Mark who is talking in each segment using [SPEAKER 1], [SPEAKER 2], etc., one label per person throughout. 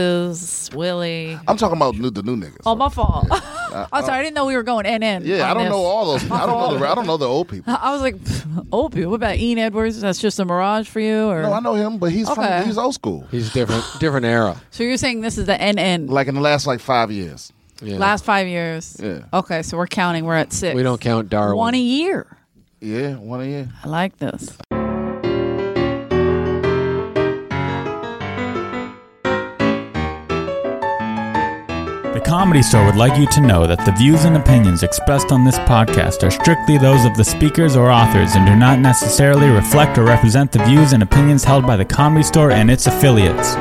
[SPEAKER 1] Moses, Willie.
[SPEAKER 2] I'm talking about new, the new niggas.
[SPEAKER 1] Oh, my fault. I'm sorry. I didn't know we were going NN.
[SPEAKER 2] yeah, I
[SPEAKER 1] on
[SPEAKER 2] don't
[SPEAKER 1] this.
[SPEAKER 2] know all those. I don't know. The, I don't know the old people.
[SPEAKER 1] I was like, old people. What about Ian Edwards? That's just a mirage for you, or
[SPEAKER 2] No, I know him, but he's
[SPEAKER 1] Okay.
[SPEAKER 2] from, he's old school.
[SPEAKER 3] He's different, different era.
[SPEAKER 1] so you're saying this is the NN
[SPEAKER 2] Like in the last like five years.
[SPEAKER 3] Yeah.
[SPEAKER 1] last five years?
[SPEAKER 2] Yeah.
[SPEAKER 1] Okay, so we're counting. We're at six.
[SPEAKER 3] we don't count Darwin.
[SPEAKER 1] one a year.
[SPEAKER 2] Yeah, one year.
[SPEAKER 1] I like this.
[SPEAKER 4] The Comedy Store would like you to know that the views and opinions expressed on this podcast are strictly those of the speakers or authors and do not necessarily reflect or represent the views and opinions held by the Comedy Store and its affiliates.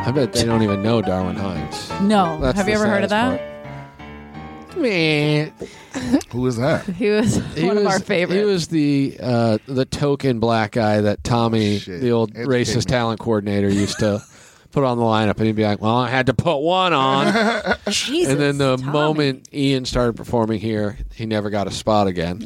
[SPEAKER 3] I bet they don't even know Darwin Hines.
[SPEAKER 1] No,
[SPEAKER 3] That's
[SPEAKER 1] have you
[SPEAKER 3] the
[SPEAKER 1] ever heard of
[SPEAKER 3] saddest
[SPEAKER 1] that?
[SPEAKER 3] part. Meh.
[SPEAKER 2] Who is that?
[SPEAKER 1] He was
[SPEAKER 3] He
[SPEAKER 1] one of
[SPEAKER 3] was-
[SPEAKER 1] our favorites.
[SPEAKER 3] He was the uh, the token black guy that Tommy,
[SPEAKER 2] Shit.
[SPEAKER 3] the old
[SPEAKER 2] Educate
[SPEAKER 3] racist
[SPEAKER 2] me.
[SPEAKER 3] talent coordinator, used to put on the lineup, and he'd be like, "Well, I had to put one on."
[SPEAKER 1] Jesus,
[SPEAKER 3] and then the
[SPEAKER 1] Tommy.
[SPEAKER 3] moment Ian started performing here, he never got a spot again.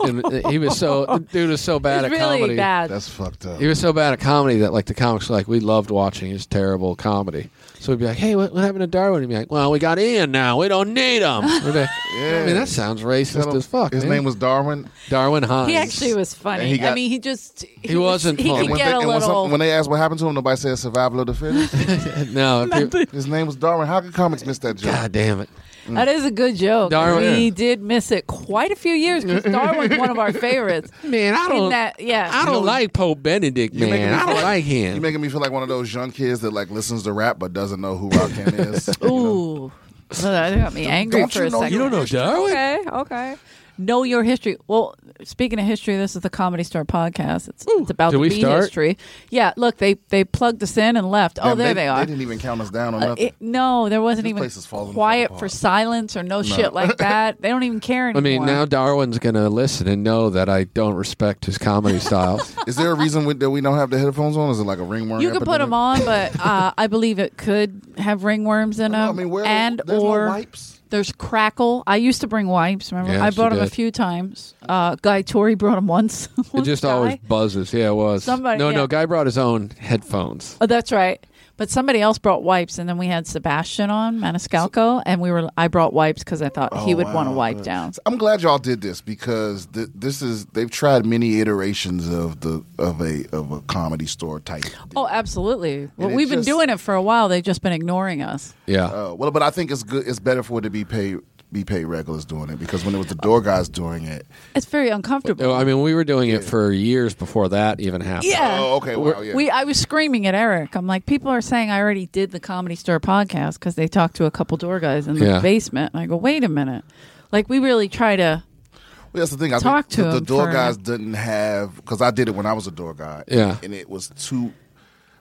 [SPEAKER 3] and he was so the dude was so bad
[SPEAKER 1] it's
[SPEAKER 3] at
[SPEAKER 1] really
[SPEAKER 3] comedy.
[SPEAKER 1] bad.
[SPEAKER 2] That's fucked up.
[SPEAKER 3] He was so bad at comedy that like the comics were like we loved watching his terrible comedy. So we'd be like, "Hey, what, what happened to Darwin?" He'd be like, "Well, we got Ian now. We don't need him." We'd be like, I mean, that sounds racist as fuck.
[SPEAKER 2] His
[SPEAKER 3] man.
[SPEAKER 2] name was Darwin.
[SPEAKER 3] Darwin Hines.
[SPEAKER 1] He actually was funny.
[SPEAKER 2] And he got-
[SPEAKER 1] I mean, he just he,
[SPEAKER 3] He
[SPEAKER 1] was-
[SPEAKER 3] wasn't
[SPEAKER 1] He
[SPEAKER 3] funny.
[SPEAKER 1] could
[SPEAKER 2] And when,
[SPEAKER 1] get
[SPEAKER 2] they,
[SPEAKER 1] a
[SPEAKER 2] and when, some-
[SPEAKER 1] little.
[SPEAKER 2] when they asked what happened to him, nobody said survival of the fittest.
[SPEAKER 3] no. if you-
[SPEAKER 2] His name was Darwin. How could comics miss that joke?
[SPEAKER 3] God damn it!
[SPEAKER 1] Mm. That is a good joke.
[SPEAKER 3] Darwin-
[SPEAKER 1] We did miss it quite a few years because Darwin's one of our favorites.
[SPEAKER 3] Man, I don't.
[SPEAKER 1] In that, yeah.
[SPEAKER 3] I don't like Pope Benedict,
[SPEAKER 2] You making
[SPEAKER 3] man.
[SPEAKER 2] me
[SPEAKER 3] I
[SPEAKER 2] feel
[SPEAKER 3] don't like
[SPEAKER 2] You're
[SPEAKER 3] him.
[SPEAKER 2] making me feel like one of those young kids that like listens to rap but doesn't know who Rakim is. you know?
[SPEAKER 1] Ooh, So that got me angry
[SPEAKER 2] Don't
[SPEAKER 1] for
[SPEAKER 2] you
[SPEAKER 1] a
[SPEAKER 2] know
[SPEAKER 1] second.
[SPEAKER 2] you don't know
[SPEAKER 3] Darwin.
[SPEAKER 1] Okay, okay. Know your history. Well, speaking of history, this is the Comedy Store podcast. It's, it's about
[SPEAKER 3] did
[SPEAKER 1] the
[SPEAKER 3] we
[SPEAKER 1] bee
[SPEAKER 3] start?
[SPEAKER 1] history. Yeah, look, they they plugged us in and left. Oh,
[SPEAKER 2] Damn,
[SPEAKER 1] there
[SPEAKER 2] they,
[SPEAKER 1] they, are.
[SPEAKER 2] They didn't even count us down on
[SPEAKER 1] Uh,
[SPEAKER 2] nothing.
[SPEAKER 1] it- no, there wasn't
[SPEAKER 2] This
[SPEAKER 1] even
[SPEAKER 2] place is falling
[SPEAKER 1] quiet
[SPEAKER 2] apart.
[SPEAKER 1] for silence or no, shit like that. They don't even care
[SPEAKER 3] I
[SPEAKER 1] anymore.
[SPEAKER 3] mean, now Darwin's gonna listen and know that I don't respect his comedy style.
[SPEAKER 2] Is there a reason we, that we don't have the headphones on? Is it like a ringworm?
[SPEAKER 1] you could put them on, but uh, I believe it could have ringworms in them.
[SPEAKER 2] I mean, where
[SPEAKER 1] and
[SPEAKER 2] there's no
[SPEAKER 1] or
[SPEAKER 2] wipes.
[SPEAKER 1] there's crackle. I used to bring wipes. Remember,
[SPEAKER 3] Yeah,
[SPEAKER 1] I
[SPEAKER 3] she
[SPEAKER 1] brought them a
[SPEAKER 3] did.
[SPEAKER 1] few times. Uh, Guy Tori brought them once.
[SPEAKER 3] it
[SPEAKER 1] One
[SPEAKER 3] just always
[SPEAKER 1] guy.
[SPEAKER 3] buzzes. Yeah, it was.
[SPEAKER 1] Somebody-
[SPEAKER 3] no,
[SPEAKER 1] yeah.
[SPEAKER 3] no. Guy brought his own headphones.
[SPEAKER 1] Oh, that's right. But somebody else brought wipes, and then we had Sebastian on Maniscalco, and we were. I brought wipes because I thought
[SPEAKER 2] Oh,
[SPEAKER 1] he would want to wipe down.
[SPEAKER 2] I'm glad y'all did this because th- this is they've tried many iterations of the of a of a comedy store type.
[SPEAKER 1] Oh, absolutely. Well,
[SPEAKER 2] it
[SPEAKER 1] we've been
[SPEAKER 2] just-
[SPEAKER 1] doing it for a while. They've just been ignoring us.
[SPEAKER 3] Yeah.
[SPEAKER 2] Uh, well, but I think it's good. It's better for it to be paid be paid regulars doing it because when it was the door guys doing it.
[SPEAKER 1] It's very uncomfortable.
[SPEAKER 3] No, Oh, I mean, we were doing it for years before that even happened.
[SPEAKER 1] yeah.
[SPEAKER 2] Oh, okay. Wow. Yeah.
[SPEAKER 1] We, I was screaming at Eric. I'm like, people are saying I already did the Comedy Store podcast because they talked to a couple door guys in the
[SPEAKER 3] Yeah.
[SPEAKER 1] basement. And I go, wait a minute. Like, we really try to.
[SPEAKER 2] Well, that's the thing. I
[SPEAKER 1] Talk
[SPEAKER 2] think
[SPEAKER 1] to
[SPEAKER 2] the, the
[SPEAKER 1] him
[SPEAKER 2] door
[SPEAKER 1] for-
[SPEAKER 2] guys didn't have because I did it when I was a door guy.
[SPEAKER 3] Yeah.
[SPEAKER 2] and it was too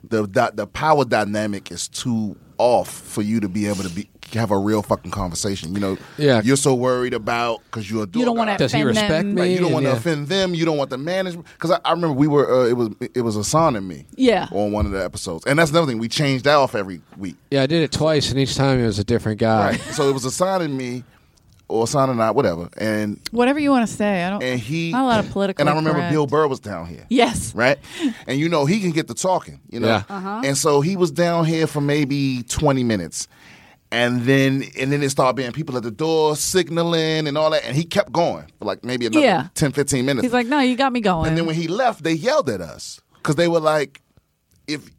[SPEAKER 2] the the, the power dynamic is too off for you to be able to be have a real fucking conversation. You know,
[SPEAKER 3] Yeah.
[SPEAKER 2] you're so worried about because you're a door
[SPEAKER 1] You don't
[SPEAKER 2] guy.
[SPEAKER 1] want to
[SPEAKER 3] Does he
[SPEAKER 1] offend
[SPEAKER 3] respect
[SPEAKER 1] them.
[SPEAKER 3] me?
[SPEAKER 2] Right, you don't want to
[SPEAKER 3] Yeah.
[SPEAKER 2] offend them. You don't want the management. Because I, I remember we were uh, it was it was Hassan and me.
[SPEAKER 1] Yeah.
[SPEAKER 2] on one of the episodes, and that's another thing. We changed that off every week.
[SPEAKER 3] Yeah, I did it twice, and each time it was a different guy.
[SPEAKER 2] Right. so it was Hassan and me, or Hassan and I, whatever. And
[SPEAKER 1] Whatever you want to say. I don't.
[SPEAKER 2] and he
[SPEAKER 1] Not a lot of political.
[SPEAKER 2] And I remember
[SPEAKER 1] correct.
[SPEAKER 2] Bill Burr was down here.
[SPEAKER 1] Yes.
[SPEAKER 2] right? And you know he can get to talking, you know.
[SPEAKER 3] Yeah.
[SPEAKER 1] Uh-huh.
[SPEAKER 2] And so he was down here for maybe twenty minutes, and then and then it started being people at the door signaling and all that, and he kept going for like maybe another
[SPEAKER 1] Yeah.
[SPEAKER 2] 10, 15 minutes.
[SPEAKER 1] He's like, no, you got me going.
[SPEAKER 2] and then when he left, they yelled at us because they were like, if.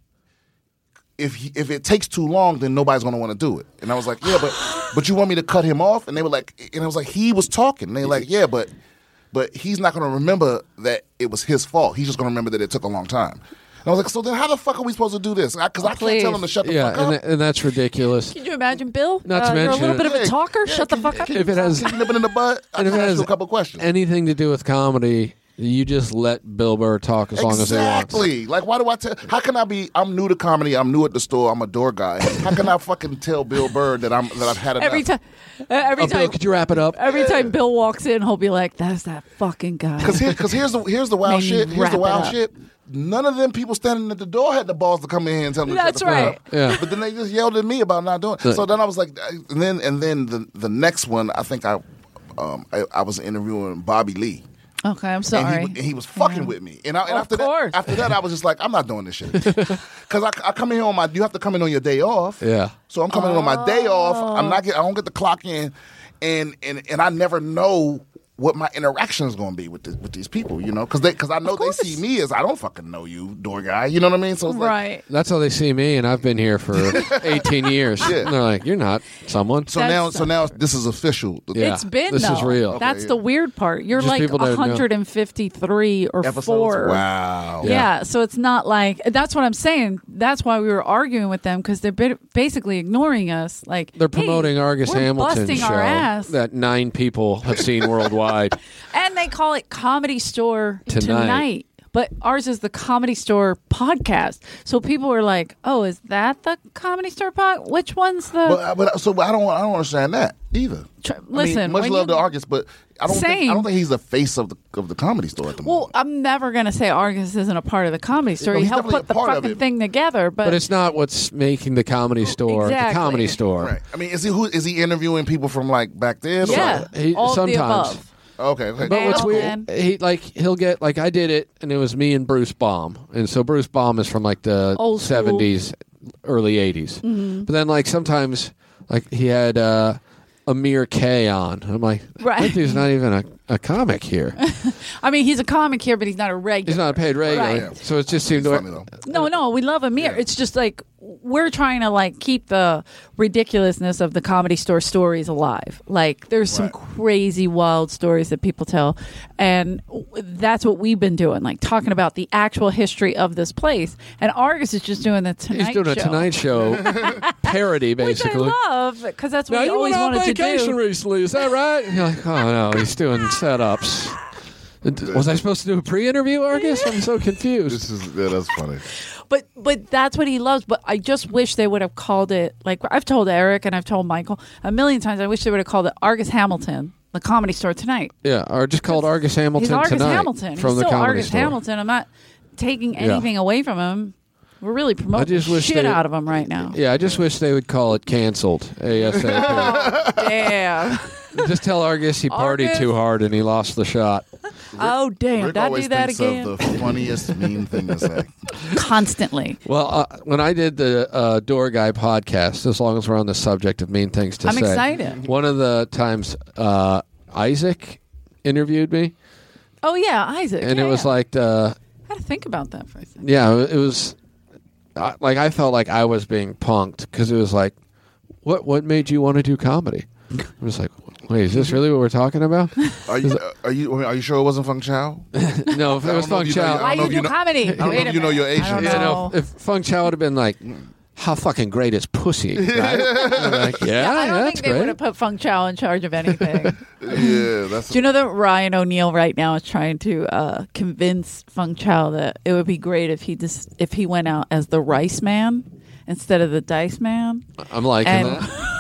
[SPEAKER 2] If, he, if it takes too long, then nobody's gonna want to do it. And I was like, yeah, but but you want me to cut him off? And they were like, and I was like, he was talking. And they were like, yeah, but but he's not gonna remember that it was his fault. He's just gonna remember that it took a long time. And I was like, so then how the fuck are we supposed to do this? Because I, can't tell
[SPEAKER 1] Please.
[SPEAKER 2] him to shut the
[SPEAKER 3] Yeah,
[SPEAKER 2] fuck up.
[SPEAKER 3] and, and that's ridiculous.
[SPEAKER 1] Can you imagine, Bill?
[SPEAKER 3] Not to
[SPEAKER 1] Uh, you're a
[SPEAKER 3] mention-
[SPEAKER 1] little bit of a
[SPEAKER 2] Yeah,
[SPEAKER 1] talker.
[SPEAKER 2] yeah,
[SPEAKER 1] Shut the
[SPEAKER 2] can-
[SPEAKER 1] fuck up.
[SPEAKER 2] can-
[SPEAKER 3] If it has-
[SPEAKER 2] can you nip it in the butt, I
[SPEAKER 3] And if
[SPEAKER 2] can
[SPEAKER 3] it
[SPEAKER 2] ask
[SPEAKER 3] has
[SPEAKER 2] you a couple questions.
[SPEAKER 3] Anything to do with comedy, you just let Bill Burr talk as long as he
[SPEAKER 2] exactly.
[SPEAKER 3] wants.
[SPEAKER 2] Like, why do I tell? How can I be? I'm new to comedy. I'm new at the store. I'm a door guy. How can I fucking tell Bill Bird that I'm that I've had enough?
[SPEAKER 1] Every time, uh, every
[SPEAKER 3] Oh, Bill,
[SPEAKER 1] time,
[SPEAKER 3] could you wrap it up?
[SPEAKER 1] every time Bill walks in, he'll be like, "That's that fucking guy."
[SPEAKER 2] Because here, cause here's the here's the wild
[SPEAKER 1] Maybe
[SPEAKER 2] shit. Here's
[SPEAKER 1] wrap
[SPEAKER 2] the
[SPEAKER 1] it
[SPEAKER 2] wild
[SPEAKER 1] up.
[SPEAKER 2] shit. None of them people standing at the door had the balls to come in here and tell me. to shut
[SPEAKER 1] That's
[SPEAKER 2] the fuck
[SPEAKER 1] right.
[SPEAKER 2] up.
[SPEAKER 3] Yeah.
[SPEAKER 2] But then they just yelled at me about not doing. it. So then I was like, I- and then and then the the next one, I think I um I, I was interviewing Bobby Lee.
[SPEAKER 1] Okay, I'm
[SPEAKER 2] and he,
[SPEAKER 1] sorry.
[SPEAKER 2] w- and he was fucking with me. And, I, and
[SPEAKER 1] Of
[SPEAKER 2] after
[SPEAKER 1] course.
[SPEAKER 2] that, after that, I was just like, I'm not doing this shit. Because I, I come in on my, you have to come in on your day off.
[SPEAKER 3] Yeah.
[SPEAKER 2] So I'm coming in on my day off. I'm not get, I don't get the clock in, and and and I never know what my interaction is going to be with this, with these people. You know, because they because I know they
[SPEAKER 1] course.
[SPEAKER 2] see me as I don't fucking know you, door guy. You know what I mean? So it's like,
[SPEAKER 1] right.
[SPEAKER 3] That's how they see me, and I've been here for 18 years. And they're like, you're not someone.
[SPEAKER 2] So
[SPEAKER 1] That's-
[SPEAKER 2] now so now this is official. The-
[SPEAKER 3] Yeah.
[SPEAKER 1] It's been
[SPEAKER 3] This
[SPEAKER 1] though.
[SPEAKER 3] is real. Okay,
[SPEAKER 1] That's
[SPEAKER 2] yeah.
[SPEAKER 1] the weird part. You're
[SPEAKER 3] Just
[SPEAKER 1] like
[SPEAKER 3] people don't know.
[SPEAKER 1] 153 or
[SPEAKER 2] Episodes?
[SPEAKER 1] four.
[SPEAKER 2] Wow.
[SPEAKER 1] Yeah. so it's not like that's what I'm saying. That's why we were arguing with them because they're bit, basically ignoring us. Like
[SPEAKER 3] They're
[SPEAKER 1] "Hey,
[SPEAKER 3] promoting Argus
[SPEAKER 1] we're
[SPEAKER 3] Hamilton
[SPEAKER 1] busting
[SPEAKER 3] show
[SPEAKER 1] our ass,
[SPEAKER 3] that nine people have seen worldwide.
[SPEAKER 1] and they call it Comedy Store
[SPEAKER 3] Tonight.
[SPEAKER 1] tonight. But ours is the Comedy Store podcast. So people were like, "Oh, is that the Comedy Store pod? Which one's the?"
[SPEAKER 2] But, I- but so I don't I don't understand that either.
[SPEAKER 1] Tr-
[SPEAKER 2] I mean,
[SPEAKER 1] listen,
[SPEAKER 2] much
[SPEAKER 1] when
[SPEAKER 2] love
[SPEAKER 1] you-
[SPEAKER 2] to Argus, but I don't think, I
[SPEAKER 1] Same.
[SPEAKER 2] don't think he's the face of the of the comedy store at the
[SPEAKER 1] well,
[SPEAKER 2] moment.
[SPEAKER 1] I'm never gonna say Argus isn't a part of the Comedy Store.
[SPEAKER 2] No,
[SPEAKER 1] he
[SPEAKER 2] he's
[SPEAKER 1] helped
[SPEAKER 2] definitely
[SPEAKER 1] put
[SPEAKER 2] a
[SPEAKER 1] the
[SPEAKER 2] part of
[SPEAKER 1] fucking
[SPEAKER 2] it.
[SPEAKER 1] thing together, but
[SPEAKER 3] but it's not what's making the comedy store the
[SPEAKER 1] Exactly.
[SPEAKER 3] comedy store.
[SPEAKER 2] Right. I mean, is he who is he interviewing people from like back then? or-
[SPEAKER 1] yeah,
[SPEAKER 3] he-
[SPEAKER 1] all of the
[SPEAKER 3] sometimes.
[SPEAKER 1] above.
[SPEAKER 2] Okay. okay.
[SPEAKER 3] But what's
[SPEAKER 1] Now
[SPEAKER 3] weird,
[SPEAKER 1] then.
[SPEAKER 3] he like he'll get like I did it, and it was me and Bruce Baum, and so Bruce Baum is from like the
[SPEAKER 1] Old school. Mm-hmm.
[SPEAKER 3] seventies, early 80s But then like sometimes like he had uh, Amir K on. I'm like,
[SPEAKER 1] Right.
[SPEAKER 3] that dude's not even a, a comic here.
[SPEAKER 1] I mean, he's a comic here, but he's not a regular.
[SPEAKER 3] He's not a paid regular,
[SPEAKER 1] Right.
[SPEAKER 2] Yeah.
[SPEAKER 3] so it just seemed.
[SPEAKER 2] It's funny, though.
[SPEAKER 1] No, no, we love Amir. It's just like we're trying to like keep the ridiculousness of the comedy store stories alive. Like there's some
[SPEAKER 2] Right.
[SPEAKER 1] crazy wild stories that people tell and w- that's what we've been doing, like talking about the actual history of this place. And Argus is just doing the tonight
[SPEAKER 3] He's doing
[SPEAKER 1] show,
[SPEAKER 3] a Tonight Show parody,
[SPEAKER 1] which I
[SPEAKER 3] basically.
[SPEAKER 1] love because that's what
[SPEAKER 3] Now
[SPEAKER 1] we
[SPEAKER 3] you
[SPEAKER 1] always
[SPEAKER 3] went on
[SPEAKER 1] wanted to
[SPEAKER 3] vacation
[SPEAKER 1] do.
[SPEAKER 3] recently, is that right? And you're like, oh no, he's doing setups. Uh, Was I supposed to do a pre-interview, Argus? I'm so confused.
[SPEAKER 2] This is yeah, that's funny.
[SPEAKER 1] But but that's what he loves. But I just wish they would have called it like I've told Eric and I've told Michael a million times. I wish they would have called it Argus Hamilton, the comedy store tonight.
[SPEAKER 3] Yeah, or just called Argus Hamilton
[SPEAKER 1] He's Argus
[SPEAKER 3] tonight
[SPEAKER 1] Hamilton.
[SPEAKER 3] from
[SPEAKER 1] He's
[SPEAKER 3] the
[SPEAKER 1] still
[SPEAKER 3] comedy
[SPEAKER 1] Argus
[SPEAKER 3] store.
[SPEAKER 1] Hamilton. I'm not taking
[SPEAKER 3] Yeah.
[SPEAKER 1] anything away from him. We're really promoting
[SPEAKER 3] I just wish
[SPEAKER 1] shit
[SPEAKER 3] they-
[SPEAKER 1] out of him right now.
[SPEAKER 3] Yeah, I just wish they would call it canceled ASAP.
[SPEAKER 1] Damn.
[SPEAKER 3] just tell Argus he partied
[SPEAKER 1] Argus.
[SPEAKER 3] too hard and he lost the shot.
[SPEAKER 1] oh damn!
[SPEAKER 2] Rick
[SPEAKER 1] Did I
[SPEAKER 2] always
[SPEAKER 1] do that
[SPEAKER 2] thinks
[SPEAKER 1] again?
[SPEAKER 2] of the funniest mean thing to say.
[SPEAKER 1] Constantly.
[SPEAKER 3] Well, uh, when I did the uh, Door Guy podcast, as long as we're on the subject of mean things to
[SPEAKER 1] I'm
[SPEAKER 3] say,
[SPEAKER 1] excited.
[SPEAKER 3] One of the times uh, Isaac interviewed me,
[SPEAKER 1] Oh yeah, Isaac.
[SPEAKER 3] and
[SPEAKER 1] yeah,
[SPEAKER 3] it was
[SPEAKER 1] yeah.
[SPEAKER 3] like, uh,
[SPEAKER 1] I had to think about that for a second.
[SPEAKER 3] yeah, it was I like I felt like I was being punked because it was like, what what made you want to do comedy? I'm just like, wait, is this really what we're talking about?
[SPEAKER 2] Are you uh, are you I mean, are you sure it wasn't Feng Chao?
[SPEAKER 3] No, if it was
[SPEAKER 2] don't know
[SPEAKER 3] Feng
[SPEAKER 2] if you know
[SPEAKER 3] Chao.
[SPEAKER 2] your- I
[SPEAKER 1] Why
[SPEAKER 2] don't
[SPEAKER 1] you
[SPEAKER 2] know if
[SPEAKER 1] do
[SPEAKER 2] you know-
[SPEAKER 1] comedy?
[SPEAKER 2] don't know
[SPEAKER 1] Wait a
[SPEAKER 2] if you know
[SPEAKER 1] minute.
[SPEAKER 2] your
[SPEAKER 1] I
[SPEAKER 2] Asian.
[SPEAKER 1] don't
[SPEAKER 3] You know,
[SPEAKER 1] know.
[SPEAKER 3] if Feng Chao would have been like, how fucking great is pussy? Right? I'm like, yeah,
[SPEAKER 1] I don't
[SPEAKER 3] yeah,
[SPEAKER 1] think
[SPEAKER 3] that's
[SPEAKER 1] they would
[SPEAKER 3] great.
[SPEAKER 1] have put Feng Chao in charge of anything.
[SPEAKER 2] yeah, that's
[SPEAKER 1] Do you know that Ryan O'Neal right now is trying to uh, convince Feng Chao that it would be great if he just if he went out as the Rice Man instead of the Dice Man
[SPEAKER 3] I'm liking
[SPEAKER 1] and-
[SPEAKER 3] that.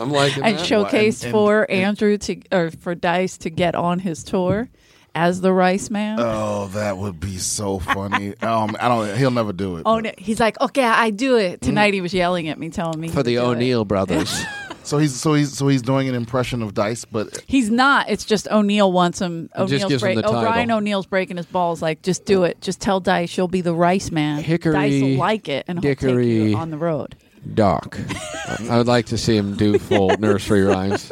[SPEAKER 3] I'm liking
[SPEAKER 1] and
[SPEAKER 3] that.
[SPEAKER 1] showcase
[SPEAKER 2] and-
[SPEAKER 1] for Andrew to or for Dice to get on his tour as the Rice Man.
[SPEAKER 3] Uh,
[SPEAKER 2] Oh, that would be so funny. um, I don't. He'll never do it.
[SPEAKER 1] Oh, no. He's like, okay, I do it. Tonight he was yelling at me, telling me
[SPEAKER 3] Mm. for
[SPEAKER 1] he
[SPEAKER 3] the
[SPEAKER 1] would do it.
[SPEAKER 3] O'Neill brothers.
[SPEAKER 2] So he's so he's so he's doing an impression of Dice, but
[SPEAKER 1] He's not. It's just O'Neill wants him.
[SPEAKER 3] just
[SPEAKER 1] O'Neill's
[SPEAKER 3] gives him
[SPEAKER 1] break,
[SPEAKER 3] the
[SPEAKER 1] oh, Ryan
[SPEAKER 3] title.
[SPEAKER 1] O'Neill's breaking his balls. Like, just do it. Just tell Dice you'll be the rice man.
[SPEAKER 3] Hickory
[SPEAKER 1] Dice will like it, and he'll take
[SPEAKER 3] dickory.
[SPEAKER 1] you on the road.
[SPEAKER 3] Doc. I would like to see him do full nursery rhymes.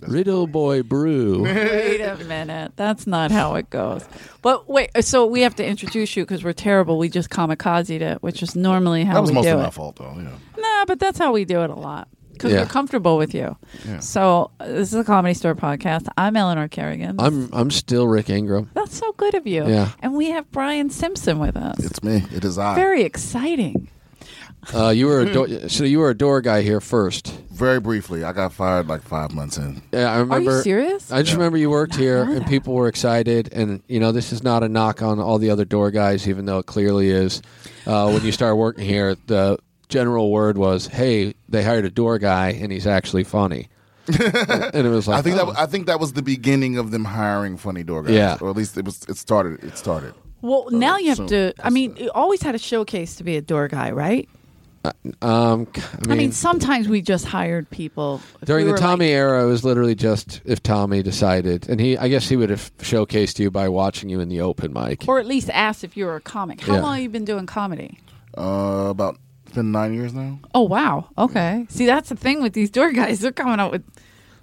[SPEAKER 3] Riddle Boy Brew.
[SPEAKER 1] Wait a minute, that's not how it goes. But wait, so we have to introduce you because we're terrible. We just kamikazed it, which is normally how
[SPEAKER 2] that was
[SPEAKER 1] Oh, we
[SPEAKER 2] mostly
[SPEAKER 1] do
[SPEAKER 2] my
[SPEAKER 1] it.
[SPEAKER 2] fault though. Yeah.
[SPEAKER 1] Nah, but that's how we do it a lot because
[SPEAKER 3] Yeah.
[SPEAKER 1] we're comfortable with you.
[SPEAKER 2] Yeah.
[SPEAKER 1] So uh, this is a comedy store podcast. I'm Eleanor Kerrigan.
[SPEAKER 3] I'm I'm still Rick Ingram.
[SPEAKER 1] that's so good of you.
[SPEAKER 3] Yeah.
[SPEAKER 1] And we have Brian Simpson with us.
[SPEAKER 2] It's me. It is I. Very,
[SPEAKER 1] very exciting.
[SPEAKER 3] Uh, you were a door, so you were a door guy here first.
[SPEAKER 2] briefly, I got fired like five months in.
[SPEAKER 3] Yeah, I remember.
[SPEAKER 1] Are you serious?
[SPEAKER 3] I just remember you worked here
[SPEAKER 1] know
[SPEAKER 3] and
[SPEAKER 1] that.
[SPEAKER 3] people were excited. And, you know, this is not a knock on all the other door guys, even though it clearly is. Uh, when you start working here, the general word was, hey, they hired a door guy and he's actually funny. and it was like,
[SPEAKER 2] I think
[SPEAKER 3] oh.
[SPEAKER 2] that I think that was the beginning of them hiring funny door guys.
[SPEAKER 3] Yeah.
[SPEAKER 2] Or at least it was. It started. It started.
[SPEAKER 3] Oh,
[SPEAKER 1] Well, now you have
[SPEAKER 2] so
[SPEAKER 1] to. I
[SPEAKER 2] that's
[SPEAKER 1] mean, you always had a showcase to be a door guy, right?
[SPEAKER 3] Um, I mean,
[SPEAKER 1] I mean, sometimes we just hired people If
[SPEAKER 3] during
[SPEAKER 1] we
[SPEAKER 3] the
[SPEAKER 1] were
[SPEAKER 3] Tommy
[SPEAKER 1] like-
[SPEAKER 3] era, it was literally just if Tommy decided, and he, I guess he would have showcased you by watching you in the open mic.
[SPEAKER 1] or at least asked if you were a comic. How
[SPEAKER 3] Yeah.
[SPEAKER 1] long have you been doing comedy?
[SPEAKER 2] Uh, about it's been nine years now.
[SPEAKER 1] Oh wow. Okay. See, that's the thing with these door guys. They're coming out with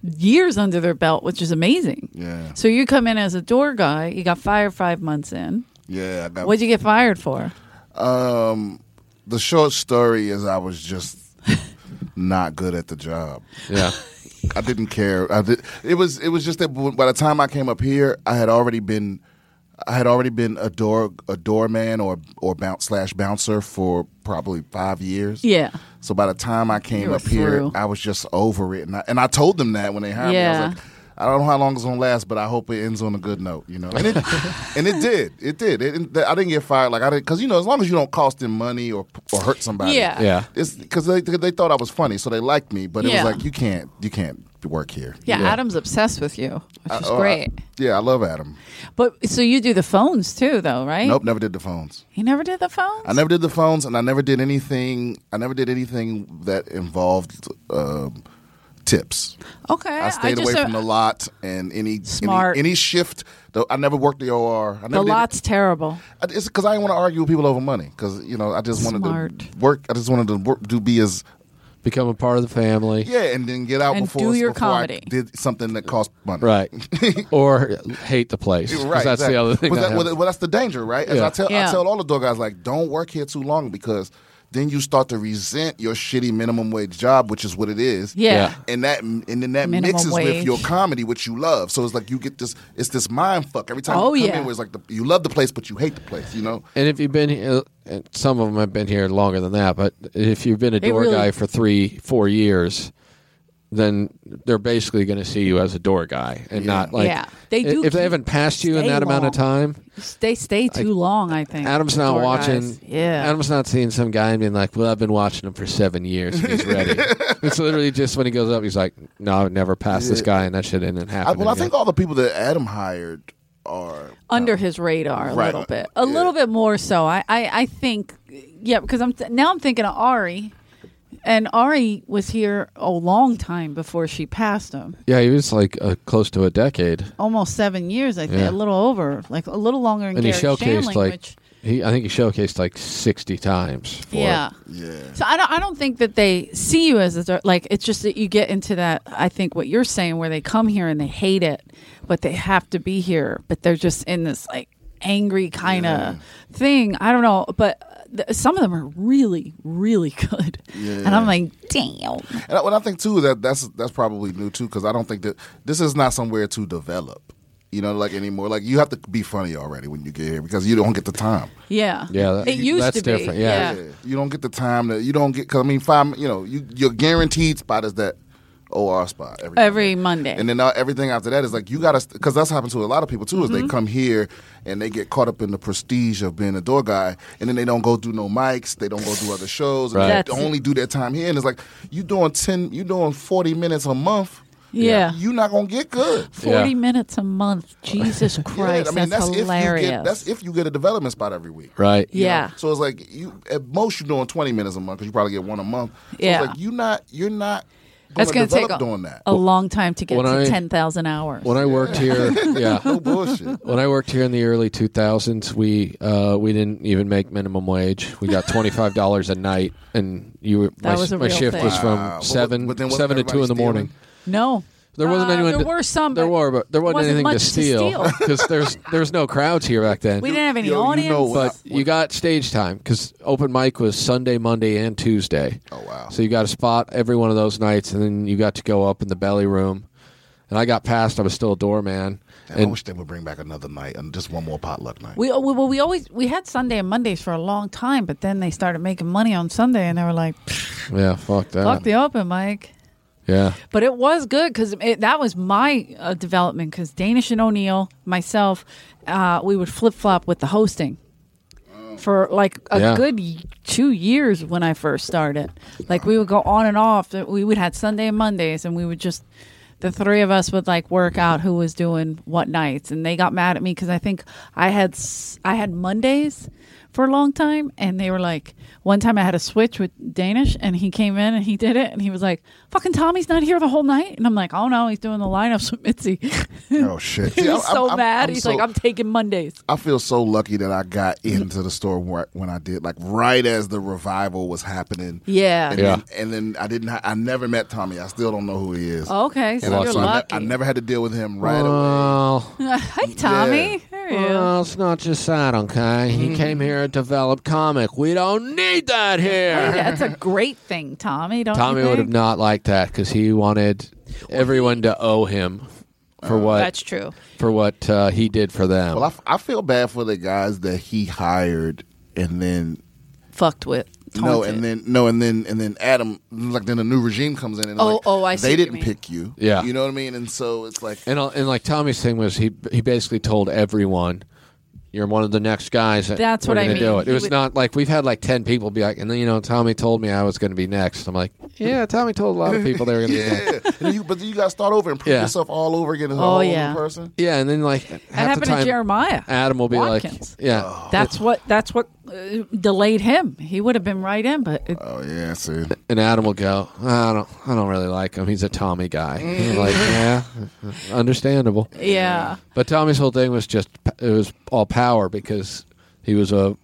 [SPEAKER 1] years under their belt, which is amazing.
[SPEAKER 2] Yeah,
[SPEAKER 1] So you come in as a door guy. You got fired five months in.
[SPEAKER 2] yeah. I got,
[SPEAKER 1] What'd you get fired for?
[SPEAKER 2] um, the short story is I was just not good at the job.
[SPEAKER 3] yeah,
[SPEAKER 2] I didn't care. I did, it was it was just that by the time I came up here, I had already been I had already been a door a doorman or or bounce slash bouncer for probably five years.
[SPEAKER 1] Yeah.
[SPEAKER 2] So by the time I came
[SPEAKER 1] were
[SPEAKER 2] up here,
[SPEAKER 1] through.
[SPEAKER 2] I was just over it, and I, and I told them that when they hired me, I
[SPEAKER 1] Yeah.
[SPEAKER 2] was like, I don't know how long it's gonna last, but I hope it ends on a good note, you know. And it and it did, it did. It, didn't- I didn't get fired like I did because you know as long as you don't cost them money or or hurt somebody,
[SPEAKER 1] Yeah.
[SPEAKER 3] yeah.
[SPEAKER 2] it's because they they thought I was funny, so they liked me. But it
[SPEAKER 1] Yeah.
[SPEAKER 2] was like you can't you can't work here.
[SPEAKER 1] Yeah,
[SPEAKER 3] Yeah.
[SPEAKER 1] Adam's obsessed with you, which is
[SPEAKER 2] Oh, I-
[SPEAKER 1] great.
[SPEAKER 2] yeah, I love Adam.
[SPEAKER 1] but so you do the phones too, though, right?
[SPEAKER 2] Nope, never did the phones.
[SPEAKER 1] He never did the phones.
[SPEAKER 2] I never did the phones, and I never did anything. I never did anything that involved um, tips.
[SPEAKER 1] Okay.
[SPEAKER 2] I stayed
[SPEAKER 1] just-
[SPEAKER 2] away from the lot and any any-
[SPEAKER 1] Smart.
[SPEAKER 2] any, shift. Though I never worked the OR. I never
[SPEAKER 1] The
[SPEAKER 2] did-
[SPEAKER 1] lot's terrible.
[SPEAKER 2] I- It's because I didn't want to argue with people over money. Because you know, I just wanted to
[SPEAKER 1] Smart.
[SPEAKER 2] work. I just wanted to work, do be as
[SPEAKER 3] Become a part of the family,
[SPEAKER 2] yeah, and then get out
[SPEAKER 1] And
[SPEAKER 2] before
[SPEAKER 1] do your
[SPEAKER 2] before I
[SPEAKER 1] comedy.
[SPEAKER 2] did something that cost money.
[SPEAKER 3] right? or hate the place, 'cause
[SPEAKER 2] Right,
[SPEAKER 3] That's
[SPEAKER 2] exactly.
[SPEAKER 3] the other thing.
[SPEAKER 2] But
[SPEAKER 3] that
[SPEAKER 2] that- well,
[SPEAKER 3] happens.
[SPEAKER 2] well, that's the danger, right? As
[SPEAKER 3] Yeah.
[SPEAKER 2] I tell,
[SPEAKER 1] Yeah.
[SPEAKER 2] I tell all the door guys, like, don't work here too long because then you start to resent your shitty minimum wage job, which is what it is.
[SPEAKER 1] Yeah.
[SPEAKER 2] And that, and then that
[SPEAKER 1] Minimum
[SPEAKER 2] mixes with
[SPEAKER 1] wage.
[SPEAKER 2] your comedy, which you love. So it's like you get this, it's this mind fuck every time
[SPEAKER 1] Oh,
[SPEAKER 2] you come
[SPEAKER 1] yeah.
[SPEAKER 2] in. Where it's like the, you love the place, but you hate the place. You know,
[SPEAKER 3] And if you've been here, and some of them have been here longer than that, but if you've been a door
[SPEAKER 1] really-
[SPEAKER 3] guy for three, four years, then they're basically going to see you as a door guy and not like.
[SPEAKER 1] Yeah. They do
[SPEAKER 3] If they
[SPEAKER 1] keep-
[SPEAKER 3] haven't passed you in
[SPEAKER 1] stay
[SPEAKER 3] that amount of
[SPEAKER 1] long.
[SPEAKER 3] time,
[SPEAKER 1] They stay too long, I think.
[SPEAKER 3] Adam's not
[SPEAKER 1] Poor
[SPEAKER 3] watching.
[SPEAKER 1] guys. Yeah.
[SPEAKER 3] Adam's not seeing some guy and being like, "Well, I've been watching him for seven years. and He's ready." it's literally just when he goes up, he's like, "No, I've never passed this guy," and that shit didn't
[SPEAKER 2] I,
[SPEAKER 3] happen.
[SPEAKER 2] well, I
[SPEAKER 3] again.
[SPEAKER 2] think all the people that Adam hired are
[SPEAKER 1] under his radar a
[SPEAKER 2] Right.
[SPEAKER 1] little bit,
[SPEAKER 2] Yeah.
[SPEAKER 1] a little bit more so. I, I, I think, yeah, because I'm th- now I'm thinking of Ari, and Ari was here a long time before she passed him,
[SPEAKER 3] yeah, he was like uh, close to a decade,
[SPEAKER 1] almost seven years, I think, a
[SPEAKER 3] Yeah.
[SPEAKER 1] little over, like a little longer. Than
[SPEAKER 3] and
[SPEAKER 1] Gary
[SPEAKER 3] he showcased
[SPEAKER 1] Shandling,
[SPEAKER 3] like
[SPEAKER 1] which,
[SPEAKER 3] he. I think he showcased like sixty times. For it.
[SPEAKER 1] yeah.
[SPEAKER 2] yeah.
[SPEAKER 1] So I don't, I don't think that they see you as a dir- like. It's just that you get into that. I think what you're saying, where they come here and they hate it, but they have to be here, but they're just in this like angry kind of thing. I don't know, but th- some of them are really, really good, and I'm like, damn.
[SPEAKER 2] And I, what I think too is that that's that's probably new too because I don't think that this is not somewhere to develop. You know, like anymore. Like you have to be funny already when you get here because you don't get the time.
[SPEAKER 1] Yeah,
[SPEAKER 3] Yeah, that-
[SPEAKER 1] It used
[SPEAKER 3] that's
[SPEAKER 1] to be.
[SPEAKER 3] different, yeah.
[SPEAKER 2] Yeah, you don't get the time that you don't get. Cause I mean, five. You know, you your guaranteed spot is that OR spot every
[SPEAKER 1] Every Monday.
[SPEAKER 2] and then uh, everything after that is like you gotta because that's happened to a lot of people too is
[SPEAKER 1] Mm-hmm.
[SPEAKER 2] they come here and they get caught up in the prestige of being a door guy and then they don't go do no mics they don't go do other shows and
[SPEAKER 1] Right.
[SPEAKER 2] they
[SPEAKER 1] That's-
[SPEAKER 2] only do their time here and it's like you doing 10 you doing 40 minutes a month
[SPEAKER 1] Yeah.
[SPEAKER 2] you're not gonna get good
[SPEAKER 1] Forty
[SPEAKER 3] Yeah.
[SPEAKER 1] minutes a month. Jesus Christ,
[SPEAKER 2] Yeah, I mean
[SPEAKER 1] that's,
[SPEAKER 2] that's,
[SPEAKER 1] hilarious.
[SPEAKER 2] if you get that's if you get a development spot every week
[SPEAKER 3] Right.
[SPEAKER 2] you know?
[SPEAKER 1] Yeah.
[SPEAKER 2] So it's like you at most you're doing 20 minutes a month because you probably get one a month. So
[SPEAKER 1] Yeah.
[SPEAKER 2] It's like you're not you're not going
[SPEAKER 1] that's
[SPEAKER 2] to
[SPEAKER 1] going to take
[SPEAKER 2] develop
[SPEAKER 1] a,
[SPEAKER 2] doing that.
[SPEAKER 1] a long time to get
[SPEAKER 3] When
[SPEAKER 1] to
[SPEAKER 3] I-
[SPEAKER 1] ten thousand hours.
[SPEAKER 3] When I worked here, yeah.
[SPEAKER 2] No bullshit.
[SPEAKER 3] When I worked here in the early 2000s, we uh, we didn't even make minimum wage. We got twenty five dollars a night, and you were,
[SPEAKER 1] That
[SPEAKER 3] my,
[SPEAKER 1] was a
[SPEAKER 3] my
[SPEAKER 1] real
[SPEAKER 3] shift
[SPEAKER 1] thing.
[SPEAKER 3] was from
[SPEAKER 2] Wow. Uh, But-
[SPEAKER 3] seven
[SPEAKER 2] but then wasn't
[SPEAKER 3] seven to two in the
[SPEAKER 2] everybody
[SPEAKER 3] morning.
[SPEAKER 2] stealing?
[SPEAKER 1] no,
[SPEAKER 3] There wasn't
[SPEAKER 1] Uh,
[SPEAKER 3] anyone.
[SPEAKER 1] There
[SPEAKER 3] to-
[SPEAKER 1] were some.
[SPEAKER 3] There
[SPEAKER 1] but
[SPEAKER 3] were, but there wasn't,
[SPEAKER 1] wasn't
[SPEAKER 3] anything to
[SPEAKER 1] much to
[SPEAKER 3] steal
[SPEAKER 1] steal.
[SPEAKER 3] because there's there's no crowds here back then.
[SPEAKER 1] We didn't have any
[SPEAKER 2] Yo, you
[SPEAKER 1] audience.
[SPEAKER 2] know what-
[SPEAKER 3] but you got stage time because open mic was Sunday, Monday, and Tuesday.
[SPEAKER 2] Oh, wow.
[SPEAKER 3] So you got a spot every one of those nights, and then you got to go up in the belly room. And I got passed. I was still a doorman.
[SPEAKER 2] Damn, I
[SPEAKER 3] and
[SPEAKER 2] wish they would bring back another night and just one more potluck night.
[SPEAKER 1] We, uh, we well, we always we had Sunday and Mondays for a long time, but then they started making money on Sunday, and they were like,
[SPEAKER 3] yeah, fuck that.
[SPEAKER 1] "Fuck the open mic."
[SPEAKER 3] yeah.
[SPEAKER 1] But it was good because that was my uh, development. Because Danish and O'Neill, myself, uh, we would flip flop with the hosting for like a
[SPEAKER 3] Yeah.
[SPEAKER 1] good y- two years when I first started. Like we would go on and off. We would had Sunday and Mondays, and we would just the three of us would like work out who was doing what nights. And they got mad at me because I think I had s- I had Mondays for a long time, and they were like, one time I had a switch with Danish, and he came in and he did it, and he was like, "Fucking Tommy's not here the whole night," and I'm like, "Oh no, he's doing the lineups with Mitzi." he
[SPEAKER 2] Oh shit! Yeah,
[SPEAKER 1] was
[SPEAKER 2] I'm-
[SPEAKER 1] so
[SPEAKER 2] I'm-
[SPEAKER 1] mad.
[SPEAKER 2] I'm
[SPEAKER 1] he's
[SPEAKER 2] so-
[SPEAKER 1] like, "I'm taking Mondays."
[SPEAKER 2] I feel so lucky that I got into the store wh- when I did, like right as the revival was happening.
[SPEAKER 1] Yeah.
[SPEAKER 2] And,
[SPEAKER 3] Yeah.
[SPEAKER 2] Then, and then I didn't. Ha- I never met Tommy. I still don't know who he is.
[SPEAKER 1] Okay, so
[SPEAKER 2] And I-
[SPEAKER 1] Oh, you're
[SPEAKER 2] so I, ne-
[SPEAKER 1] lucky.
[SPEAKER 2] I never had to deal with him right away.
[SPEAKER 3] Well,
[SPEAKER 1] hey, Tommy.
[SPEAKER 2] Yeah.
[SPEAKER 1] There he is.
[SPEAKER 3] well, it's not just that, okay?
[SPEAKER 1] Mm-hmm.
[SPEAKER 3] He came here a developed comic. We don't need that
[SPEAKER 1] Hey,
[SPEAKER 3] here.
[SPEAKER 1] that's a great thing, Tommy. Don't
[SPEAKER 3] Tommy
[SPEAKER 1] you
[SPEAKER 3] would have
[SPEAKER 1] think?
[SPEAKER 3] not liked that because he wanted everyone to owe him
[SPEAKER 2] Uh,
[SPEAKER 3] for what
[SPEAKER 1] That's true.
[SPEAKER 3] for what uh, he did for them.
[SPEAKER 2] Well, I, f- I feel bad for the guys that he hired, and then
[SPEAKER 1] Fucked with.
[SPEAKER 2] no,
[SPEAKER 1] taunted.
[SPEAKER 2] and then no, and then and then Adam. Like then the new regime comes in, and they're
[SPEAKER 1] Oh,
[SPEAKER 2] like,
[SPEAKER 1] oh, I see
[SPEAKER 2] They
[SPEAKER 1] what you
[SPEAKER 2] didn't
[SPEAKER 1] mean.
[SPEAKER 2] pick you.
[SPEAKER 3] Yeah.
[SPEAKER 2] you know what I mean. And so it's like,
[SPEAKER 3] and uh, and like Tommy's thing was he he basically told everyone. You're one of the next guys. That
[SPEAKER 1] That's
[SPEAKER 3] we're
[SPEAKER 1] what I
[SPEAKER 3] gonna
[SPEAKER 1] mean.
[SPEAKER 3] Do it.
[SPEAKER 1] He
[SPEAKER 3] It was
[SPEAKER 1] would-
[SPEAKER 3] not like we've had like ten people be like, and then you know Tommy told me I was going to be next. I'm like, yeah, Tommy told a lot of people they were going to. be next.
[SPEAKER 2] yeah. And you, but you got to start over and prove
[SPEAKER 3] Yeah.
[SPEAKER 2] yourself all over again as a
[SPEAKER 1] Oh,
[SPEAKER 2] whole
[SPEAKER 1] yeah.
[SPEAKER 2] new person.
[SPEAKER 3] Yeah, and then like
[SPEAKER 1] that
[SPEAKER 3] half the
[SPEAKER 1] happened to
[SPEAKER 3] time,
[SPEAKER 1] Jeremiah.
[SPEAKER 3] Adam will be
[SPEAKER 1] Watkins.
[SPEAKER 3] like, "Oh, yeah,
[SPEAKER 1] That's what. That's what uh, delayed him. He would have been right in, but
[SPEAKER 3] Uh,
[SPEAKER 1] it,
[SPEAKER 2] Oh yeah, see.
[SPEAKER 3] and Adam will go, I don't, I don't really like him. He's a Tommy guy. I'm like, yeah, understandable.
[SPEAKER 1] yeah.
[SPEAKER 3] But Tommy's whole thing was just it was all power because he was a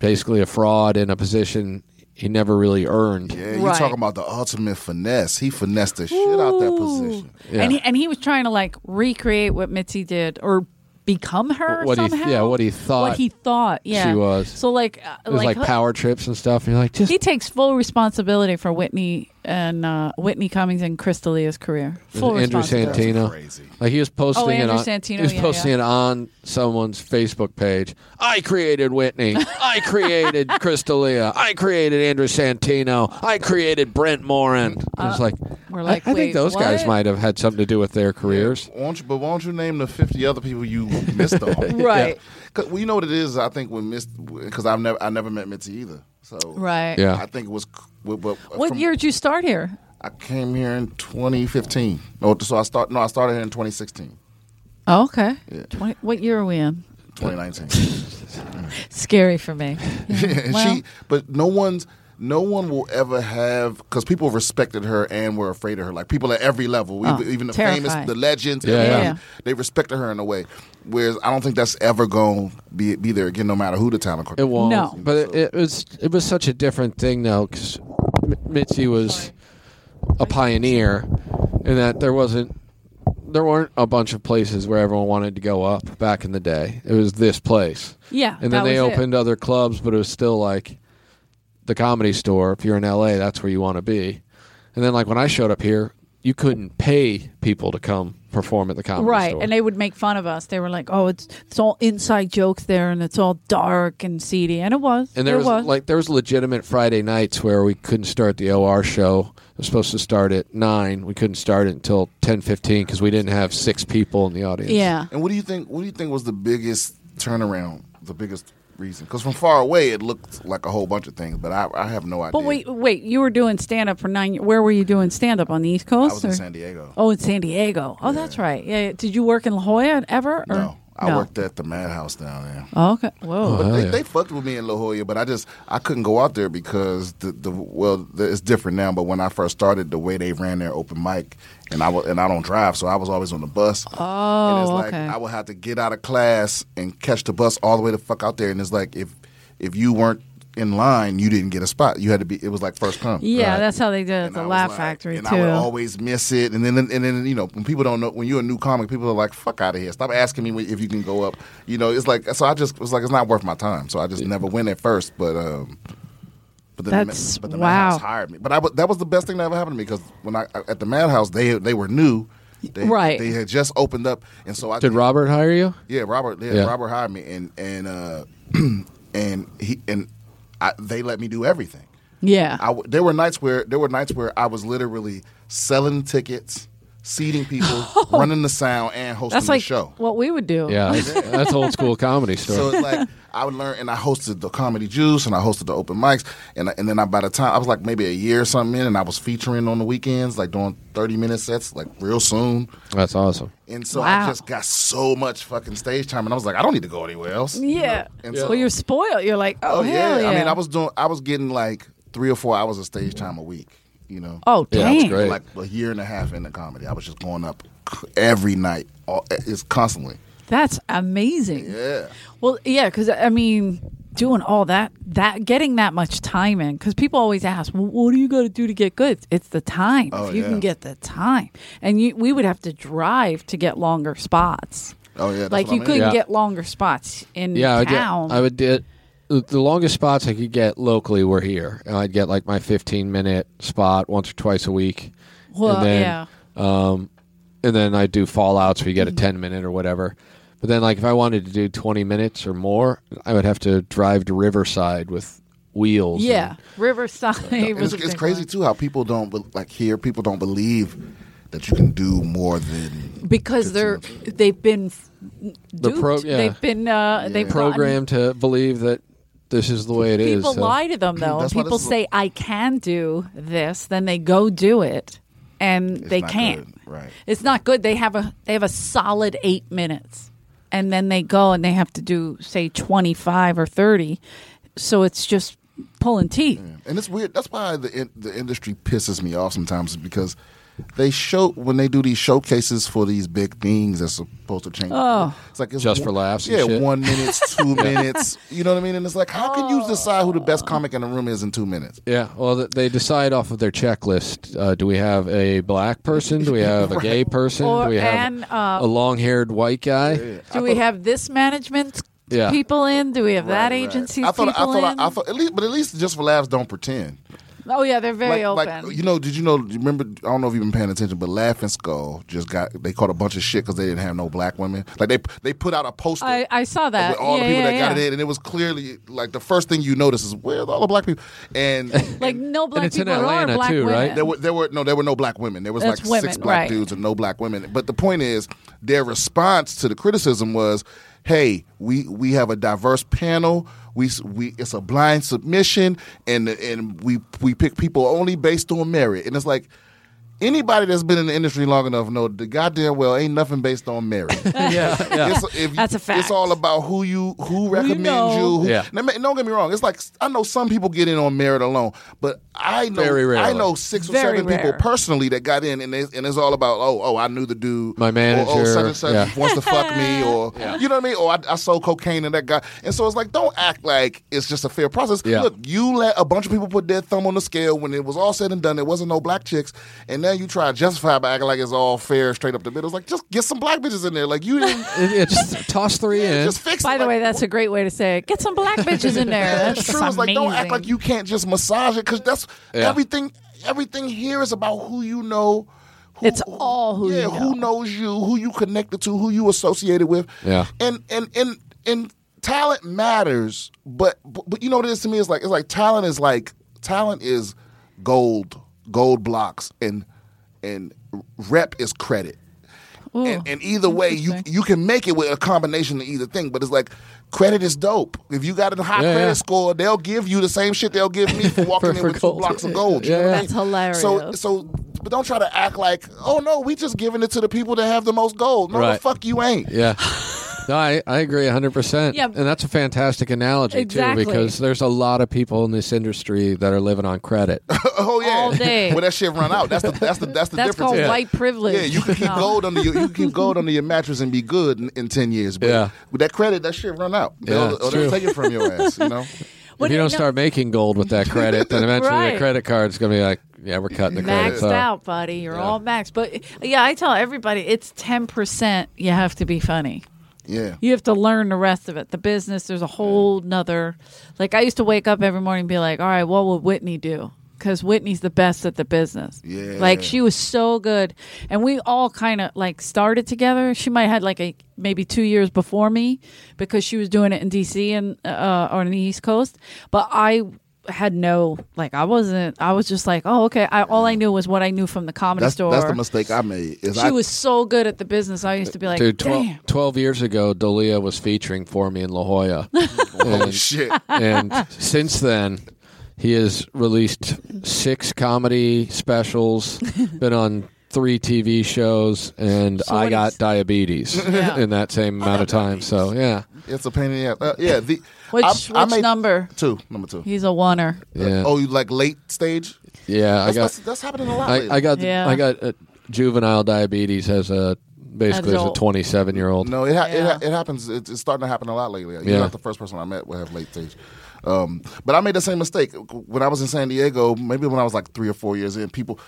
[SPEAKER 3] basically a fraud in a position he never really earned.
[SPEAKER 2] Yeah, you
[SPEAKER 1] Right.
[SPEAKER 2] talking about the ultimate finesse. He finessed the shit out that position.
[SPEAKER 3] Yeah.
[SPEAKER 1] And he and he was trying to like recreate what Mitzi did or become her
[SPEAKER 3] What he-
[SPEAKER 1] somehow.
[SPEAKER 3] yeah, what he thought
[SPEAKER 1] What he thought. Yeah,
[SPEAKER 3] was.
[SPEAKER 1] So like, uh,
[SPEAKER 3] It was like,
[SPEAKER 1] like
[SPEAKER 3] power trips and stuff. And you're like, just
[SPEAKER 1] He takes full responsibility for Whitney and uh, Whitney Cummings and Chris D'Elia's career. Full
[SPEAKER 3] Andrew
[SPEAKER 1] responsibility.
[SPEAKER 3] Santino.
[SPEAKER 2] Crazy.
[SPEAKER 3] Like he was posting
[SPEAKER 1] Oh,
[SPEAKER 3] it
[SPEAKER 1] Andrew
[SPEAKER 3] on
[SPEAKER 1] Santino,
[SPEAKER 3] he was
[SPEAKER 1] yeah,
[SPEAKER 3] posting
[SPEAKER 1] yeah.
[SPEAKER 3] it on someone's Facebook page. I created Whitney. I created Crystalia. I created Andrew Santino. I created Brent Morin. I was like,
[SPEAKER 1] Uh, we're like,
[SPEAKER 3] I, I
[SPEAKER 1] wait,
[SPEAKER 3] think those guys
[SPEAKER 1] what?
[SPEAKER 3] might have had something to do with their careers.
[SPEAKER 2] Won't you, but won't you name the fifty other people you missed on?
[SPEAKER 1] Right.
[SPEAKER 2] Cause well, you know what it is. I think when missed because I've never I never met Mitzi either. So
[SPEAKER 1] Right.
[SPEAKER 3] Yeah.
[SPEAKER 2] I think it was. c- But, but
[SPEAKER 1] What
[SPEAKER 2] from-
[SPEAKER 1] year did you start here?
[SPEAKER 2] I came here in 2015. Oh, so I start. No, I started here in 2016,
[SPEAKER 1] Oh, okay.
[SPEAKER 2] Yeah.
[SPEAKER 1] 20, what year are we in?
[SPEAKER 2] 2019.
[SPEAKER 1] Scary for me.
[SPEAKER 2] And
[SPEAKER 1] Well-
[SPEAKER 2] she, but no one's. No one will ever have because people respected her and were afraid of her. Like people at every level,
[SPEAKER 1] Oh,
[SPEAKER 2] even, even the
[SPEAKER 1] terrified.
[SPEAKER 2] famous, the legends,
[SPEAKER 3] Yeah,
[SPEAKER 2] everybody,
[SPEAKER 1] yeah.
[SPEAKER 2] they respected her in a way. Whereas I don't think that's ever going to be be there again, no matter who the talent.
[SPEAKER 3] It won't.
[SPEAKER 1] No.
[SPEAKER 3] But it, it was it was such a different thing though, because Mitzi was a pioneer, in that there wasn't there weren't a bunch of places where everyone wanted to go up back in the day. It was this place.
[SPEAKER 1] Yeah.
[SPEAKER 3] and then
[SPEAKER 1] that
[SPEAKER 3] they
[SPEAKER 1] was it.
[SPEAKER 3] opened other clubs, but it was still like the comedy store. If you're in LA, that's where you want to be. And then like when I showed up here, you couldn't pay people to come perform at the comedy
[SPEAKER 1] Right,
[SPEAKER 3] store.
[SPEAKER 1] and they would make fun of us. They were like, "Oh, it's it's all inside jokes there, and it's all dark and seedy," and it was.
[SPEAKER 3] and there
[SPEAKER 1] it
[SPEAKER 3] was, like there was legitimate Friday nights where we couldn't start the OR show. It was supposed to start at nine. We couldn't start it until ten fifteen because we didn't have six people in the audience.
[SPEAKER 1] yeah,
[SPEAKER 2] And what do you think? What do you think was the biggest turnaround? The biggest reason? Because from far away, it looked like a whole bunch of things, but I, I have no idea.
[SPEAKER 1] but wait, wait, you were doing stand up for nine. ye- Where were you doing stand up on the East
[SPEAKER 2] I
[SPEAKER 1] Coast?
[SPEAKER 2] was in
[SPEAKER 1] or-
[SPEAKER 2] San Diego.
[SPEAKER 1] Oh, in San Diego. Oh, that's right. Yeah, yeah. Did you work in La Jolla ever? Or?
[SPEAKER 2] no, I worked at the Madhouse down there.
[SPEAKER 1] Oh, okay. Whoa.
[SPEAKER 3] Huh. Oh,
[SPEAKER 2] they,
[SPEAKER 3] yeah.
[SPEAKER 2] they fucked with me in La Jolla, but I just I couldn't go out there because the, the well the, it's different now. But when I first started, the way they ran their open mic, and I was, and I don't drive, so I was always on the bus. and it's
[SPEAKER 1] Oh,
[SPEAKER 2] like
[SPEAKER 1] okay.
[SPEAKER 2] I would have to get out of class and catch the bus all the way the fuck out there. And it's like if if you weren't in line, you didn't get a spot. You had to be. It was like first come.
[SPEAKER 1] yeah, that's how they did it at
[SPEAKER 2] And
[SPEAKER 1] the
[SPEAKER 2] I was
[SPEAKER 1] Laugh
[SPEAKER 2] like-
[SPEAKER 1] Factory
[SPEAKER 2] and
[SPEAKER 1] too.
[SPEAKER 2] I would always miss it, and then and then you know when people don't know when you're a new comic, people are like, "Fuck out of here! Stop asking me if you can go up." You know, it's like so. I just was like, it's not worth my time, so I just never went at first. But um, but then
[SPEAKER 1] That's-
[SPEAKER 2] the, ma- but the
[SPEAKER 1] wow.
[SPEAKER 2] madhouse hired me. But I wa- that was the best thing that ever happened to me because when I at the madhouse, they they were new, they,
[SPEAKER 1] Right.
[SPEAKER 2] They had just opened up, and so I
[SPEAKER 3] Did Robert hire you?
[SPEAKER 2] yeah, Robert. Yeah,
[SPEAKER 3] Yeah.
[SPEAKER 2] Robert hired me, and and uh, and he and I, they let me do everything.
[SPEAKER 1] yeah.
[SPEAKER 2] I w there were nights where there were nights where I was literally selling tickets, seating people, running the sound, and hosting
[SPEAKER 1] Oh. That's like
[SPEAKER 2] the show.
[SPEAKER 1] what we would do.
[SPEAKER 3] Yeah, that's, that's old school comedy story.
[SPEAKER 2] So it's like I would learn, and I hosted the comedy juice, and I hosted the open mics, and I- and then I, by the time I was like maybe a year or something in, and I was featuring on the weekends, like doing thirty minute sets, like real soon,
[SPEAKER 3] that's awesome.
[SPEAKER 2] and so I
[SPEAKER 1] Wow.
[SPEAKER 2] just got so much fucking stage time, and I was like, I don't need to go anywhere else.
[SPEAKER 1] Yeah.
[SPEAKER 2] And so-
[SPEAKER 1] well, you're spoiled. You're like, oh,
[SPEAKER 2] Oh
[SPEAKER 1] hell
[SPEAKER 2] yeah.
[SPEAKER 1] yeah.
[SPEAKER 2] I mean, I was doing, I was getting like three or four hours of stage time a week, you know.
[SPEAKER 1] Oh,
[SPEAKER 3] Yeah,
[SPEAKER 1] dang.
[SPEAKER 3] that's great.
[SPEAKER 2] like a year and a half into comedy, I was just going up c- every night, all, it's constantly.
[SPEAKER 1] That's amazing.
[SPEAKER 2] Yeah.
[SPEAKER 1] Well, yeah, because I mean, doing all that, that getting that much time in, because people always ask, well, what do you got to do to get good? It's the time.
[SPEAKER 2] Oh,
[SPEAKER 1] if you
[SPEAKER 2] yeah.
[SPEAKER 1] can get the time, and you, we would have to drive to get longer spots.
[SPEAKER 2] Oh yeah. That's
[SPEAKER 1] like
[SPEAKER 2] what
[SPEAKER 1] you
[SPEAKER 2] I mean.
[SPEAKER 1] couldn't
[SPEAKER 3] Yeah.
[SPEAKER 1] get longer spots in
[SPEAKER 3] Yeah, I would get,
[SPEAKER 1] town.
[SPEAKER 3] I would get the the longest spots I could get locally were here. And I'd get like my 15 minute spot once or twice a week.
[SPEAKER 1] Well,
[SPEAKER 3] and then,
[SPEAKER 1] yeah.
[SPEAKER 3] Um, and then I do fallouts where you
[SPEAKER 1] Mm-hmm.
[SPEAKER 3] get a 10 minute or whatever. But then, like, if I wanted to do 20 minutes or more, I would have to drive to Riverside with wheels.
[SPEAKER 1] yeah,
[SPEAKER 3] and-
[SPEAKER 1] Riverside.
[SPEAKER 2] And
[SPEAKER 1] was
[SPEAKER 2] it's,
[SPEAKER 1] a
[SPEAKER 2] it's
[SPEAKER 1] big
[SPEAKER 2] crazy
[SPEAKER 1] one.
[SPEAKER 2] too how people don't be- like here. People don't believe that you can do more than
[SPEAKER 1] because they're they've been
[SPEAKER 3] The
[SPEAKER 1] duped.
[SPEAKER 3] pro- yeah.
[SPEAKER 1] they've been uh, they've gotten-
[SPEAKER 3] programmed to believe that this is the way it is.
[SPEAKER 1] People
[SPEAKER 3] so-
[SPEAKER 1] lie to them though.
[SPEAKER 2] That's why
[SPEAKER 1] people
[SPEAKER 2] this is-
[SPEAKER 1] say I can do this, then they go do it, and they
[SPEAKER 2] not
[SPEAKER 1] can't.
[SPEAKER 2] good, right.
[SPEAKER 1] It's not good. They have a they have a solid eight minutes, and then they go and they have to do say twenty five or thirty. So it's just pulling teeth.
[SPEAKER 2] and it's weird. That's why the in- the industry pisses me off sometimes is because they show when they do these showcases for these big things that's supposed to change. Oh, it's like it's
[SPEAKER 3] Just
[SPEAKER 2] one-
[SPEAKER 3] for laughs and
[SPEAKER 2] Yeah,
[SPEAKER 3] shit.
[SPEAKER 2] one minutes, two minutes. You know what I mean? And it's like, how can
[SPEAKER 1] Oh.
[SPEAKER 2] you decide who the best comic in the room is in two minutes?
[SPEAKER 3] Yeah, well, th- they decide off of their checklist. Uh, do we have a black person? Do we have a gay person?
[SPEAKER 1] Or-
[SPEAKER 3] do we have
[SPEAKER 1] and, uh,
[SPEAKER 3] a long-haired white guy?
[SPEAKER 1] Do we have this management
[SPEAKER 3] Yeah.
[SPEAKER 1] people in? Do we have that
[SPEAKER 2] Right, right.
[SPEAKER 1] agency
[SPEAKER 2] I thought. I
[SPEAKER 1] people
[SPEAKER 2] thought. I,
[SPEAKER 1] in?
[SPEAKER 2] I thought. At least, but at least just for laughs, don't pretend.
[SPEAKER 1] oh yeah, they're very
[SPEAKER 2] like,
[SPEAKER 1] open.
[SPEAKER 2] Like, you know, did you know? do you Remember? I don't know if you've been paying attention, but Laughing Skull just got they caught a bunch of shit because they didn't have no black women. Like they they put out a poster.
[SPEAKER 1] I, I saw that.
[SPEAKER 2] with all
[SPEAKER 1] yeah,
[SPEAKER 2] the people
[SPEAKER 1] yeah,
[SPEAKER 2] that
[SPEAKER 1] yeah.
[SPEAKER 2] got it in, and it was clearly like the first thing you notice is where's all the black people, and
[SPEAKER 1] Like no black
[SPEAKER 3] it's in
[SPEAKER 1] people or
[SPEAKER 3] Atlanta,
[SPEAKER 1] black
[SPEAKER 3] too,
[SPEAKER 1] women.
[SPEAKER 3] right?
[SPEAKER 2] there were there were no there were no black women. There was
[SPEAKER 1] That's
[SPEAKER 2] like six
[SPEAKER 1] women,
[SPEAKER 2] black
[SPEAKER 1] right.
[SPEAKER 2] dudes and no black women. But the point is, their response to the criticism was, "Hey, we we have a diverse panel. We s- we it's a blind submission, and and we we pick people only based on merit." And it's like. Anybody that's been in the industry long enough know the goddamn well ain't nothing based on merit.
[SPEAKER 3] yeah, yeah.
[SPEAKER 2] It's, if
[SPEAKER 1] That's a fact.
[SPEAKER 2] It's all about who you who recommends you.
[SPEAKER 1] know.
[SPEAKER 2] who-
[SPEAKER 3] Yeah.
[SPEAKER 2] Now, ma- don't get me wrong. It's like I know some people get in on merit alone, but I know
[SPEAKER 3] Very rarely.
[SPEAKER 2] I know six or
[SPEAKER 1] Very
[SPEAKER 2] seven people
[SPEAKER 1] rare.
[SPEAKER 2] personally that got in, and it's, and it's all about oh oh I knew the dude
[SPEAKER 3] My
[SPEAKER 2] or, oh
[SPEAKER 3] manager,
[SPEAKER 2] such and such
[SPEAKER 3] yeah.
[SPEAKER 2] wants to fuck me or you know what I mean or I, I sold cocaine to that guy, and so it's like don't act like it's just a fair process.
[SPEAKER 3] Yeah.
[SPEAKER 2] Look, you let a bunch of people put their thumb on the scale when it was all said and done. There wasn't no black chicks, and now you try to justify by acting like it's all fair, straight up the middle. It's like just get some black bitches in there. Like you didn't.
[SPEAKER 3] It- it's toss three in.
[SPEAKER 2] Just fix it.
[SPEAKER 1] By the
[SPEAKER 2] Like,
[SPEAKER 1] way, that's a great way to say it. Get some black bitches in there.
[SPEAKER 2] yeah,
[SPEAKER 1] That's
[SPEAKER 2] it's true. It's like don't act
[SPEAKER 1] amazing.
[SPEAKER 2] like you can't just massage it because that's
[SPEAKER 3] Yeah.
[SPEAKER 2] everything. Everything here is about who you know. Who,
[SPEAKER 1] It's all who
[SPEAKER 2] yeah,
[SPEAKER 1] you
[SPEAKER 2] who
[SPEAKER 1] know.
[SPEAKER 2] knows you, who you connected to, who you associated with.
[SPEAKER 3] Yeah.
[SPEAKER 2] and and and and talent matters, but but, but you know what it is to me is like it's like talent is like talent is gold, gold blocks, and and rep is credit. and, and either way, you
[SPEAKER 1] interesting.
[SPEAKER 2] you can make it with a combination of either thing. But it's like credit is dope. If you got a high
[SPEAKER 3] Yeah,
[SPEAKER 2] credit
[SPEAKER 3] yeah.
[SPEAKER 2] score, they'll give you the same shit they'll give me for walking
[SPEAKER 3] For-
[SPEAKER 2] in
[SPEAKER 3] for
[SPEAKER 2] with
[SPEAKER 3] gold.
[SPEAKER 2] two blocks of gold. you know
[SPEAKER 3] Yeah,
[SPEAKER 2] what I
[SPEAKER 3] yeah.
[SPEAKER 1] That's hilarious.
[SPEAKER 2] So so, but don't try to act like oh no, we just giving it to the people that have the most gold. No, the
[SPEAKER 3] Right.
[SPEAKER 2] fuck you ain't.
[SPEAKER 3] Yeah. No, I, I agree 100%.
[SPEAKER 1] Yeah.
[SPEAKER 3] And that's a fantastic analogy,
[SPEAKER 1] Exactly.
[SPEAKER 3] too, because there's a lot of people in this industry that are living on credit.
[SPEAKER 2] oh yeah,
[SPEAKER 1] All day.
[SPEAKER 2] when that shit run out, that's the that's the that's the
[SPEAKER 1] That's
[SPEAKER 2] difference.
[SPEAKER 1] called white privilege.
[SPEAKER 2] Yeah, you can keep
[SPEAKER 1] No.
[SPEAKER 2] gold under your you can keep gold under your mattress and be good in, in ten years. But
[SPEAKER 3] Yeah.
[SPEAKER 2] with that credit, that shit run out.
[SPEAKER 3] Yeah,
[SPEAKER 2] they'll,
[SPEAKER 3] it's
[SPEAKER 2] or they'll
[SPEAKER 3] true.
[SPEAKER 2] take it from your ass. You know.
[SPEAKER 1] What
[SPEAKER 3] if you
[SPEAKER 1] do
[SPEAKER 3] don't
[SPEAKER 1] know?
[SPEAKER 3] start making gold with that credit, then eventually
[SPEAKER 1] Right.
[SPEAKER 3] the credit card's going to be like, yeah, we're cutting the credit.
[SPEAKER 1] maxed
[SPEAKER 3] So,
[SPEAKER 1] out, buddy. You're all maxed. But yeah, I tell everybody it's ten percent. You have to be funny.
[SPEAKER 2] Yeah.
[SPEAKER 1] You have to learn the rest of it. The business, there's a whole nother. Like I used to wake up every morning and be like, all right, what would Whitney do? Because Whitney's the best at the business.
[SPEAKER 2] Yeah.
[SPEAKER 1] Like she was so good. And we all kind of like started together. She might have had like a maybe two years before me because she was doing it in DC and uh, on the East Coast. But I had no like I wasn't I was just like oh okay I all I knew was what I knew from the comedy
[SPEAKER 2] That's
[SPEAKER 1] store.
[SPEAKER 2] that's the mistake I made. Is
[SPEAKER 1] she
[SPEAKER 2] I,
[SPEAKER 1] was so good at the business. I used to be like,
[SPEAKER 3] Dude, 12,
[SPEAKER 1] damn.
[SPEAKER 3] 12 years ago, Dalia was featuring for me in La Jolla.
[SPEAKER 2] oh,
[SPEAKER 3] and,
[SPEAKER 2] shit.
[SPEAKER 3] and since then, he has released six comedy specials, been on three TV shows, and
[SPEAKER 1] So
[SPEAKER 3] I
[SPEAKER 1] what
[SPEAKER 3] got
[SPEAKER 1] is-
[SPEAKER 3] diabetes
[SPEAKER 1] Yeah.
[SPEAKER 3] in that same amount of time. So, yeah.
[SPEAKER 2] It's a pain in the ass. Uh, yeah. The,
[SPEAKER 1] Which
[SPEAKER 2] I,
[SPEAKER 1] which
[SPEAKER 2] I made
[SPEAKER 1] number?
[SPEAKER 2] Two. Number two.
[SPEAKER 1] He's a oneer.
[SPEAKER 3] Yeah.
[SPEAKER 2] Oh, you like late stage?
[SPEAKER 3] yeah. I
[SPEAKER 2] That's,
[SPEAKER 3] got,
[SPEAKER 2] that's, that's happening a lot. lately.
[SPEAKER 3] I, I got
[SPEAKER 1] Yeah.
[SPEAKER 3] I got uh, juvenile diabetes as a basically as a
[SPEAKER 1] Adult.
[SPEAKER 3] 27 year old.
[SPEAKER 2] No, it ha- it, ha-
[SPEAKER 1] Yeah.
[SPEAKER 2] it happens. It's, it's starting to happen a lot lately. You're
[SPEAKER 3] Yeah.
[SPEAKER 2] not the first person I met will have late stage. Um, but I made the same mistake when I was in San Diego. Maybe when I was like three or four years in, people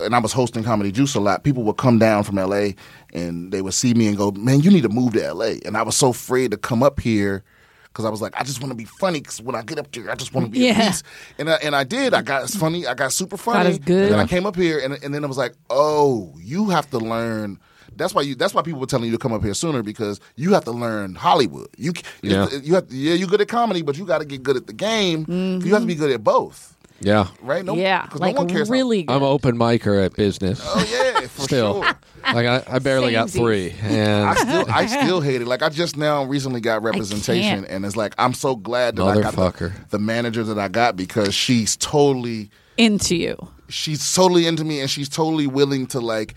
[SPEAKER 2] and I was hosting Comedy Juice a lot. People would come down from L.A. and they would see me and go, "Man, you need to move to L.A." And I was so afraid to come up here. Because I was like, I just want to be funny. Because when I get up there, I just want to be
[SPEAKER 1] Yeah.
[SPEAKER 2] at peace. And I, and I did. I got funny. I got super funny.
[SPEAKER 1] as good.
[SPEAKER 2] And then I
[SPEAKER 1] Yeah.
[SPEAKER 2] came up here, and, and then it was like, oh, you have to learn. That's why you. That's why people were telling you to come up here sooner because you have to learn Hollywood. You c-
[SPEAKER 3] Yeah.
[SPEAKER 2] it's- you have yeah you're good at comedy, but you got to get good at the game. You have to be good at both,
[SPEAKER 3] Yeah.
[SPEAKER 2] right? No,
[SPEAKER 1] yeah,
[SPEAKER 2] 'cause
[SPEAKER 1] like
[SPEAKER 2] no one cares. how-
[SPEAKER 1] really good.
[SPEAKER 3] I'm open micer at business.
[SPEAKER 2] oh yeah, for
[SPEAKER 3] Still,
[SPEAKER 2] sure.
[SPEAKER 3] like I, I barely got
[SPEAKER 1] Samesies.
[SPEAKER 3] three, and
[SPEAKER 2] I still, I still hate it. Like I just now recently got representation, and it's like I'm so glad that I got the,
[SPEAKER 3] Motherfucker.
[SPEAKER 2] the manager that I got because she's totally
[SPEAKER 1] into you.
[SPEAKER 2] she's totally into me and she's totally willing to like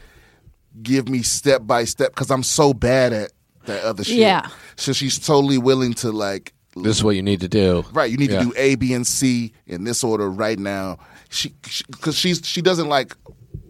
[SPEAKER 2] give me step by step because I'm so bad at that other shit.
[SPEAKER 1] Yeah.
[SPEAKER 2] So she's totally willing to like
[SPEAKER 3] this is what you need to do.
[SPEAKER 2] right. You need
[SPEAKER 3] Yeah.
[SPEAKER 2] to do A, B, and C in this order right now. She because she's she doesn't like.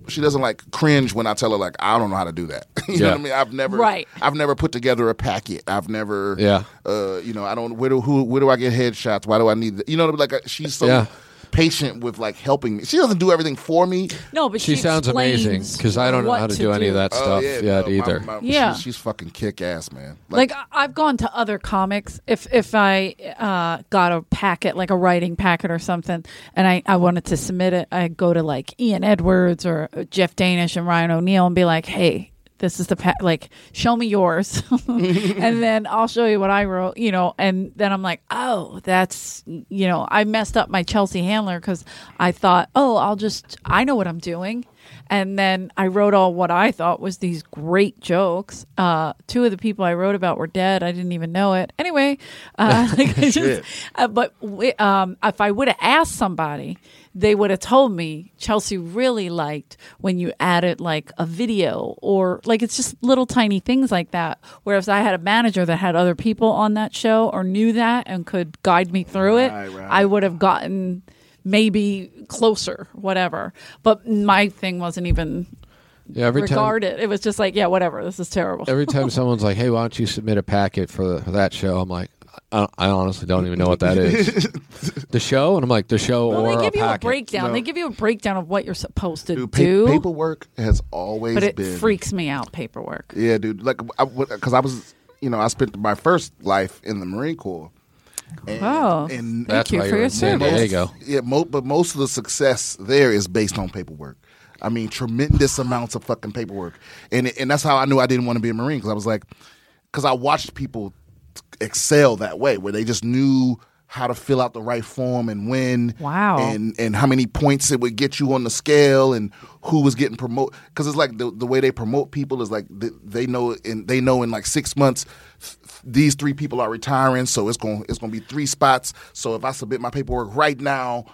[SPEAKER 2] She doesn't like cringe when I tell her like I don't know how to do that. you know
[SPEAKER 3] Yeah.
[SPEAKER 2] what I mean? I've never,
[SPEAKER 1] Right.
[SPEAKER 2] I've never put together a packet. I've never,
[SPEAKER 3] Yeah.
[SPEAKER 2] Uh, you know, I don't. Where do who? Where do I get headshots? Why do I need? The, you know, like uh, she's so
[SPEAKER 3] Yeah.
[SPEAKER 2] patient with like helping me. She doesn't do everything for me.
[SPEAKER 1] No, but
[SPEAKER 3] She, sounds amazing
[SPEAKER 1] explains
[SPEAKER 3] because I don't know
[SPEAKER 1] what
[SPEAKER 3] how to, do any of that
[SPEAKER 2] Oh,
[SPEAKER 3] stuff
[SPEAKER 2] yeah,
[SPEAKER 3] yet
[SPEAKER 2] no, my-
[SPEAKER 3] either.
[SPEAKER 2] my-
[SPEAKER 1] Yeah.
[SPEAKER 2] she's, she's fucking kick ass, man.
[SPEAKER 1] Like, I- I've gone to other comics. If if I uh, got a packet, like a writing packet or something, and I, I wanted to submit it, I go to like Ian Edwards or Jeff Danish and Ryan O'Neal and be like, hey, this is the pa- like, show me yours, and then I'll show you what I wrote, you know. And then I'm like, oh, that's you know, I messed up my Chelsea Handler because I thought, oh, I'll just I know what I'm doing. And then I wrote all what I thought was these great jokes. Uh, two of the people I wrote about were dead. I didn't even know it. Anyway, uh, like I just, uh, but we, um, if I would have asked somebody, they would have told me Chelsea really liked when you added like a video or like it's just little tiny things like that. Whereas I had a manager that had other people on that show or knew that and could guide me through it,
[SPEAKER 2] Right, right.
[SPEAKER 1] I would have gotten maybe closer, whatever. But my thing wasn't even
[SPEAKER 3] yeah, every time
[SPEAKER 1] regarded. It was just like, yeah, whatever. This is terrible.
[SPEAKER 3] every time someone's like, "Hey, why don't you submit a packet for that show?" I'm like, I, I honestly don't even know what that is. the show, and I'm like, the show
[SPEAKER 1] well,
[SPEAKER 3] or
[SPEAKER 1] they give
[SPEAKER 3] a
[SPEAKER 1] you a
[SPEAKER 3] packet.
[SPEAKER 1] breakdown.
[SPEAKER 2] No.
[SPEAKER 1] They give you a breakdown of what you're supposed to
[SPEAKER 2] dude, pa-
[SPEAKER 1] do,
[SPEAKER 2] paperwork has always
[SPEAKER 1] but it
[SPEAKER 2] been
[SPEAKER 1] freaks me out. Paperwork.
[SPEAKER 2] Yeah, dude. Like, because I, was, you know, I spent my first life in the Marine Corps. And,
[SPEAKER 1] Wow.
[SPEAKER 2] and
[SPEAKER 1] Oh, Thank
[SPEAKER 3] That's
[SPEAKER 1] you
[SPEAKER 3] why
[SPEAKER 1] for
[SPEAKER 3] you're
[SPEAKER 1] your
[SPEAKER 3] in San
[SPEAKER 1] service.
[SPEAKER 3] Diego.
[SPEAKER 2] Yeah, mo- but most of the success there is based on paperwork. I mean, tremendous amounts of fucking paperwork, and it- and that's how I knew I didn't want to be a marine because I was like, because I watched people excel that way, where they just knew how to fill out the right form and when,
[SPEAKER 1] Wow.
[SPEAKER 2] and and how many points it would get you on the scale, and who was getting promoted. Because it's like the the way they promote people is like th- they know in they know in like six months. th- These three people are retiring, so it's going it's going to be three spots. So if I submit my paperwork right now,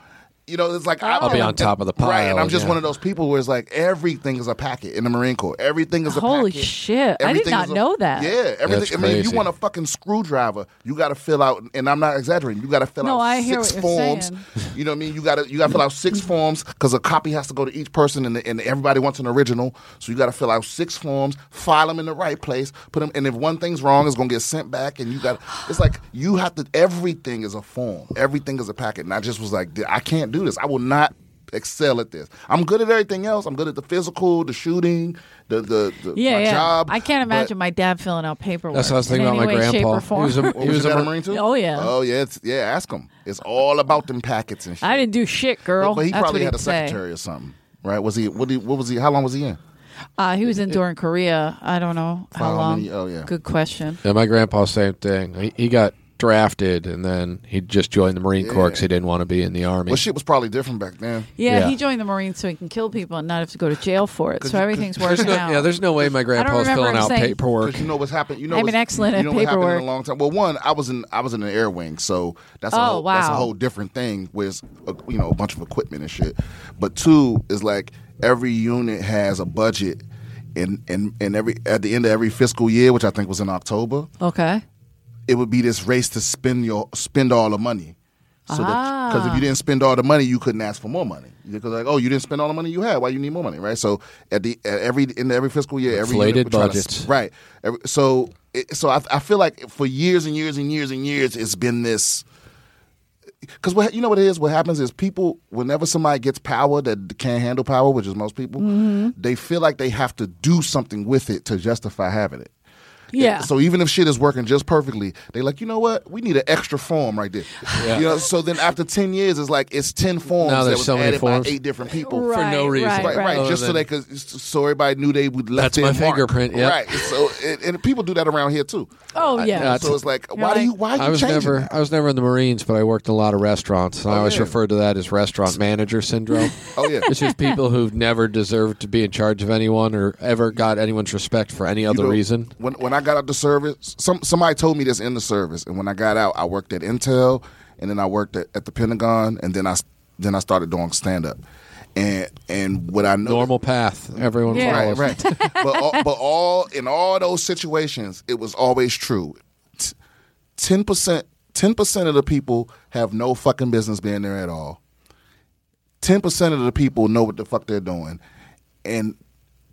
[SPEAKER 2] you know, it's like I
[SPEAKER 3] I'll be
[SPEAKER 2] don't-
[SPEAKER 3] on top of the
[SPEAKER 2] Right, and
[SPEAKER 3] pile,
[SPEAKER 2] I'm just
[SPEAKER 3] yeah.
[SPEAKER 2] one of those people where it's like everything is a packet in the Marine Corps. Everything is a
[SPEAKER 1] Holy
[SPEAKER 2] packet.
[SPEAKER 1] shit. I did
[SPEAKER 2] Everything
[SPEAKER 1] not
[SPEAKER 2] is a-
[SPEAKER 1] know that.
[SPEAKER 2] Yeah, everything. I
[SPEAKER 3] That's
[SPEAKER 2] mean, if you
[SPEAKER 3] crazy.
[SPEAKER 2] want a fucking screwdriver, you got to fill out, and I'm not exaggerating. You got to fill
[SPEAKER 1] No,
[SPEAKER 2] out
[SPEAKER 1] I hear what
[SPEAKER 2] six
[SPEAKER 1] you're
[SPEAKER 2] forms. You know what I mean? You got to you got to fill out six forms because a copy has to go to each person, and, and everybody wants an original. So you got to fill out six forms, file them in the right place, put them, and if one thing's wrong, it's gonna get sent back, and you got. It's like you have to. Everything is a form. Everything is a packet, and I just was like, I can't do this. I will not. Excel at this. I'm good at everything else. I'm good at the physical, the shooting, the the, the
[SPEAKER 1] Yeah,
[SPEAKER 2] my
[SPEAKER 1] yeah.
[SPEAKER 2] job.
[SPEAKER 1] I can't
[SPEAKER 2] but-
[SPEAKER 1] imagine my dad filling out paperwork.
[SPEAKER 3] That's what I was thinking
[SPEAKER 1] in
[SPEAKER 3] about my
[SPEAKER 1] any way, shape,
[SPEAKER 3] grandpa.
[SPEAKER 1] or form.
[SPEAKER 3] He was a,
[SPEAKER 2] Oh,
[SPEAKER 3] he was a
[SPEAKER 2] dad
[SPEAKER 3] Mar-
[SPEAKER 2] Marine too?
[SPEAKER 1] Oh, yeah.
[SPEAKER 2] Oh yeah. It's, yeah. Ask him. It's all about them packets and shit.
[SPEAKER 1] I didn't do shit, girl.
[SPEAKER 2] But he
[SPEAKER 1] That's
[SPEAKER 2] probably
[SPEAKER 1] what
[SPEAKER 2] had a
[SPEAKER 1] he'd say.
[SPEAKER 2] secretary or something, right? Was he? What? Did, what was he? How long was he in?
[SPEAKER 1] Uh, he was in during Korea. I don't know how
[SPEAKER 2] Follow
[SPEAKER 1] long.
[SPEAKER 2] me. Oh, yeah.
[SPEAKER 1] Good question.
[SPEAKER 3] Yeah, my grandpa, same thing. He, he got drafted, and then he just joined the Marine Corps because he didn't want to be in the Army.
[SPEAKER 2] Well, shit was probably different back then.
[SPEAKER 1] Yeah,
[SPEAKER 3] Yeah.
[SPEAKER 1] he joined the Marines so he can kill people and not have to go to jail for it.
[SPEAKER 2] 'Cause-
[SPEAKER 1] So everything's
[SPEAKER 3] there's
[SPEAKER 1] working
[SPEAKER 3] no,
[SPEAKER 1] out.
[SPEAKER 3] yeah, there's no way my grandpa's
[SPEAKER 1] remember
[SPEAKER 3] filling
[SPEAKER 1] him
[SPEAKER 3] out
[SPEAKER 1] saying-
[SPEAKER 3] paperwork.
[SPEAKER 2] Because you know what's happened. You know,
[SPEAKER 1] I'm
[SPEAKER 2] what's-
[SPEAKER 1] an excellent
[SPEAKER 2] you
[SPEAKER 1] at
[SPEAKER 2] know what happened in
[SPEAKER 1] paperwork.
[SPEAKER 2] a long time. Well, one, I was in I was in an air wing, so that's a
[SPEAKER 1] Oh,
[SPEAKER 2] whole, that's a
[SPEAKER 1] wow.
[SPEAKER 2] whole different thing with a, you know a bunch of equipment and shit. But two is like every unit has a budget, and and and every at the end of every fiscal year, which I think was in October,
[SPEAKER 1] okay.
[SPEAKER 2] it would be this race to spend your spend all the money. So because
[SPEAKER 3] Ah.
[SPEAKER 2] if you didn't spend all the money, you couldn't ask for more money. Because like, oh, you didn't spend all the money you had. Why you need more money, right? So at the at every in every fiscal year, every unit
[SPEAKER 3] Inflated
[SPEAKER 2] would try to
[SPEAKER 3] budgets.
[SPEAKER 2] sp- right? Every, so it, so I, I feel like for years and years and years and years, it's been this. Because what you know what it is, what happens is people, whenever somebody gets power that can't handle power, which is most people,
[SPEAKER 3] Mm-hmm.
[SPEAKER 2] they feel like they have to do something with it to justify having it.
[SPEAKER 1] Yeah.
[SPEAKER 2] So even if shit is working just perfectly, they like, you know what? We need an extra form right there. You know, so then after ten years, it's like it's ten forms
[SPEAKER 3] Now
[SPEAKER 2] that
[SPEAKER 3] there's
[SPEAKER 2] was
[SPEAKER 3] so many
[SPEAKER 2] added
[SPEAKER 3] forms.
[SPEAKER 2] by eight different people.
[SPEAKER 1] Right,
[SPEAKER 3] for no reason.
[SPEAKER 1] Right,
[SPEAKER 2] Right,
[SPEAKER 1] right.
[SPEAKER 2] right, just so they could, so everybody knew they would left
[SPEAKER 3] That's my
[SPEAKER 2] their mark.
[SPEAKER 3] fingerprint, yep.
[SPEAKER 2] Right. So and, and people do that around here too.
[SPEAKER 1] Oh yeah.
[SPEAKER 3] that's-
[SPEAKER 2] So it's like,
[SPEAKER 1] You're
[SPEAKER 2] why do
[SPEAKER 1] like-
[SPEAKER 2] you? Why are you
[SPEAKER 3] I was
[SPEAKER 2] changing?
[SPEAKER 3] never
[SPEAKER 2] that?
[SPEAKER 3] I was never in the Marines, but I worked in a lot of restaurants, and I always
[SPEAKER 2] yeah.
[SPEAKER 3] referred to that as restaurant manager syndrome.
[SPEAKER 2] Oh yeah.
[SPEAKER 3] It's just people who've never deserved to be in charge of anyone or ever got anyone's respect for any other
[SPEAKER 2] You know,
[SPEAKER 3] reason.
[SPEAKER 2] When when I got out the service, some somebody told me this in the service, and when I got out, I worked at Intel, and then I worked at, at the Pentagon, and then I s- then I started doing stand up, and and what I know
[SPEAKER 3] Normal path. Everyone
[SPEAKER 1] Yeah.
[SPEAKER 2] right,
[SPEAKER 3] follows.
[SPEAKER 2] right. but all, but all in all those situations, it was always true. Ten percent, ten percent of the people have no fucking business being there at all. Ten percent of the people know what the fuck they're doing, and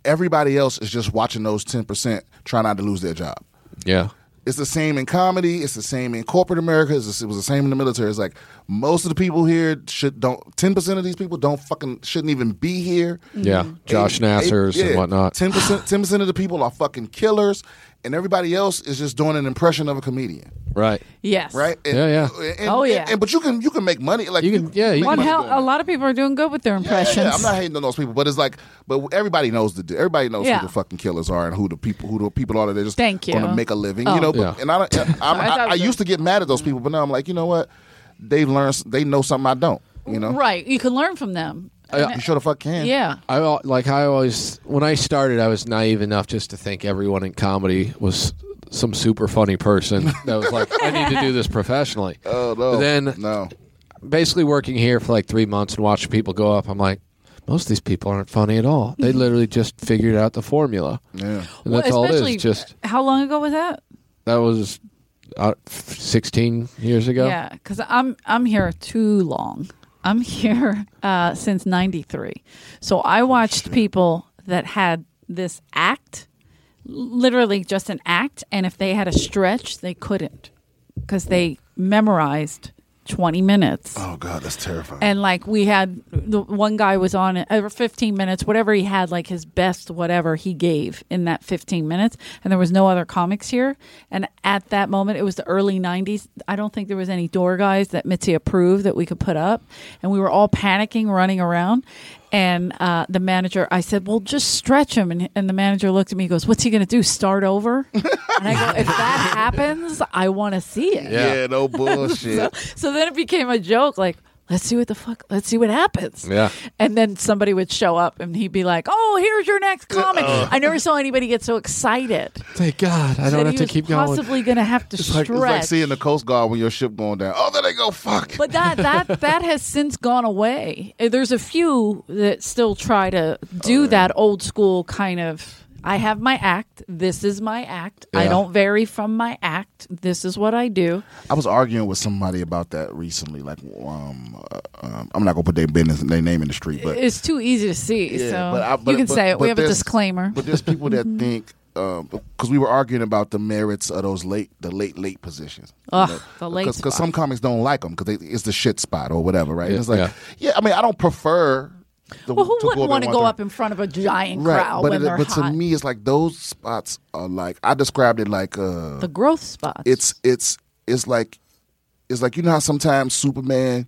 [SPEAKER 2] everybody else is just watching those ten percent try not to lose their job.
[SPEAKER 3] Yeah.
[SPEAKER 2] It's the same in comedy. It's the same in corporate America. It's it was the same in the military. It's like most of the people here should don't. Ten percent of these people don't fucking shouldn't even be here.
[SPEAKER 3] Yeah. Josh Nassers and whatnot.
[SPEAKER 2] Ten percent, ten percent of the people are fucking killers, and everybody else is just doing an impression of a comedian,
[SPEAKER 3] Right.
[SPEAKER 1] yes.
[SPEAKER 2] right? And-
[SPEAKER 3] Yeah, yeah.
[SPEAKER 2] and-
[SPEAKER 1] Oh, yeah.
[SPEAKER 2] And, but you can you can make money. Like
[SPEAKER 3] You can- yeah, you
[SPEAKER 2] make
[SPEAKER 1] One
[SPEAKER 3] What
[SPEAKER 2] money
[SPEAKER 1] hell,
[SPEAKER 2] doing
[SPEAKER 1] a
[SPEAKER 2] that.
[SPEAKER 1] lot of people are doing good with their
[SPEAKER 2] Yeah, yeah,
[SPEAKER 1] impressions.
[SPEAKER 2] yeah. I'm not hating on those people, but it's like, but everybody knows the everybody knows
[SPEAKER 1] Yeah.
[SPEAKER 2] who the fucking killers are and who the people who the people are that they're just
[SPEAKER 1] Thank you.
[SPEAKER 2] going to make a living,
[SPEAKER 1] Oh.
[SPEAKER 2] you know. But,
[SPEAKER 3] Yeah.
[SPEAKER 2] And I, don't- I'm,
[SPEAKER 1] I
[SPEAKER 2] I,
[SPEAKER 1] thought
[SPEAKER 2] I,
[SPEAKER 1] it was
[SPEAKER 2] used to get mad at those people, but now I'm like, you know what? They learned, they know something I don't, you know.
[SPEAKER 1] Right. You can learn from them. uh,
[SPEAKER 2] You sure the fuck can.
[SPEAKER 1] yeah.
[SPEAKER 3] I al- like I always when I started I was naive enough just to think everyone in comedy was some super funny person that was like I need to do this professionally.
[SPEAKER 2] Oh no.
[SPEAKER 3] But then
[SPEAKER 2] no.
[SPEAKER 3] basically working here for like 3 months and watching people go up I'm like most of these people aren't funny at all. They literally just figured out the formula.
[SPEAKER 2] Yeah.
[SPEAKER 3] And that's all it
[SPEAKER 1] especially-
[SPEAKER 3] is. Just
[SPEAKER 1] How long ago was that?
[SPEAKER 3] that was uh, 16 years ago.
[SPEAKER 1] Yeah, because I'm I'm here too long. I'm here uh, since '93, so I watched people that had this act, literally just an act, and if they had a stretch, they couldn't because they memorized 20 minutes.
[SPEAKER 2] Oh god, that's terrifying.
[SPEAKER 1] And like we had the one guy was on it over 15 minutes, whatever he had, like his best whatever he gave in that 15 minutes. And there was no other comics here. And at that moment, it was the early 90s. I don't think there was any door guys that Mitzi approved that we could put up. And we were all panicking, running around. And uh, the manager, I said, "Well, just stretch him." And, and the manager looked at me, and goes, "What's he going to do? Start over?" and I go, "If that happens, I want to see it."
[SPEAKER 2] yeah.
[SPEAKER 3] Yeah.
[SPEAKER 2] no bullshit.
[SPEAKER 1] So then it became a joke, like, let's see what the fuck, let's see what happens.
[SPEAKER 3] Yeah.
[SPEAKER 1] And then somebody would show up and he'd be like, oh, here's your next comic. I never saw anybody get so excited.
[SPEAKER 3] Thank God. I
[SPEAKER 1] that
[SPEAKER 3] don't
[SPEAKER 1] he
[SPEAKER 3] have to
[SPEAKER 1] was
[SPEAKER 3] keep going.
[SPEAKER 1] possibly going to have to
[SPEAKER 2] it's like
[SPEAKER 1] stretch.
[SPEAKER 2] it's like seeing the Coast Guard when your ship going down. Oh, there they go. Fuck.
[SPEAKER 1] but that that that has since gone away. Uh, There's a few that still try to
[SPEAKER 2] Oh,
[SPEAKER 1] do that old school kind of. I have my act. This is my act. I
[SPEAKER 3] Yeah.
[SPEAKER 1] don't vary from my act. This is what I do.
[SPEAKER 2] I was arguing with somebody about that recently. Like, um, uh, um I'm not gonna put their business, their name in the street, but
[SPEAKER 1] It's too easy to see.
[SPEAKER 2] Yeah,
[SPEAKER 1] so
[SPEAKER 2] but I- but-
[SPEAKER 1] you can
[SPEAKER 2] but-
[SPEAKER 1] say it.
[SPEAKER 2] but
[SPEAKER 1] We have a
[SPEAKER 2] there's-
[SPEAKER 1] disclaimer. Mm-hmm.
[SPEAKER 2] But there's people that think because we were arguing about the merits of those late, the late, late positions.
[SPEAKER 1] Ugh, the late
[SPEAKER 2] because
[SPEAKER 1] spot.
[SPEAKER 2] uh, some comics don't like them because it's the shit spot or whatever, right?
[SPEAKER 3] Yeah,
[SPEAKER 2] it's like,
[SPEAKER 3] yeah.
[SPEAKER 2] yeah. I mean, I don't prefer. The,
[SPEAKER 1] Well, who wouldn't want to go up
[SPEAKER 2] and
[SPEAKER 1] in front of a giant
[SPEAKER 2] one third.
[SPEAKER 1] crowd
[SPEAKER 2] But
[SPEAKER 1] when
[SPEAKER 2] it-
[SPEAKER 1] they're
[SPEAKER 2] but
[SPEAKER 1] hot?
[SPEAKER 2] to me, it's like those spots are like I described it like uh,
[SPEAKER 1] the growth spots.
[SPEAKER 2] it's it's it's like it's like you know how sometimes Superman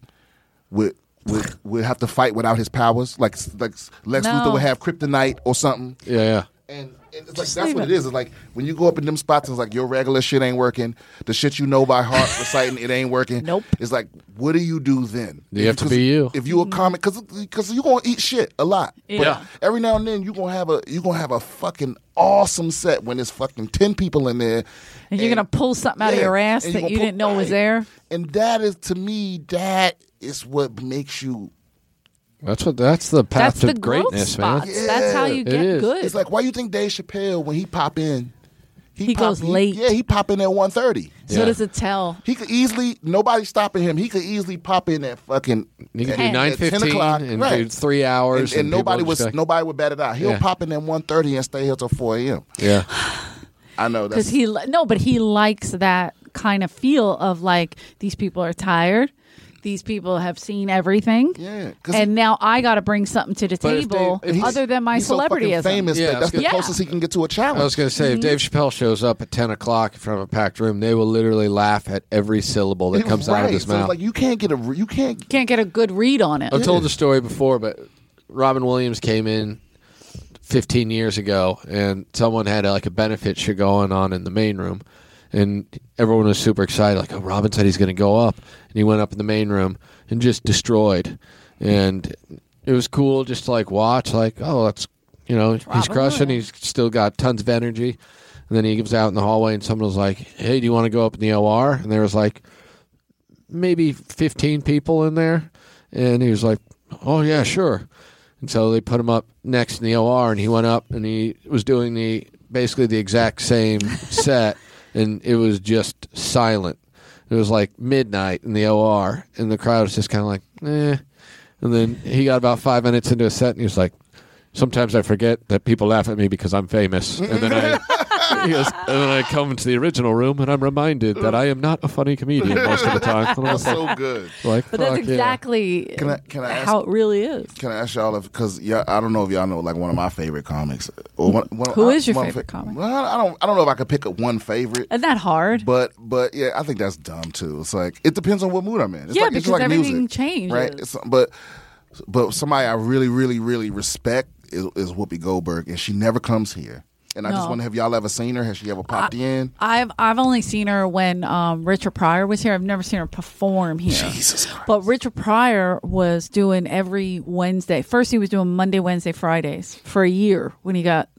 [SPEAKER 2] would would would have to fight without his powers, like like Lex
[SPEAKER 1] No.
[SPEAKER 2] Luthor would have kryptonite or something
[SPEAKER 3] yeah, yeah.
[SPEAKER 2] and it's like,
[SPEAKER 1] Just
[SPEAKER 2] that's
[SPEAKER 1] leave
[SPEAKER 2] what
[SPEAKER 1] it.
[SPEAKER 2] it is. It's like when you go up in them spots, it's like your regular shit ain't working. The shit you know by heart, reciting it ain't working.
[SPEAKER 1] Nope.
[SPEAKER 2] It's like, what do you do then?
[SPEAKER 3] You have to
[SPEAKER 2] 'Cause
[SPEAKER 3] be you.
[SPEAKER 2] If you a comic, because because you gonna eat shit a lot.
[SPEAKER 1] Mm-hmm. Yeah.
[SPEAKER 2] But every now and then you gonna have a you gonna have a fucking awesome set when there's fucking ten people in there,
[SPEAKER 1] And you're gonna pull something out of
[SPEAKER 2] yeah,
[SPEAKER 1] your ass
[SPEAKER 2] and
[SPEAKER 1] that
[SPEAKER 2] gonna
[SPEAKER 1] you
[SPEAKER 2] pull-
[SPEAKER 1] didn't know was
[SPEAKER 2] right.
[SPEAKER 1] there.
[SPEAKER 2] And that is to me, that is what makes you
[SPEAKER 3] That's what. That's the path
[SPEAKER 1] That's
[SPEAKER 3] to
[SPEAKER 1] the growth
[SPEAKER 3] greatness,
[SPEAKER 1] spots.
[SPEAKER 3] man.
[SPEAKER 1] That's how
[SPEAKER 2] Yeah.
[SPEAKER 1] you
[SPEAKER 3] It
[SPEAKER 1] get
[SPEAKER 3] is.
[SPEAKER 1] good.
[SPEAKER 2] It's like why you think Dave Chappelle when he pop in,
[SPEAKER 1] He goes late.
[SPEAKER 2] yeah, he pop in at one thirty.
[SPEAKER 1] so
[SPEAKER 3] Yeah.
[SPEAKER 1] does it tell?
[SPEAKER 2] He could easily nobody stopping him. He could easily pop in at fucking
[SPEAKER 3] You can
[SPEAKER 2] at-
[SPEAKER 3] do
[SPEAKER 2] at
[SPEAKER 3] nine
[SPEAKER 2] 10
[SPEAKER 3] fifteen
[SPEAKER 2] o'clock,
[SPEAKER 3] and
[SPEAKER 2] right.
[SPEAKER 3] do three hours,
[SPEAKER 2] and, and
[SPEAKER 3] people
[SPEAKER 2] nobody
[SPEAKER 3] are
[SPEAKER 2] was
[SPEAKER 3] just like-
[SPEAKER 2] nobody would bat it out. He'll
[SPEAKER 3] Yeah.
[SPEAKER 2] pop in at one thirty and stay here till four a.m.
[SPEAKER 3] Yeah,
[SPEAKER 2] I know that's
[SPEAKER 1] Because he li- no, but he likes that kind of feel of like these people are tired. These people have seen everything.
[SPEAKER 2] yeah. 'cause
[SPEAKER 1] And now I got to bring something to the
[SPEAKER 3] But if they-
[SPEAKER 1] table
[SPEAKER 3] if he's-
[SPEAKER 1] other than my
[SPEAKER 2] he's so
[SPEAKER 1] celebrity
[SPEAKER 2] fucking
[SPEAKER 1] is
[SPEAKER 2] famous.
[SPEAKER 3] Yeah,
[SPEAKER 2] that
[SPEAKER 3] I
[SPEAKER 2] that's
[SPEAKER 3] was
[SPEAKER 2] the
[SPEAKER 1] gonna-
[SPEAKER 2] closest he can get to a challenge.
[SPEAKER 3] I was going to say if Dave Chappelle shows up at ten o'clock in front of a packed room, they will literally laugh at every syllable that
[SPEAKER 2] He was
[SPEAKER 3] comes out of
[SPEAKER 2] right.
[SPEAKER 3] his
[SPEAKER 2] So it's
[SPEAKER 3] mouth.
[SPEAKER 2] like you can't get a re- you can't
[SPEAKER 1] Can't get a good read on it.
[SPEAKER 3] I've told the story before, but Robin Williams came in 15 years ago, and someone had like a benefit show going on in the main room, and everyone was super excited. Like, oh, Robin said he's going to go up, and he went up in the main room and just destroyed. And it was cool just to like watch, like, oh, that's you know, he's
[SPEAKER 1] Robin
[SPEAKER 3] crushing.
[SPEAKER 1] Williams.
[SPEAKER 3] He's still got tons of energy. And then he gives out in the hallway, and someone was like, "Hey, do you want to go up in the OR?" And there was like maybe 15 people in there. And he was like, oh, yeah, sure. And so they put him up next in the OR, and he went up and he was doing the basically the exact same set, and it was just silent. It was like midnight in the OR, and the crowd was just kind of like, eh. And then he got about five minutes into a set, and he was like, sometimes I forget that people laugh at me because I'm famous. And then I. he goes, and then I come into the original room and I'm reminded that I am not a funny comedian most of the time. And I was
[SPEAKER 2] That's
[SPEAKER 3] like,
[SPEAKER 2] so good.
[SPEAKER 3] like,
[SPEAKER 1] but that's
[SPEAKER 3] fuck yeah.
[SPEAKER 1] exactly
[SPEAKER 2] Can I- can I ask-
[SPEAKER 1] how it really is.
[SPEAKER 2] Can I ask y'all if because yeah, I don't know if y'all know like one of my favorite comics or one, one,
[SPEAKER 1] Who
[SPEAKER 2] I,
[SPEAKER 1] is your
[SPEAKER 2] one
[SPEAKER 1] favorite comic?
[SPEAKER 2] Well, I don't I don't know if I could pick up one favorite,
[SPEAKER 1] Isn't that hard?
[SPEAKER 2] but but yeah, I think that's dumb too. It's like it depends on what mood I'm in. It's
[SPEAKER 1] Yeah,
[SPEAKER 2] like, it's
[SPEAKER 1] because
[SPEAKER 2] like
[SPEAKER 1] everything
[SPEAKER 2] music,
[SPEAKER 1] changes.
[SPEAKER 2] right? It's, but but somebody I really really really respect is, is Whoopi Goldberg, and she never comes here. And I just
[SPEAKER 1] No.
[SPEAKER 2] wonder have y'all ever seen her? Has she ever popped in?
[SPEAKER 1] I've I've only seen her when um, Richard Pryor was here. I've never seen her perform here.
[SPEAKER 2] Jesus Christ.
[SPEAKER 1] But Richard Pryor was doing every Wednesday. First, he was doing Monday, Wednesday, Fridays for a year when he got.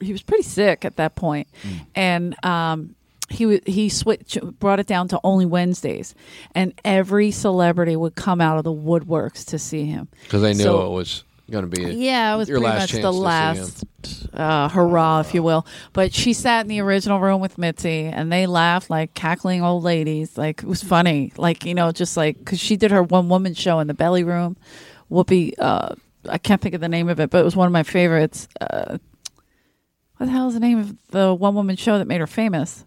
[SPEAKER 1] He was pretty sick at that point,
[SPEAKER 3] Hmm.
[SPEAKER 1] and um, he wa- he switched brought it down to only Wednesdays, and every celebrity would come out of the woodworks to see him
[SPEAKER 3] because they knew
[SPEAKER 1] So-
[SPEAKER 3] it was going to be
[SPEAKER 1] yeah, it was
[SPEAKER 3] your
[SPEAKER 1] pretty
[SPEAKER 3] last
[SPEAKER 1] much
[SPEAKER 3] chance
[SPEAKER 1] the
[SPEAKER 3] to see
[SPEAKER 1] last uh, hurrah, if you will. But she sat in the original room with Mitzi, and they laughed like cackling old ladies. Like it was funny, like you know, just like because she did her one woman show in the belly room. Whoopi, uh, I can't think of the name of it, but it was one of my favorites. Uh, what the hell is the name of the one woman show that made her famous?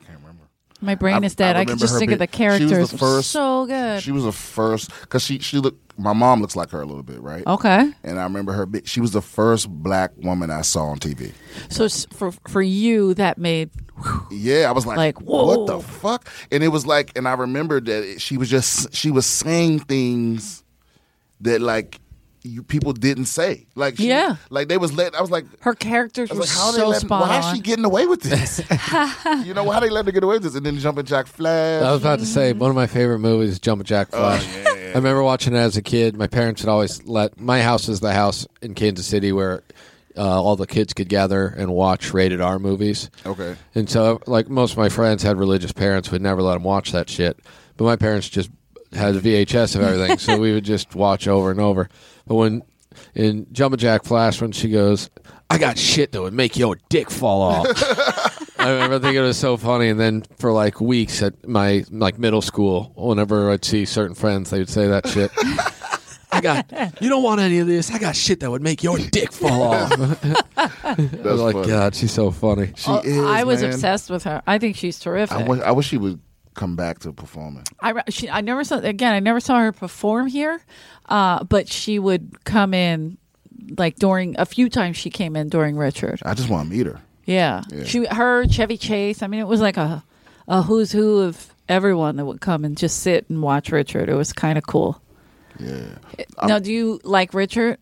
[SPEAKER 2] I can't remember.
[SPEAKER 1] My brain
[SPEAKER 2] I-
[SPEAKER 1] is dead.
[SPEAKER 2] I
[SPEAKER 1] I, can
[SPEAKER 2] remember
[SPEAKER 1] just
[SPEAKER 2] her
[SPEAKER 1] think of the
[SPEAKER 2] bit- she was the
[SPEAKER 1] characters. It was
[SPEAKER 2] first-
[SPEAKER 1] so good.
[SPEAKER 2] She was the first because she she look. My mom looks like her a little bit, right?
[SPEAKER 1] okay,
[SPEAKER 2] And I remember her. bit- She was the first black woman I saw on TV.
[SPEAKER 1] so s- for for you, that made
[SPEAKER 2] Yeah, I was like,
[SPEAKER 1] Like,
[SPEAKER 2] what the
[SPEAKER 1] whoa.
[SPEAKER 2] fuck? And it was like, and I remembered that it, she was just she was saying things that like you people didn't say. Like, she,
[SPEAKER 1] Yeah.
[SPEAKER 2] like they was let. I was like.
[SPEAKER 1] her characters
[SPEAKER 2] I
[SPEAKER 1] were
[SPEAKER 2] was like, how they
[SPEAKER 1] so
[SPEAKER 2] let,
[SPEAKER 1] spot
[SPEAKER 2] well, how's
[SPEAKER 1] on.
[SPEAKER 2] she getting away with this? you know, how they let her get away with this? And then Jumping Jack Flash.
[SPEAKER 3] I was about to say one of my favorite movies, is Jumpin' Jack Flash. I remember watching it as a kid. My parents would always let my house is the house in Kansas City where uh, all the kids could gather and watch rated R movies.
[SPEAKER 2] okay.
[SPEAKER 3] And so, like most of my friends had religious parents, would never let them watch that shit. But my parents just had a VHS of everything, so we would just watch over and over. But when in Jumba Jack Flash, when she goes, "I got shit that would make your dick fall off," I remember thinking it was so funny. And then for like weeks at my like middle school, whenever I'd see certain friends, they would say that shit. I got you don't want any of this. I got shit that would make your dick fall off. I
[SPEAKER 2] That's
[SPEAKER 3] was like,
[SPEAKER 2] funny.
[SPEAKER 3] God, she's so funny.
[SPEAKER 2] She
[SPEAKER 1] Oh,
[SPEAKER 2] is.
[SPEAKER 1] I was
[SPEAKER 2] man.
[SPEAKER 1] obsessed with her. I think she's terrific.
[SPEAKER 2] I
[SPEAKER 1] I,
[SPEAKER 2] wish, I wish she would come back to performing.
[SPEAKER 1] re- she, I never saw again. I never saw her perform here, uh, but she would come in like during a few times. She came in during Richard.
[SPEAKER 2] I just want to meet her.
[SPEAKER 1] Yeah,
[SPEAKER 2] Yeah.
[SPEAKER 1] she, her Chevy Chase. I mean, it was like a a who's who of everyone that would come and just sit and watch Richard. It was kind of cool.
[SPEAKER 2] Yeah.
[SPEAKER 1] now, do you like Richard?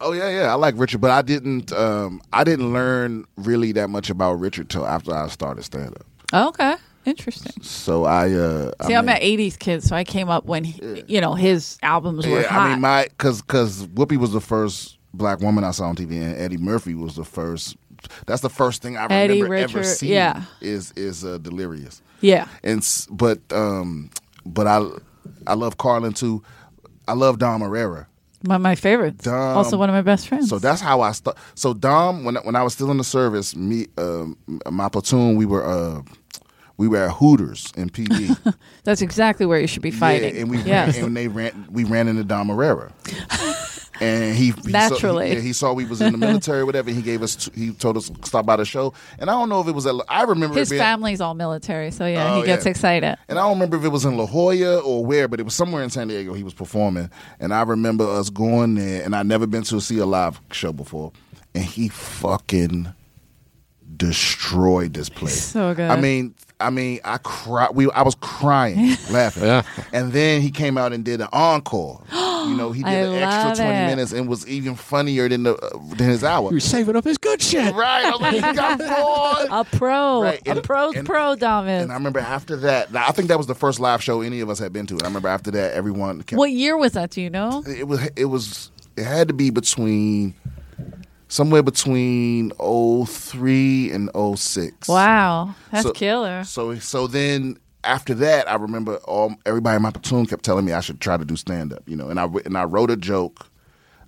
[SPEAKER 2] Oh yeah, yeah. I like Richard, but I didn't. Um, I didn't learn really that much about Richard till after I started stand up.
[SPEAKER 1] Oh, Okay. Interesting.
[SPEAKER 2] So I. Uh,
[SPEAKER 1] See,
[SPEAKER 2] I
[SPEAKER 1] I'm
[SPEAKER 2] mean-
[SPEAKER 1] an '80s kid, so I came up when he, you know his albums were
[SPEAKER 2] Yeah,
[SPEAKER 1] hot.
[SPEAKER 2] I mean, my because because Whoopi was the first black woman I saw on TV, and Eddie Murphy was the first. That's the first thing I
[SPEAKER 1] Eddie
[SPEAKER 2] remember ever
[SPEAKER 1] Richard,
[SPEAKER 2] seeing.
[SPEAKER 1] yeah.
[SPEAKER 2] is is uh, Delirious,
[SPEAKER 1] yeah,
[SPEAKER 2] and s- but um, but I I love Carlin too. I love Dom Herrera.
[SPEAKER 1] one of my favorites.
[SPEAKER 2] Dumb.
[SPEAKER 1] Also, one of my best friends.
[SPEAKER 2] So that's how I start. So Dom, when when I was still in the service, me um, my platoon, we were uh, we were at Hooters in PD.
[SPEAKER 1] That's exactly where you should be fighting.
[SPEAKER 2] Yeah, and we
[SPEAKER 1] yes.
[SPEAKER 2] ran, and they ran we ran into Don Herrera. and he, he
[SPEAKER 1] Naturally.
[SPEAKER 2] saw, he, yeah, he saw we was in the military, whatever. He gave us t- he told us to stop by the show, and I don't know if it was at La- I remember it
[SPEAKER 1] his
[SPEAKER 2] being,
[SPEAKER 1] family's all military, so yeah,
[SPEAKER 2] Oh,
[SPEAKER 1] he gets
[SPEAKER 2] yeah.
[SPEAKER 1] excited.
[SPEAKER 2] and I don't remember if it was in La Jolla or where, but it was somewhere in San Diego. He was performing, and I remember us going there, and I'd never been to see a live show before, and he fucking destroyed this place.
[SPEAKER 1] So good.
[SPEAKER 2] I mean, I mean, I cried. We, I was crying, laughing,
[SPEAKER 3] Yeah.
[SPEAKER 2] and then he came out and did an encore. you know, he did
[SPEAKER 1] I
[SPEAKER 2] an extra
[SPEAKER 1] love
[SPEAKER 2] twenty
[SPEAKER 1] it.
[SPEAKER 2] minutes and was even funnier than the uh, than his hour.
[SPEAKER 3] You're saving up his good shit.
[SPEAKER 2] right? I was like, he got bored.
[SPEAKER 1] A pro,
[SPEAKER 2] Right,
[SPEAKER 1] a
[SPEAKER 2] and-
[SPEAKER 1] pro's
[SPEAKER 2] and-
[SPEAKER 1] pro, Domin.
[SPEAKER 2] And I remember after that, I think that was the first live show any of us had been to. And I remember after that, everyone kept,
[SPEAKER 1] What year was that? Do you know?
[SPEAKER 2] it was it was it had to be between somewhere between 03 and 06.
[SPEAKER 1] Wow, that's
[SPEAKER 2] So-
[SPEAKER 1] killer.
[SPEAKER 2] So so then after that, I remember all everybody in my platoon kept telling me I should try to do stand up, you know. And I wr- and I wrote a joke.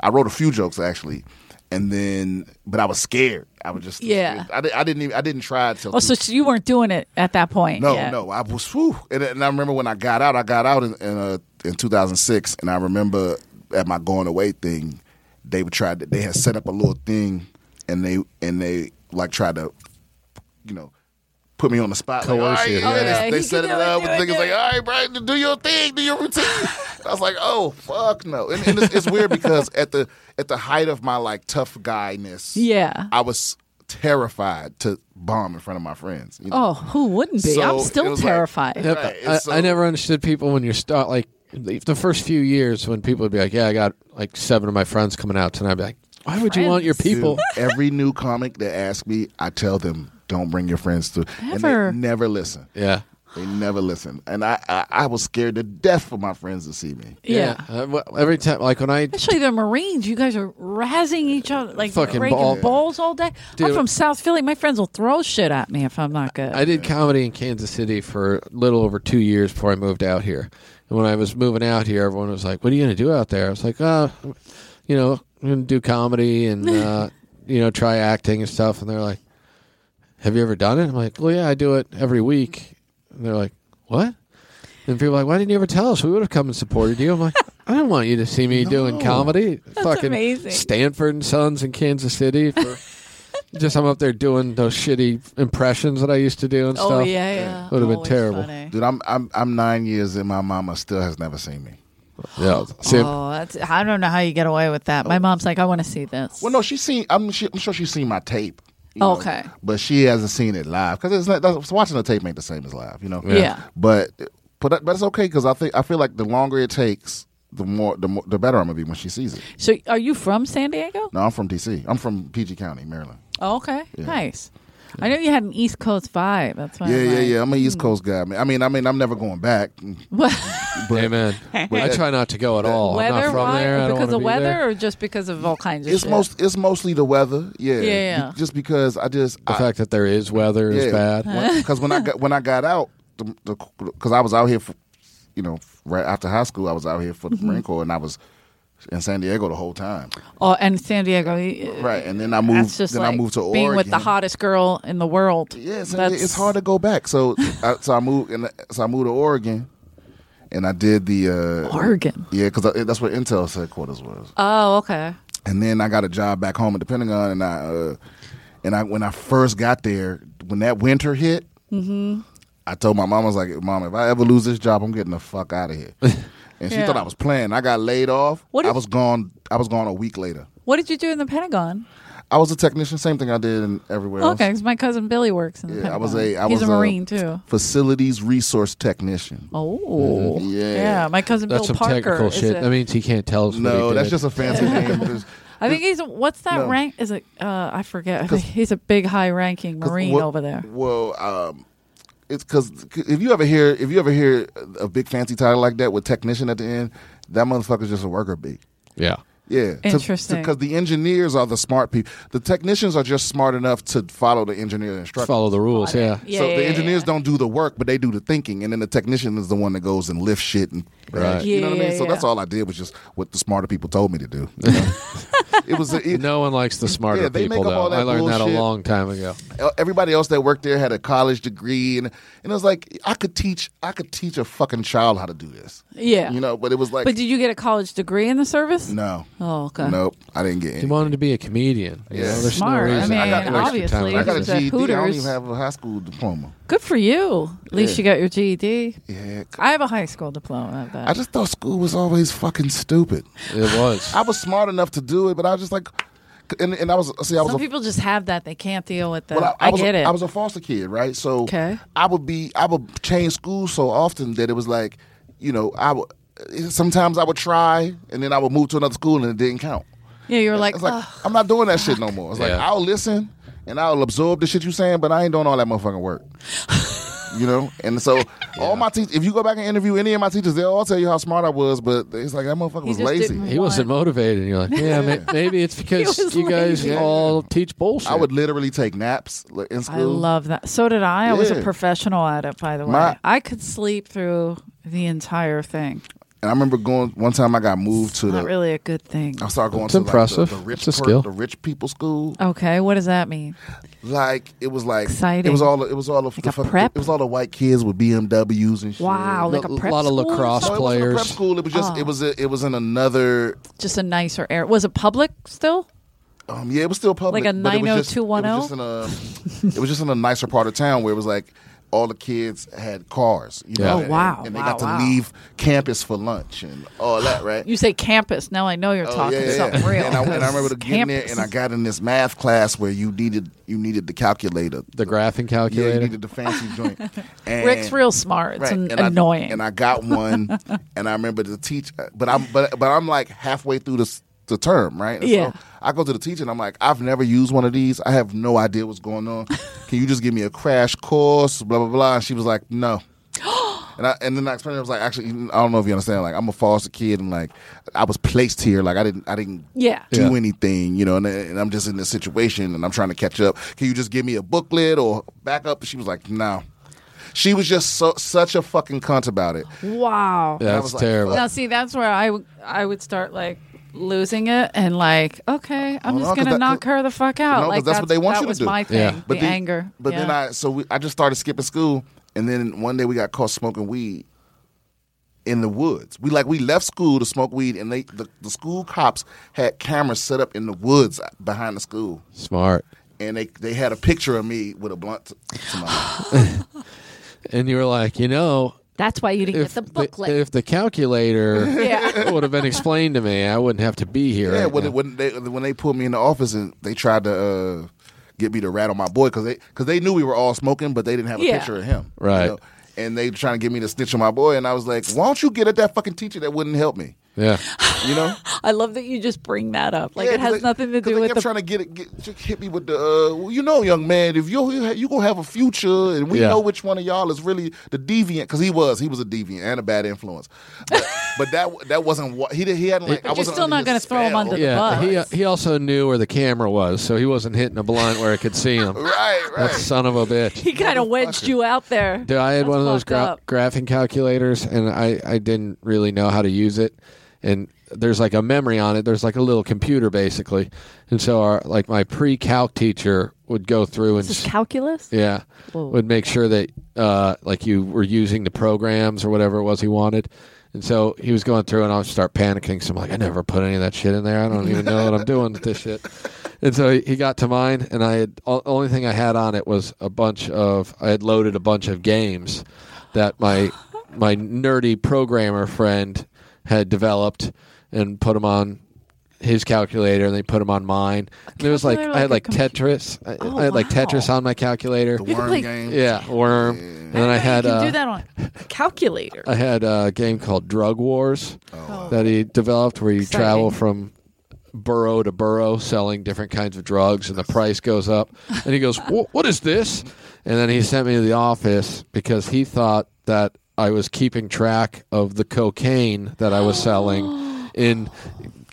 [SPEAKER 2] I wrote a few jokes actually, and then but I was scared. I was just
[SPEAKER 1] Yeah.
[SPEAKER 2] I, di- I didn't even I didn't try till
[SPEAKER 1] Oh, so you weren't doing it at that point.
[SPEAKER 2] no,
[SPEAKER 1] yet.
[SPEAKER 2] no. I was whew. And, and I remember when I got out, I got out in in, uh, in 2006, and I remember at my going away thing, they would try to they had set up a little thing, and they and they like tried to, you know. Put me on the spot. Like, all
[SPEAKER 3] Coerce
[SPEAKER 2] right,
[SPEAKER 3] you,
[SPEAKER 2] yeah,
[SPEAKER 1] yeah.
[SPEAKER 2] They,
[SPEAKER 1] Yeah,
[SPEAKER 2] they
[SPEAKER 1] you can
[SPEAKER 2] set it
[SPEAKER 1] do it,
[SPEAKER 2] up.
[SPEAKER 1] do
[SPEAKER 2] and
[SPEAKER 1] it,
[SPEAKER 2] niggas
[SPEAKER 1] do
[SPEAKER 2] like,
[SPEAKER 1] it.
[SPEAKER 2] all right, Brian, do your thing, do your routine. And I was like, oh fuck no. And, and it's, it's weird because at the at the height of my like tough guyness,
[SPEAKER 1] Yeah.
[SPEAKER 2] I was terrified to bomb in front of my friends. you know?
[SPEAKER 1] Oh, who wouldn't be?
[SPEAKER 2] So,
[SPEAKER 1] I'm
[SPEAKER 2] it
[SPEAKER 1] still
[SPEAKER 2] was like-
[SPEAKER 1] terrified.
[SPEAKER 3] Yep.
[SPEAKER 2] Right,
[SPEAKER 3] I,
[SPEAKER 2] it's uh, so-
[SPEAKER 3] I never understood people when you start like the the first few years when people would be like, "Yeah, I got like seven of my friends coming out tonight." I'd be like, "Why would you want your
[SPEAKER 1] Friends?
[SPEAKER 3] people?"
[SPEAKER 2] Dude, every new comic that asks me, I tell them, don't bring your friends to.
[SPEAKER 1] Never.
[SPEAKER 2] And they never listen.
[SPEAKER 3] Yeah.
[SPEAKER 2] They never listen. And I, I, I was scared to death for my friends to see me.
[SPEAKER 1] yeah.
[SPEAKER 3] Uh, well, every time, like when I
[SPEAKER 1] Especially the Marines, you guys are razzing each other, like
[SPEAKER 3] Fucking
[SPEAKER 1] breaking
[SPEAKER 3] ball-
[SPEAKER 1] balls all day.
[SPEAKER 3] Dude.
[SPEAKER 1] I'm from South Philly. My friends will throw shit at me if I'm not good.
[SPEAKER 3] I did comedy in Kansas City for a little over two years before I moved out here. And when I was moving out here, everyone was like, "What are you going to do out there?" I was like, "Uh, you know, I'm going to do comedy and uh, you know, try acting and stuff." And they're like, "Have you ever done it?" I'm like, "Well, yeah, I do it every week." And they're like, "What?" And people are like, "Why didn't you ever tell us? We would have come and supported you." I'm like, "I don't want you to see me doing comedy." That's Fucking
[SPEAKER 1] amazing.
[SPEAKER 3] Stanford and Sons in Kansas City for just I'm up there doing those shitty impressions that I used to do and
[SPEAKER 1] oh
[SPEAKER 3] stuff.
[SPEAKER 1] yeah, yeah.
[SPEAKER 3] Would've been
[SPEAKER 1] Always
[SPEAKER 3] terrible.
[SPEAKER 1] funny.
[SPEAKER 2] Dude, I'm, I'm, I'm nine years and my mama still has never seen me.
[SPEAKER 3] Yeah. See,
[SPEAKER 1] Oh, that's, I don't know how you get away with that. My mom's like, I want to see this.
[SPEAKER 2] Oh. Well, no, she's seen. I'm, she, I'm sure she's seen my tape. you
[SPEAKER 1] Okay.
[SPEAKER 2] but she hasn't seen it live because it's not. That's, watching the tape ain't the same as live, you know.
[SPEAKER 1] Yeah. Yeah.
[SPEAKER 2] But but that- but it's okay because I think I feel like the longer it takes, the more the more, the better I'm gonna be when she sees it.
[SPEAKER 1] So, are you from San Diego?
[SPEAKER 2] No, I'm from DC. I'm from PG County, Maryland.
[SPEAKER 1] Oh, okay, nice. I know you had an East Coast vibe. That's why.
[SPEAKER 2] Yeah,
[SPEAKER 1] I'm
[SPEAKER 2] yeah,
[SPEAKER 1] like, mm.
[SPEAKER 2] yeah. I'm an East Coast guy. man. I mean, I mean, I'm never going back. But
[SPEAKER 3] Amen. I try not to go at all. Oh, I'm not
[SPEAKER 1] Weather
[SPEAKER 3] from
[SPEAKER 1] why?
[SPEAKER 3] there. I don't
[SPEAKER 1] because
[SPEAKER 3] wanna
[SPEAKER 1] of
[SPEAKER 3] be
[SPEAKER 1] weather,
[SPEAKER 3] there.
[SPEAKER 1] or just because of all kinds of
[SPEAKER 2] it's
[SPEAKER 1] shit?
[SPEAKER 2] most it's mostly the weather. Yeah,
[SPEAKER 1] Yeah.
[SPEAKER 2] Be- Just because I just
[SPEAKER 3] The fact that there is weather is bad.
[SPEAKER 2] Because when I got when I got out, because the, 'cause I was out here, for, you know, right after high school, I was out here for the
[SPEAKER 1] Mm-hmm.
[SPEAKER 2] Marine Corps, and I was in San Diego the whole time.
[SPEAKER 1] Oh, and San Diego. y-
[SPEAKER 2] Right, and then I
[SPEAKER 1] That's
[SPEAKER 2] moved.
[SPEAKER 1] just
[SPEAKER 2] then
[SPEAKER 1] like
[SPEAKER 2] I moved to
[SPEAKER 1] being
[SPEAKER 2] Oregon.
[SPEAKER 1] with the hottest girl in the world.
[SPEAKER 2] Yeah, it's,
[SPEAKER 1] That's-
[SPEAKER 2] it's hard to go back. So I, so I moved and so I moved to Oregon, and I did the uh,
[SPEAKER 1] Oregon.
[SPEAKER 2] Yeah, because that's where Intel's headquarters was.
[SPEAKER 1] Oh, okay.
[SPEAKER 2] and then I got a job back home at the Pentagon, and I uh, and I when I first got there, when that winter hit,
[SPEAKER 1] Mm-hmm.
[SPEAKER 2] I told my mom I was like, "Mom, if I ever lose this job, I'm getting the fuck out of here." and she
[SPEAKER 1] Yeah.
[SPEAKER 2] thought I was playing. I got laid off.
[SPEAKER 1] What
[SPEAKER 2] I
[SPEAKER 1] if-
[SPEAKER 2] was gone. I was gone a week later.
[SPEAKER 1] What did you do in the Pentagon?
[SPEAKER 2] I was a technician, same thing I did in everywhere else.
[SPEAKER 1] Okay, because my cousin Billy works in the
[SPEAKER 2] Yeah, I
[SPEAKER 1] Pentagon.
[SPEAKER 2] was a. I
[SPEAKER 1] He's
[SPEAKER 2] was
[SPEAKER 1] a Marine too.
[SPEAKER 2] Facilities resource technician.
[SPEAKER 1] Oh,
[SPEAKER 2] Mm-hmm. Yeah.
[SPEAKER 1] My cousin
[SPEAKER 3] That's
[SPEAKER 1] Bill
[SPEAKER 3] some
[SPEAKER 1] Parker.
[SPEAKER 3] technical
[SPEAKER 1] is
[SPEAKER 3] shit.
[SPEAKER 1] a-
[SPEAKER 3] That means he can't tell us. what he
[SPEAKER 2] No, that's
[SPEAKER 3] did.
[SPEAKER 2] just a fancy name. Just-
[SPEAKER 1] I think he's what's that
[SPEAKER 2] No.
[SPEAKER 1] rank? Is it? Uh, I forget. He's a big high ranking
[SPEAKER 2] 'Cause
[SPEAKER 1] marine
[SPEAKER 2] what-
[SPEAKER 1] over there.
[SPEAKER 2] Well, um, it's because if you ever hear if you ever hear a big fancy title like that with technician at the end, that motherfucker's just a worker bee.
[SPEAKER 3] Yeah.
[SPEAKER 2] Yeah,
[SPEAKER 1] Interesting.
[SPEAKER 2] Because the engineers are the smart people. The technicians are just smart enough to follow the engineer instructions.
[SPEAKER 3] Follow the rules. Yeah.
[SPEAKER 1] Yeah,
[SPEAKER 2] so
[SPEAKER 1] yeah,
[SPEAKER 2] the
[SPEAKER 1] yeah,
[SPEAKER 2] engineers
[SPEAKER 1] yeah.
[SPEAKER 2] don't do the work, but they do the thinking, and then the technician is the one that goes and lifts shit and
[SPEAKER 3] Right.
[SPEAKER 2] you know what I mean.
[SPEAKER 1] Yeah,
[SPEAKER 2] So
[SPEAKER 1] yeah,
[SPEAKER 2] that's
[SPEAKER 1] yeah.
[SPEAKER 2] all I did was just what the smarter people told me to do. you know? it was it,
[SPEAKER 3] No one likes the smarter
[SPEAKER 2] Yeah, they make
[SPEAKER 3] people,
[SPEAKER 2] up all
[SPEAKER 3] though.
[SPEAKER 2] that
[SPEAKER 3] I learned that
[SPEAKER 2] bullshit.
[SPEAKER 3] a long time ago.
[SPEAKER 2] everybody else that worked there had a college degree, and and it was like I could teach I could teach a fucking child how to do this.
[SPEAKER 1] Yeah.
[SPEAKER 2] you know. But it was like
[SPEAKER 1] But did you get a college degree in the service?
[SPEAKER 2] no,
[SPEAKER 1] Oh, okay.
[SPEAKER 2] nope, I didn't get
[SPEAKER 3] He
[SPEAKER 2] any.
[SPEAKER 3] wanted to be a comedian. You
[SPEAKER 2] Yeah.
[SPEAKER 3] know, there's
[SPEAKER 1] Smart.
[SPEAKER 3] no reason.
[SPEAKER 1] I mean,
[SPEAKER 3] to waste your time
[SPEAKER 1] obviously,
[SPEAKER 2] I
[SPEAKER 3] on
[SPEAKER 2] got a
[SPEAKER 1] It's
[SPEAKER 3] this.
[SPEAKER 1] a
[SPEAKER 2] GED. I don't
[SPEAKER 1] Hooters.
[SPEAKER 2] even have a high school diploma.
[SPEAKER 1] Good for you. At least you got your GED.
[SPEAKER 2] Yeah,
[SPEAKER 1] I have a high school diploma. Of that.
[SPEAKER 2] I just thought school was always fucking stupid.
[SPEAKER 3] It was.
[SPEAKER 2] I was smart enough to do it, but I was just like, and, and I was see, I was
[SPEAKER 1] Some
[SPEAKER 2] a,
[SPEAKER 1] people just have that. They can't deal with that.
[SPEAKER 2] well,
[SPEAKER 1] I,
[SPEAKER 2] was
[SPEAKER 1] get
[SPEAKER 2] a,
[SPEAKER 1] it.
[SPEAKER 2] I was a foster kid, right? So
[SPEAKER 1] Okay.
[SPEAKER 2] I would be I would change schools so often that it was like, you know, I would sometimes I would try and then I would move to another school and it didn't count.
[SPEAKER 1] yeah, you were like,
[SPEAKER 2] It's like
[SPEAKER 1] "Ugh."
[SPEAKER 2] I'm not doing that shit no more. It's like
[SPEAKER 3] Yeah.
[SPEAKER 2] I'll listen and I'll absorb the shit you saying, but I ain't doing all that motherfucking work. you know, and so all my teachers. If you go back and interview any of my teachers, they'll all tell you how smart I was, but it's like that motherfucker was
[SPEAKER 1] just
[SPEAKER 2] lazy.
[SPEAKER 1] didn't-
[SPEAKER 3] He wasn't motivated. And you're like, yeah, ma- maybe it's because
[SPEAKER 1] was
[SPEAKER 3] you guys
[SPEAKER 1] lazy.
[SPEAKER 3] all teach bullshit.
[SPEAKER 2] I would literally take naps like, in school.
[SPEAKER 1] I love that. So did I. I was a
[SPEAKER 2] Yeah.
[SPEAKER 1] professional at it, by the way.
[SPEAKER 2] My-
[SPEAKER 1] I could sleep through the entire thing.
[SPEAKER 2] and I remember going one time. I got moved to the.
[SPEAKER 1] Not really a good thing.
[SPEAKER 2] I started going
[SPEAKER 3] It's
[SPEAKER 2] to like, the-
[SPEAKER 3] impressive.
[SPEAKER 2] the, rich
[SPEAKER 3] It's a
[SPEAKER 2] per-
[SPEAKER 3] skill.
[SPEAKER 2] the rich people school.
[SPEAKER 1] Okay, what does that mean?
[SPEAKER 2] Like it was like
[SPEAKER 1] Exciting.
[SPEAKER 2] It was all it was all the, the
[SPEAKER 1] a
[SPEAKER 2] fucking-
[SPEAKER 1] prep?
[SPEAKER 2] It was all the white kids with BMWs and shit.
[SPEAKER 1] Wow, Oh. like a
[SPEAKER 3] A
[SPEAKER 1] prep
[SPEAKER 3] lot of
[SPEAKER 1] school or
[SPEAKER 3] lacrosse
[SPEAKER 1] something?
[SPEAKER 2] No, Oh, it wasn't a prep
[SPEAKER 3] players.
[SPEAKER 2] school. It was just it was a, it was in another
[SPEAKER 1] Just a nicer air. Was it public still?
[SPEAKER 2] Um, yeah, it was still public.
[SPEAKER 1] Like a
[SPEAKER 2] but it was just-
[SPEAKER 1] 90210?
[SPEAKER 2] It was just in a, it was just in a nicer part of town where it was like all the kids had cars. You
[SPEAKER 3] Yeah.
[SPEAKER 2] know,
[SPEAKER 3] Oh,
[SPEAKER 2] and-
[SPEAKER 1] wow,
[SPEAKER 2] And they
[SPEAKER 1] wow,
[SPEAKER 2] got to
[SPEAKER 1] wow.
[SPEAKER 2] leave campus for lunch and all that, right?
[SPEAKER 1] You say campus. Now I know you're
[SPEAKER 2] Oh,
[SPEAKER 1] talking something real.
[SPEAKER 2] And I, and I remember
[SPEAKER 1] because
[SPEAKER 2] getting there,
[SPEAKER 1] campus
[SPEAKER 2] and I
[SPEAKER 1] is-
[SPEAKER 2] got in this math class where you needed you needed the calculator,
[SPEAKER 3] The graphing
[SPEAKER 2] yeah, you
[SPEAKER 3] calculator.
[SPEAKER 2] needed the fancy joint. And-
[SPEAKER 1] Rick's real smart. It's
[SPEAKER 2] Right,
[SPEAKER 1] an-
[SPEAKER 2] and I-
[SPEAKER 1] annoying.
[SPEAKER 2] and I got one, and I remember the teacher. But I'm but but I'm like halfway through this the term, right? And
[SPEAKER 1] Yeah.
[SPEAKER 2] So I go to the teacher and I'm like, I've never used one of these. I have no idea what's going on. Can you just give me a crash course? Blah blah blah. And she was like, No. And I and then I explained. I was like, actually, I don't know if you understand. Like, I'm a foster kid, and like, I was placed here. Like, I didn't, I didn't
[SPEAKER 1] yeah.
[SPEAKER 2] do
[SPEAKER 3] Yeah.
[SPEAKER 2] anything, you know, and, and I'm just in this situation and I'm trying to catch up. Can you just give me a booklet or back up? She was like, no. She was just so, such a fucking cunt about it.
[SPEAKER 1] Wow.
[SPEAKER 2] I
[SPEAKER 3] That's
[SPEAKER 2] was like,
[SPEAKER 3] terrible.
[SPEAKER 1] Now see, that's where I would I would start like losing it and like, okay, I'm
[SPEAKER 2] Oh, no,
[SPEAKER 1] just
[SPEAKER 2] 'cause
[SPEAKER 1] gonna
[SPEAKER 2] that-
[SPEAKER 1] knock her the fuck out.
[SPEAKER 2] No, 'cause
[SPEAKER 1] like
[SPEAKER 2] that's what they want
[SPEAKER 1] that
[SPEAKER 2] you to
[SPEAKER 1] was
[SPEAKER 2] do.
[SPEAKER 1] My thing,
[SPEAKER 3] Yeah.
[SPEAKER 1] the anger.
[SPEAKER 2] But then
[SPEAKER 1] Yeah.
[SPEAKER 2] I, so we, I just started skipping school, and then one day we got caught smoking weed in the woods. We like we left school to smoke weed, and they the, the school cops had cameras set up in the woods behind the school,
[SPEAKER 3] Smart.
[SPEAKER 2] and they they had a picture of me with a blunt to, to my mouth.
[SPEAKER 3] And you were like, you know,
[SPEAKER 5] That's why you didn't
[SPEAKER 3] if
[SPEAKER 5] get the
[SPEAKER 3] the,
[SPEAKER 5] booklet.
[SPEAKER 3] if the calculator
[SPEAKER 1] yeah.
[SPEAKER 3] would have been explained to me, I wouldn't have to be here.
[SPEAKER 2] Yeah,
[SPEAKER 3] right
[SPEAKER 2] when,
[SPEAKER 3] now.
[SPEAKER 2] when they when they put me in the office and they tried to uh, get me to rat on my boy because they because they knew we were all smoking, but they didn't have a
[SPEAKER 1] Yeah.
[SPEAKER 2] picture of him,
[SPEAKER 3] Right.
[SPEAKER 2] And they trying to get me to snitch on my boy, and I was like, "Why don't you get at that fucking teacher that wouldn't help me?"
[SPEAKER 3] yeah.
[SPEAKER 2] You know,
[SPEAKER 1] I love that you just bring that up. Like
[SPEAKER 2] Yeah,
[SPEAKER 1] it
[SPEAKER 2] 'cause
[SPEAKER 1] has
[SPEAKER 2] they-
[SPEAKER 1] nothing to
[SPEAKER 2] 'cause
[SPEAKER 1] do
[SPEAKER 2] they
[SPEAKER 1] with
[SPEAKER 2] kept
[SPEAKER 1] the
[SPEAKER 2] trying to get it, get just hit me with the, uh, well, you know, young man, if you you gonna have a future, and we
[SPEAKER 3] Yeah.
[SPEAKER 2] know which one of y'all is really the deviant, because he was he was a deviant and a bad influence, but, but that that wasn't what he did. He hadn't like I
[SPEAKER 1] you're
[SPEAKER 2] wasn't
[SPEAKER 1] still
[SPEAKER 2] under
[SPEAKER 1] not
[SPEAKER 2] his
[SPEAKER 1] gonna throw him
[SPEAKER 2] spell.
[SPEAKER 1] under the
[SPEAKER 3] Yeah. He, uh,
[SPEAKER 1] bus.
[SPEAKER 3] he also knew where the camera was, so he wasn't hitting a blunt where I could see him.
[SPEAKER 2] Right, right.
[SPEAKER 3] That son of a bitch.
[SPEAKER 1] he kind of wedged you out there.
[SPEAKER 3] Dude, I had
[SPEAKER 1] That's
[SPEAKER 3] one of those
[SPEAKER 1] fucked
[SPEAKER 3] gra-
[SPEAKER 1] up.
[SPEAKER 3] graphing calculators, and I, I didn't really know how to use it. And there's like a memory on it. There's like a little computer basically, and so our like my pre-calc teacher would go through and
[SPEAKER 1] This is
[SPEAKER 3] s-
[SPEAKER 1] calculus.
[SPEAKER 3] yeah,
[SPEAKER 1] Whoa.
[SPEAKER 3] would make sure that uh, like you were using the programs or whatever it was he wanted. And so he was going through, and I would start panicking. So I'm like, I never put any of that shit in there. I don't even know what I'm doing with this shit. And so he- he got to mine, and I had o- only thing I had on it was a bunch of I had loaded a bunch of games that my my nerdy programmer friend had developed and put them on his calculator, and they put them on mine. And it was like
[SPEAKER 1] calculator
[SPEAKER 3] I had
[SPEAKER 1] like
[SPEAKER 3] like
[SPEAKER 1] a
[SPEAKER 3] Tetris. I,
[SPEAKER 1] Oh,
[SPEAKER 3] I had like
[SPEAKER 1] wow.
[SPEAKER 3] Tetris on my calculator.
[SPEAKER 2] the
[SPEAKER 1] You could
[SPEAKER 2] worm
[SPEAKER 1] play-
[SPEAKER 2] game.
[SPEAKER 3] Yeah, worm. And then I had
[SPEAKER 1] you can do
[SPEAKER 3] uh,
[SPEAKER 1] that on a calculator.
[SPEAKER 2] Oh.
[SPEAKER 1] Oh.
[SPEAKER 3] I had a game called Drug Wars that he developed where you
[SPEAKER 1] Exciting.
[SPEAKER 3] travel from burrow to burrow selling different kinds of drugs, and the price goes up. And he goes, "Wh- "What is this?" And then he sent me to the office because he thought that I was keeping track of the cocaine that I was selling. In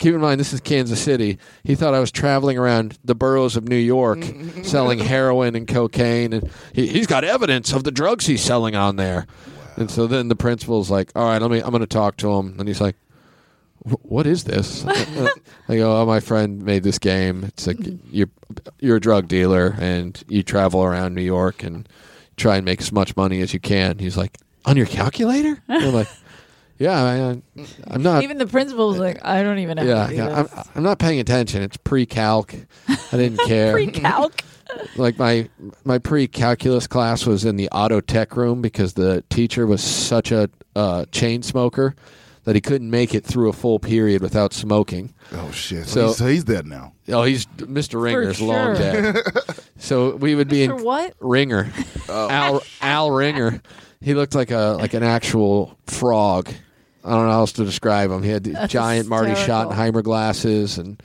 [SPEAKER 3] keep in mind, this is Kansas City. He thought I was traveling around the boroughs of New York selling heroin and cocaine, and he, he's got evidence of the drugs he's selling on there. And so then the principal's like, "All right, let me. I'm going to talk to him." And he's like, "Wh- "What is this?" I go, "Oh, my friend made this game. It's like you're you're a drug dealer and you travel around New York and try and make as much money as you can." He's like, "On your calculator?" And I'm like, "Yeah, I, uh, I'm not."
[SPEAKER 5] Even the principal was like, I don't even have
[SPEAKER 3] yeah,
[SPEAKER 5] to do
[SPEAKER 3] yeah, I'm, I'm not paying attention. It's pre-calc. I didn't care.
[SPEAKER 5] this. Calc.
[SPEAKER 3] like my my pre-calculus class was in the auto tech room because the teacher was such a uh, chain smoker that he couldn't make it through a full period without smoking.
[SPEAKER 2] Oh shit!
[SPEAKER 3] So-
[SPEAKER 2] So, he's, so he's dead now.
[SPEAKER 3] Oh, he's Mr. Ringer's long
[SPEAKER 1] sure.
[SPEAKER 3] dead. so we would be in
[SPEAKER 1] Mr. what?
[SPEAKER 3] Ringer, Al Al Ringer. He looked like a like an actual frog. I don't know how else to describe him. He had the giant Marty
[SPEAKER 5] hysterical.
[SPEAKER 3] Schottenheimer glasses and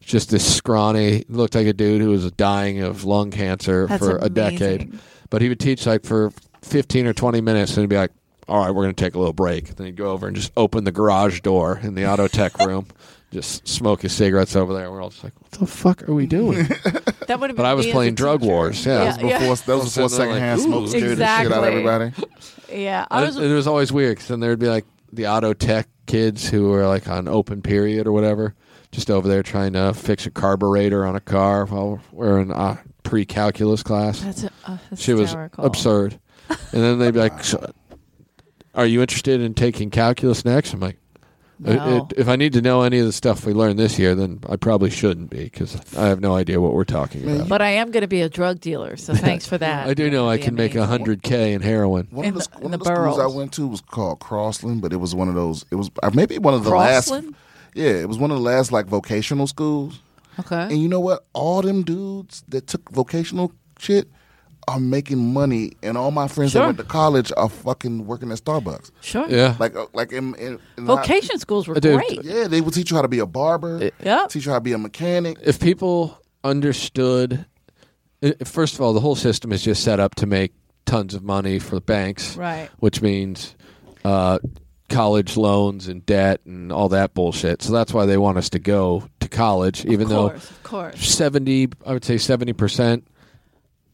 [SPEAKER 3] just this scrawny. Looked like a dude who was dying of lung cancer
[SPEAKER 5] That's
[SPEAKER 3] for a
[SPEAKER 5] amazing.
[SPEAKER 3] decade. But he would teach like for fifteen or twenty minutes, and he'd be like, "All right, we're going to take a little break." Then he'd go over and just open the garage door in the auto tech room, just smoke his cigarettes over there. And we're all just like, "What the fuck are we doing?"
[SPEAKER 1] That would have been
[SPEAKER 3] But I was
[SPEAKER 1] me as a
[SPEAKER 3] playing drug
[SPEAKER 1] teacher.
[SPEAKER 3] wars. Yeah,
[SPEAKER 2] That was before, that was
[SPEAKER 3] All
[SPEAKER 2] before
[SPEAKER 3] of a sudden,
[SPEAKER 2] secondhand
[SPEAKER 3] like,
[SPEAKER 2] smoke
[SPEAKER 3] ooh.
[SPEAKER 2] scared the shit out
[SPEAKER 1] Exactly.
[SPEAKER 2] of everybody.
[SPEAKER 5] Yeah.
[SPEAKER 1] I
[SPEAKER 3] I
[SPEAKER 1] was-
[SPEAKER 3] it was always weird because then there'd be like the auto tech kids who were like on open period or whatever, just over there trying to fix a carburetor on a car while we're in uh, pre-calculus class.
[SPEAKER 1] That's a, uh,
[SPEAKER 3] She was
[SPEAKER 1] hysterical.
[SPEAKER 3] absurd. And then they'd be like, "So, "Are you interested in taking calculus next?" I'm like. "I-
[SPEAKER 1] No.
[SPEAKER 3] it- if I need to know any of the stuff we learned this year, then I probably shouldn't be because I have no idea what we're talking about.
[SPEAKER 1] But I am going to be a drug dealer, so thanks for that.
[SPEAKER 3] I do know I
[SPEAKER 1] That'd be
[SPEAKER 3] can make
[SPEAKER 1] amazing.
[SPEAKER 3] a hundred k in heroin.
[SPEAKER 2] One
[SPEAKER 1] In
[SPEAKER 2] of the,
[SPEAKER 1] the- in
[SPEAKER 2] one
[SPEAKER 1] the
[SPEAKER 2] of the schools I
[SPEAKER 1] boroughs.
[SPEAKER 2] went to was called Crossland, but it was one of those. It was uh, maybe one of the
[SPEAKER 1] Crossland?
[SPEAKER 2] last. Yeah, it was one of the last like vocational schools.
[SPEAKER 1] Okay.
[SPEAKER 2] And you know what? All them dudes that took vocational shit are making money, and all my friends
[SPEAKER 1] Sure.
[SPEAKER 2] that went to college are fucking working at Starbucks.
[SPEAKER 1] Sure.
[SPEAKER 3] Yeah,
[SPEAKER 2] Like, uh, like in, in, in
[SPEAKER 1] Vocation schools were
[SPEAKER 3] Dude,
[SPEAKER 1] great.
[SPEAKER 2] yeah, they will teach you how to be a barber.
[SPEAKER 1] Yep.
[SPEAKER 2] Teach you how to be a mechanic.
[SPEAKER 3] if people understood i- first of all the whole system is just set up to make tons of money for the banks
[SPEAKER 1] Right.
[SPEAKER 3] which means uh, college loans and debt and all that bullshit so that's why they want us to go to college even
[SPEAKER 1] Of
[SPEAKER 3] though
[SPEAKER 1] course, of course.
[SPEAKER 3] 70 i would say 70%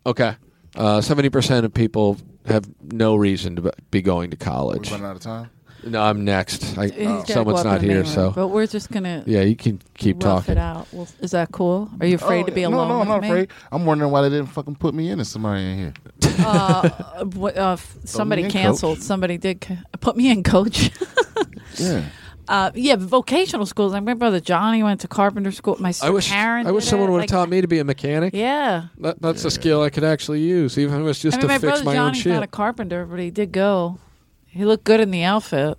[SPEAKER 3] okay uh, 70% of people have no reason to be going to
[SPEAKER 2] We
[SPEAKER 3] college
[SPEAKER 2] running out of time.
[SPEAKER 3] no i'm next I,
[SPEAKER 1] He's gotta
[SPEAKER 3] someone's
[SPEAKER 1] go up
[SPEAKER 3] not
[SPEAKER 1] in the
[SPEAKER 3] here
[SPEAKER 1] main
[SPEAKER 3] so
[SPEAKER 1] room, But we're just gonna
[SPEAKER 3] yeah you can keep
[SPEAKER 1] rough
[SPEAKER 3] talking
[SPEAKER 1] it out. Well, is that cool? Are you afraid
[SPEAKER 2] Oh,
[SPEAKER 1] to be
[SPEAKER 2] no,
[SPEAKER 1] alone?
[SPEAKER 2] No,
[SPEAKER 1] with
[SPEAKER 2] I'm not
[SPEAKER 1] me?
[SPEAKER 2] afraid. I'm wondering why they didn't fucking put me in as somebody in here.
[SPEAKER 1] Uh, what- uh, f- somebody
[SPEAKER 2] in, coach.
[SPEAKER 1] canceled. Somebody did ca- put me in, coach.
[SPEAKER 2] Yeah.
[SPEAKER 1] Uh, yeah, vocational schools. I remember brother Johnny went to carpenter school. My
[SPEAKER 3] I
[SPEAKER 1] sister
[SPEAKER 3] wish
[SPEAKER 1] Karen
[SPEAKER 3] I wish
[SPEAKER 1] did
[SPEAKER 3] someone
[SPEAKER 1] it.
[SPEAKER 3] would have
[SPEAKER 1] Like,
[SPEAKER 3] taught me to be a mechanic.
[SPEAKER 1] Yeah,
[SPEAKER 3] That, that's a skill I could actually use, even if it's
[SPEAKER 1] I
[SPEAKER 3] just
[SPEAKER 1] mean, my
[SPEAKER 3] to fix
[SPEAKER 1] brother
[SPEAKER 3] my own
[SPEAKER 1] Johnny's not a
[SPEAKER 3] shit.
[SPEAKER 1] carpenter, but he did go. He looked good in the outfit.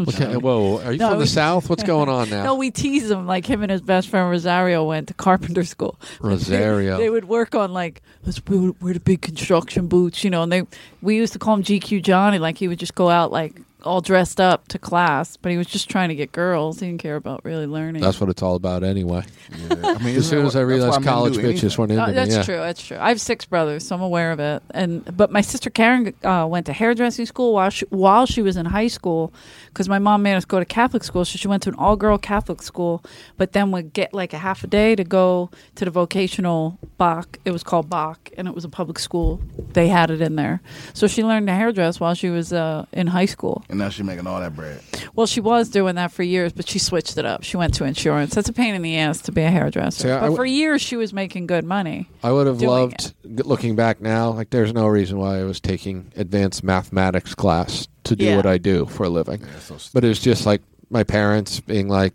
[SPEAKER 3] Okay, whoa, are you
[SPEAKER 1] No,
[SPEAKER 3] from
[SPEAKER 1] we-
[SPEAKER 3] the South? What's going on now?
[SPEAKER 1] No, we tease him like him and his best friend Rosario went to carpenter school.
[SPEAKER 3] Rosario.
[SPEAKER 1] They would work on like let's wear, wear the big construction boots, you know. And they we used to call him GQ Johnny, like he would just go out like all dressed up to class, but he was just trying to get girls. He didn't care about really learning.
[SPEAKER 3] that's what it's all about anyway.
[SPEAKER 2] yeah. I mean,
[SPEAKER 3] As soon as I realized college bitches went into
[SPEAKER 1] Uh,
[SPEAKER 3] me,
[SPEAKER 1] that's
[SPEAKER 3] yeah.
[SPEAKER 1] true. That's true. I have six brothers, so I'm aware of it. And but my sister Karen uh, went to hairdressing school while she, while she was in high school, because my mom made us go to Catholic school. So she went to an all girl Catholic school, but then would get like a half a day to go to the vocational Bach. It was called Bach, and it was a public school. They had it in there, so she learned to hairdress while she was uh, in high school.
[SPEAKER 2] And now she's making all that bread.
[SPEAKER 1] Well, she was doing that for years, but she switched it up. She went to insurance. That's a pain in the ass to be a hairdresser,
[SPEAKER 3] See, I- I
[SPEAKER 1] but
[SPEAKER 3] w-
[SPEAKER 1] for years she was making good money.
[SPEAKER 3] I would have
[SPEAKER 1] doing
[SPEAKER 3] loved g- looking back now. Like, there's no reason why I was taking advanced mathematics class to do
[SPEAKER 1] Yeah.
[SPEAKER 3] what I do for a living.
[SPEAKER 2] so st-
[SPEAKER 3] but it was just like my parents being like,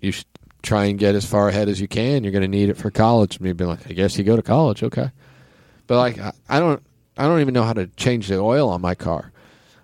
[SPEAKER 3] "You should try and get as far ahead as you can. You're going to need it for college." And me being like, "I guess you go to college, okay?" But like, I, I don't, I don't even know how to change the oil on my car.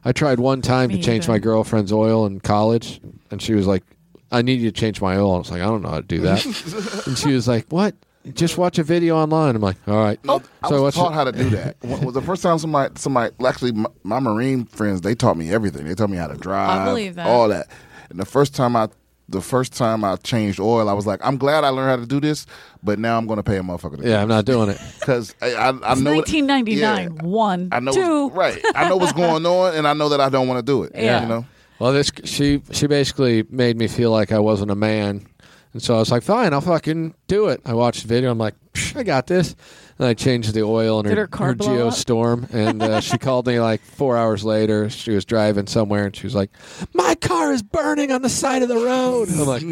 [SPEAKER 3] I tried one time
[SPEAKER 1] Me
[SPEAKER 3] to change
[SPEAKER 1] either.
[SPEAKER 3] my girlfriend's oil in college, and she was like, "I need you to change my oil." I was like, "I don't know how to do that," and she was like, "What?" Just watch a video online. I'm like, all right.
[SPEAKER 2] Oh, I
[SPEAKER 3] so
[SPEAKER 2] was
[SPEAKER 3] what's
[SPEAKER 2] taught how to do that. When- was the first time somebody, somebody, well, actually, my, my Marine friends, they taught me everything. They taught me how to drive,
[SPEAKER 1] believe that.
[SPEAKER 2] all that. And the first time I the first time I changed oil, I was like, I'm glad I learned how to do this, but now I'm going to pay a motherfucker. To
[SPEAKER 3] Yeah, I'm not doing it.
[SPEAKER 2] because I, I, I know it-
[SPEAKER 1] 1999.
[SPEAKER 2] yeah.
[SPEAKER 1] One,
[SPEAKER 2] I know
[SPEAKER 1] two.
[SPEAKER 2] right. I know what's going on, and I know that I don't want to do it.
[SPEAKER 1] Yeah.
[SPEAKER 2] you know.
[SPEAKER 3] Well, this she she basically made me feel like I wasn't a man, and so I was like, fine, I'll fucking do it. I watched the video. I'm like, "Psh, I got this, and I changed the oil in
[SPEAKER 1] Did
[SPEAKER 3] her
[SPEAKER 1] her car blow
[SPEAKER 3] Geo
[SPEAKER 1] up?
[SPEAKER 3] Storm, and uh, she called me like four hours later. She was driving somewhere, and she was like, my car is burning on the side of the road. I'm like,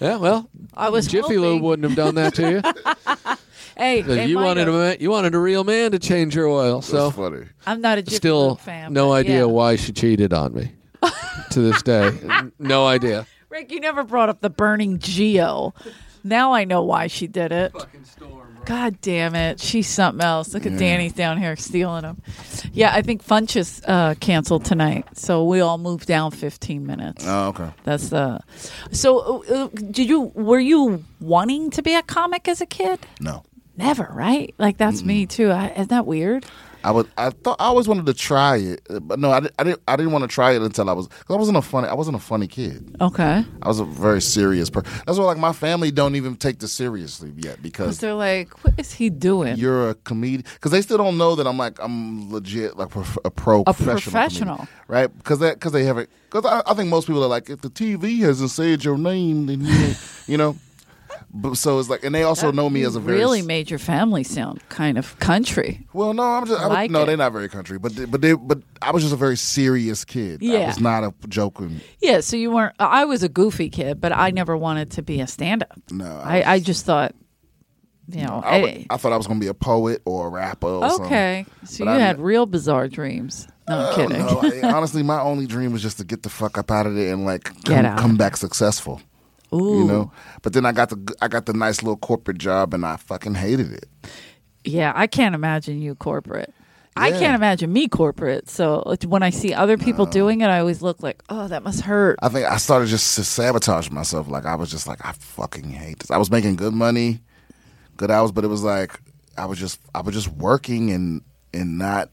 [SPEAKER 3] yeah, well,
[SPEAKER 1] I was
[SPEAKER 3] Jiffy Lube
[SPEAKER 1] hoping-
[SPEAKER 3] wouldn't have done that to you.
[SPEAKER 1] Hey, it
[SPEAKER 3] you
[SPEAKER 1] might
[SPEAKER 3] wanted a
[SPEAKER 1] have.
[SPEAKER 3] man, you wanted a real man to change your oil, so
[SPEAKER 2] That's funny.
[SPEAKER 1] I'm not a Jiffy
[SPEAKER 3] still
[SPEAKER 1] Lube fan.
[SPEAKER 3] no
[SPEAKER 1] but
[SPEAKER 3] idea
[SPEAKER 1] yeah.
[SPEAKER 3] why she cheated on me to this day no idea
[SPEAKER 1] Rick, you never brought up the burning Geo. Now I know why she did it. God damn it. She's something else. Look at Danny's down here stealing them. Yeah, I think Funch is uh, canceled tonight. So we all moved down 15 minutes.
[SPEAKER 2] Oh, okay.
[SPEAKER 1] That's the. So uh, uh, did you, were you wanting to be a comic as a kid?
[SPEAKER 2] No,
[SPEAKER 1] Never, right? Like that's me too. I, isn't that weird?
[SPEAKER 2] I would. I thought I always wanted to try it, uh, but no, I, di- I didn't. I didn't want to try it until I was. Cause I wasn't a funny. I wasn't a funny kid.
[SPEAKER 1] Okay.
[SPEAKER 2] I was a very serious person. That's why, like, my family don't even take this seriously yet because
[SPEAKER 1] they're like, what is he doing?
[SPEAKER 2] you're a comedian because they still don't know that I'm like I'm legit like prof- a pro a
[SPEAKER 1] professional.
[SPEAKER 2] right? Because that because they haven't because I, I think most people are like if the TV hasn't said your name then you don't- you know. But, so it's like, and they also know me as a very
[SPEAKER 1] really
[SPEAKER 2] s-
[SPEAKER 1] made your family sound kind of country.
[SPEAKER 2] well. No, I'm just I was-
[SPEAKER 1] Like
[SPEAKER 2] no,
[SPEAKER 1] it.
[SPEAKER 2] they're not very country, but they, but they but I was just a very serious kid. I
[SPEAKER 1] Yeah.
[SPEAKER 2] was not a joking.
[SPEAKER 1] Yeah, so you weren't. I was a goofy kid, but I never wanted to be a stand-up.
[SPEAKER 2] No,
[SPEAKER 1] I, I just thought, you know,
[SPEAKER 2] I, wa-
[SPEAKER 1] I-
[SPEAKER 2] I thought I was gonna be a poet or a rapper. Or
[SPEAKER 1] Eh.
[SPEAKER 2] something.
[SPEAKER 1] okay. So you
[SPEAKER 2] um, But I-
[SPEAKER 1] had real bizarre dreams. No I'm
[SPEAKER 2] I
[SPEAKER 1] kidding.
[SPEAKER 2] don't know. I- honestly, my only dream was just to get the fuck up out of there and like
[SPEAKER 1] Get
[SPEAKER 2] come,
[SPEAKER 1] out.
[SPEAKER 2] come back successful.
[SPEAKER 1] Ooh,
[SPEAKER 2] you know. But then I got the I got the nice little corporate job, and I fucking hated it.
[SPEAKER 1] yeah, I can't imagine you corporate. I
[SPEAKER 2] Yeah.
[SPEAKER 1] can't imagine me corporate. So it's- when I see other people doing it, I always look like, oh, that must hurt.
[SPEAKER 2] I think I started just to sabotage myself. Like I was just like, I fucking hate this. I was making good money, good hours, but it was like I was just I was just working and and not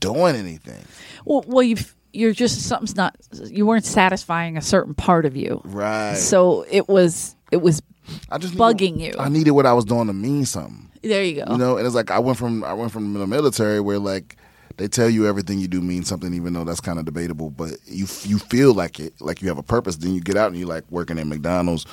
[SPEAKER 2] doing anything.
[SPEAKER 1] Well, well, you you're just something's not. You weren't satisfying a certain part of you,
[SPEAKER 2] Right.
[SPEAKER 1] So it was it was.
[SPEAKER 2] I just
[SPEAKER 1] bugging you.
[SPEAKER 2] I needed what I was doing to mean something.
[SPEAKER 1] There you go.
[SPEAKER 2] You know, and it's like I went from I went from the military where like they tell you everything you do means something, even though that's kind of debatable. But you you feel like it, like you have a purpose. Then you get out and you like working at McDonald's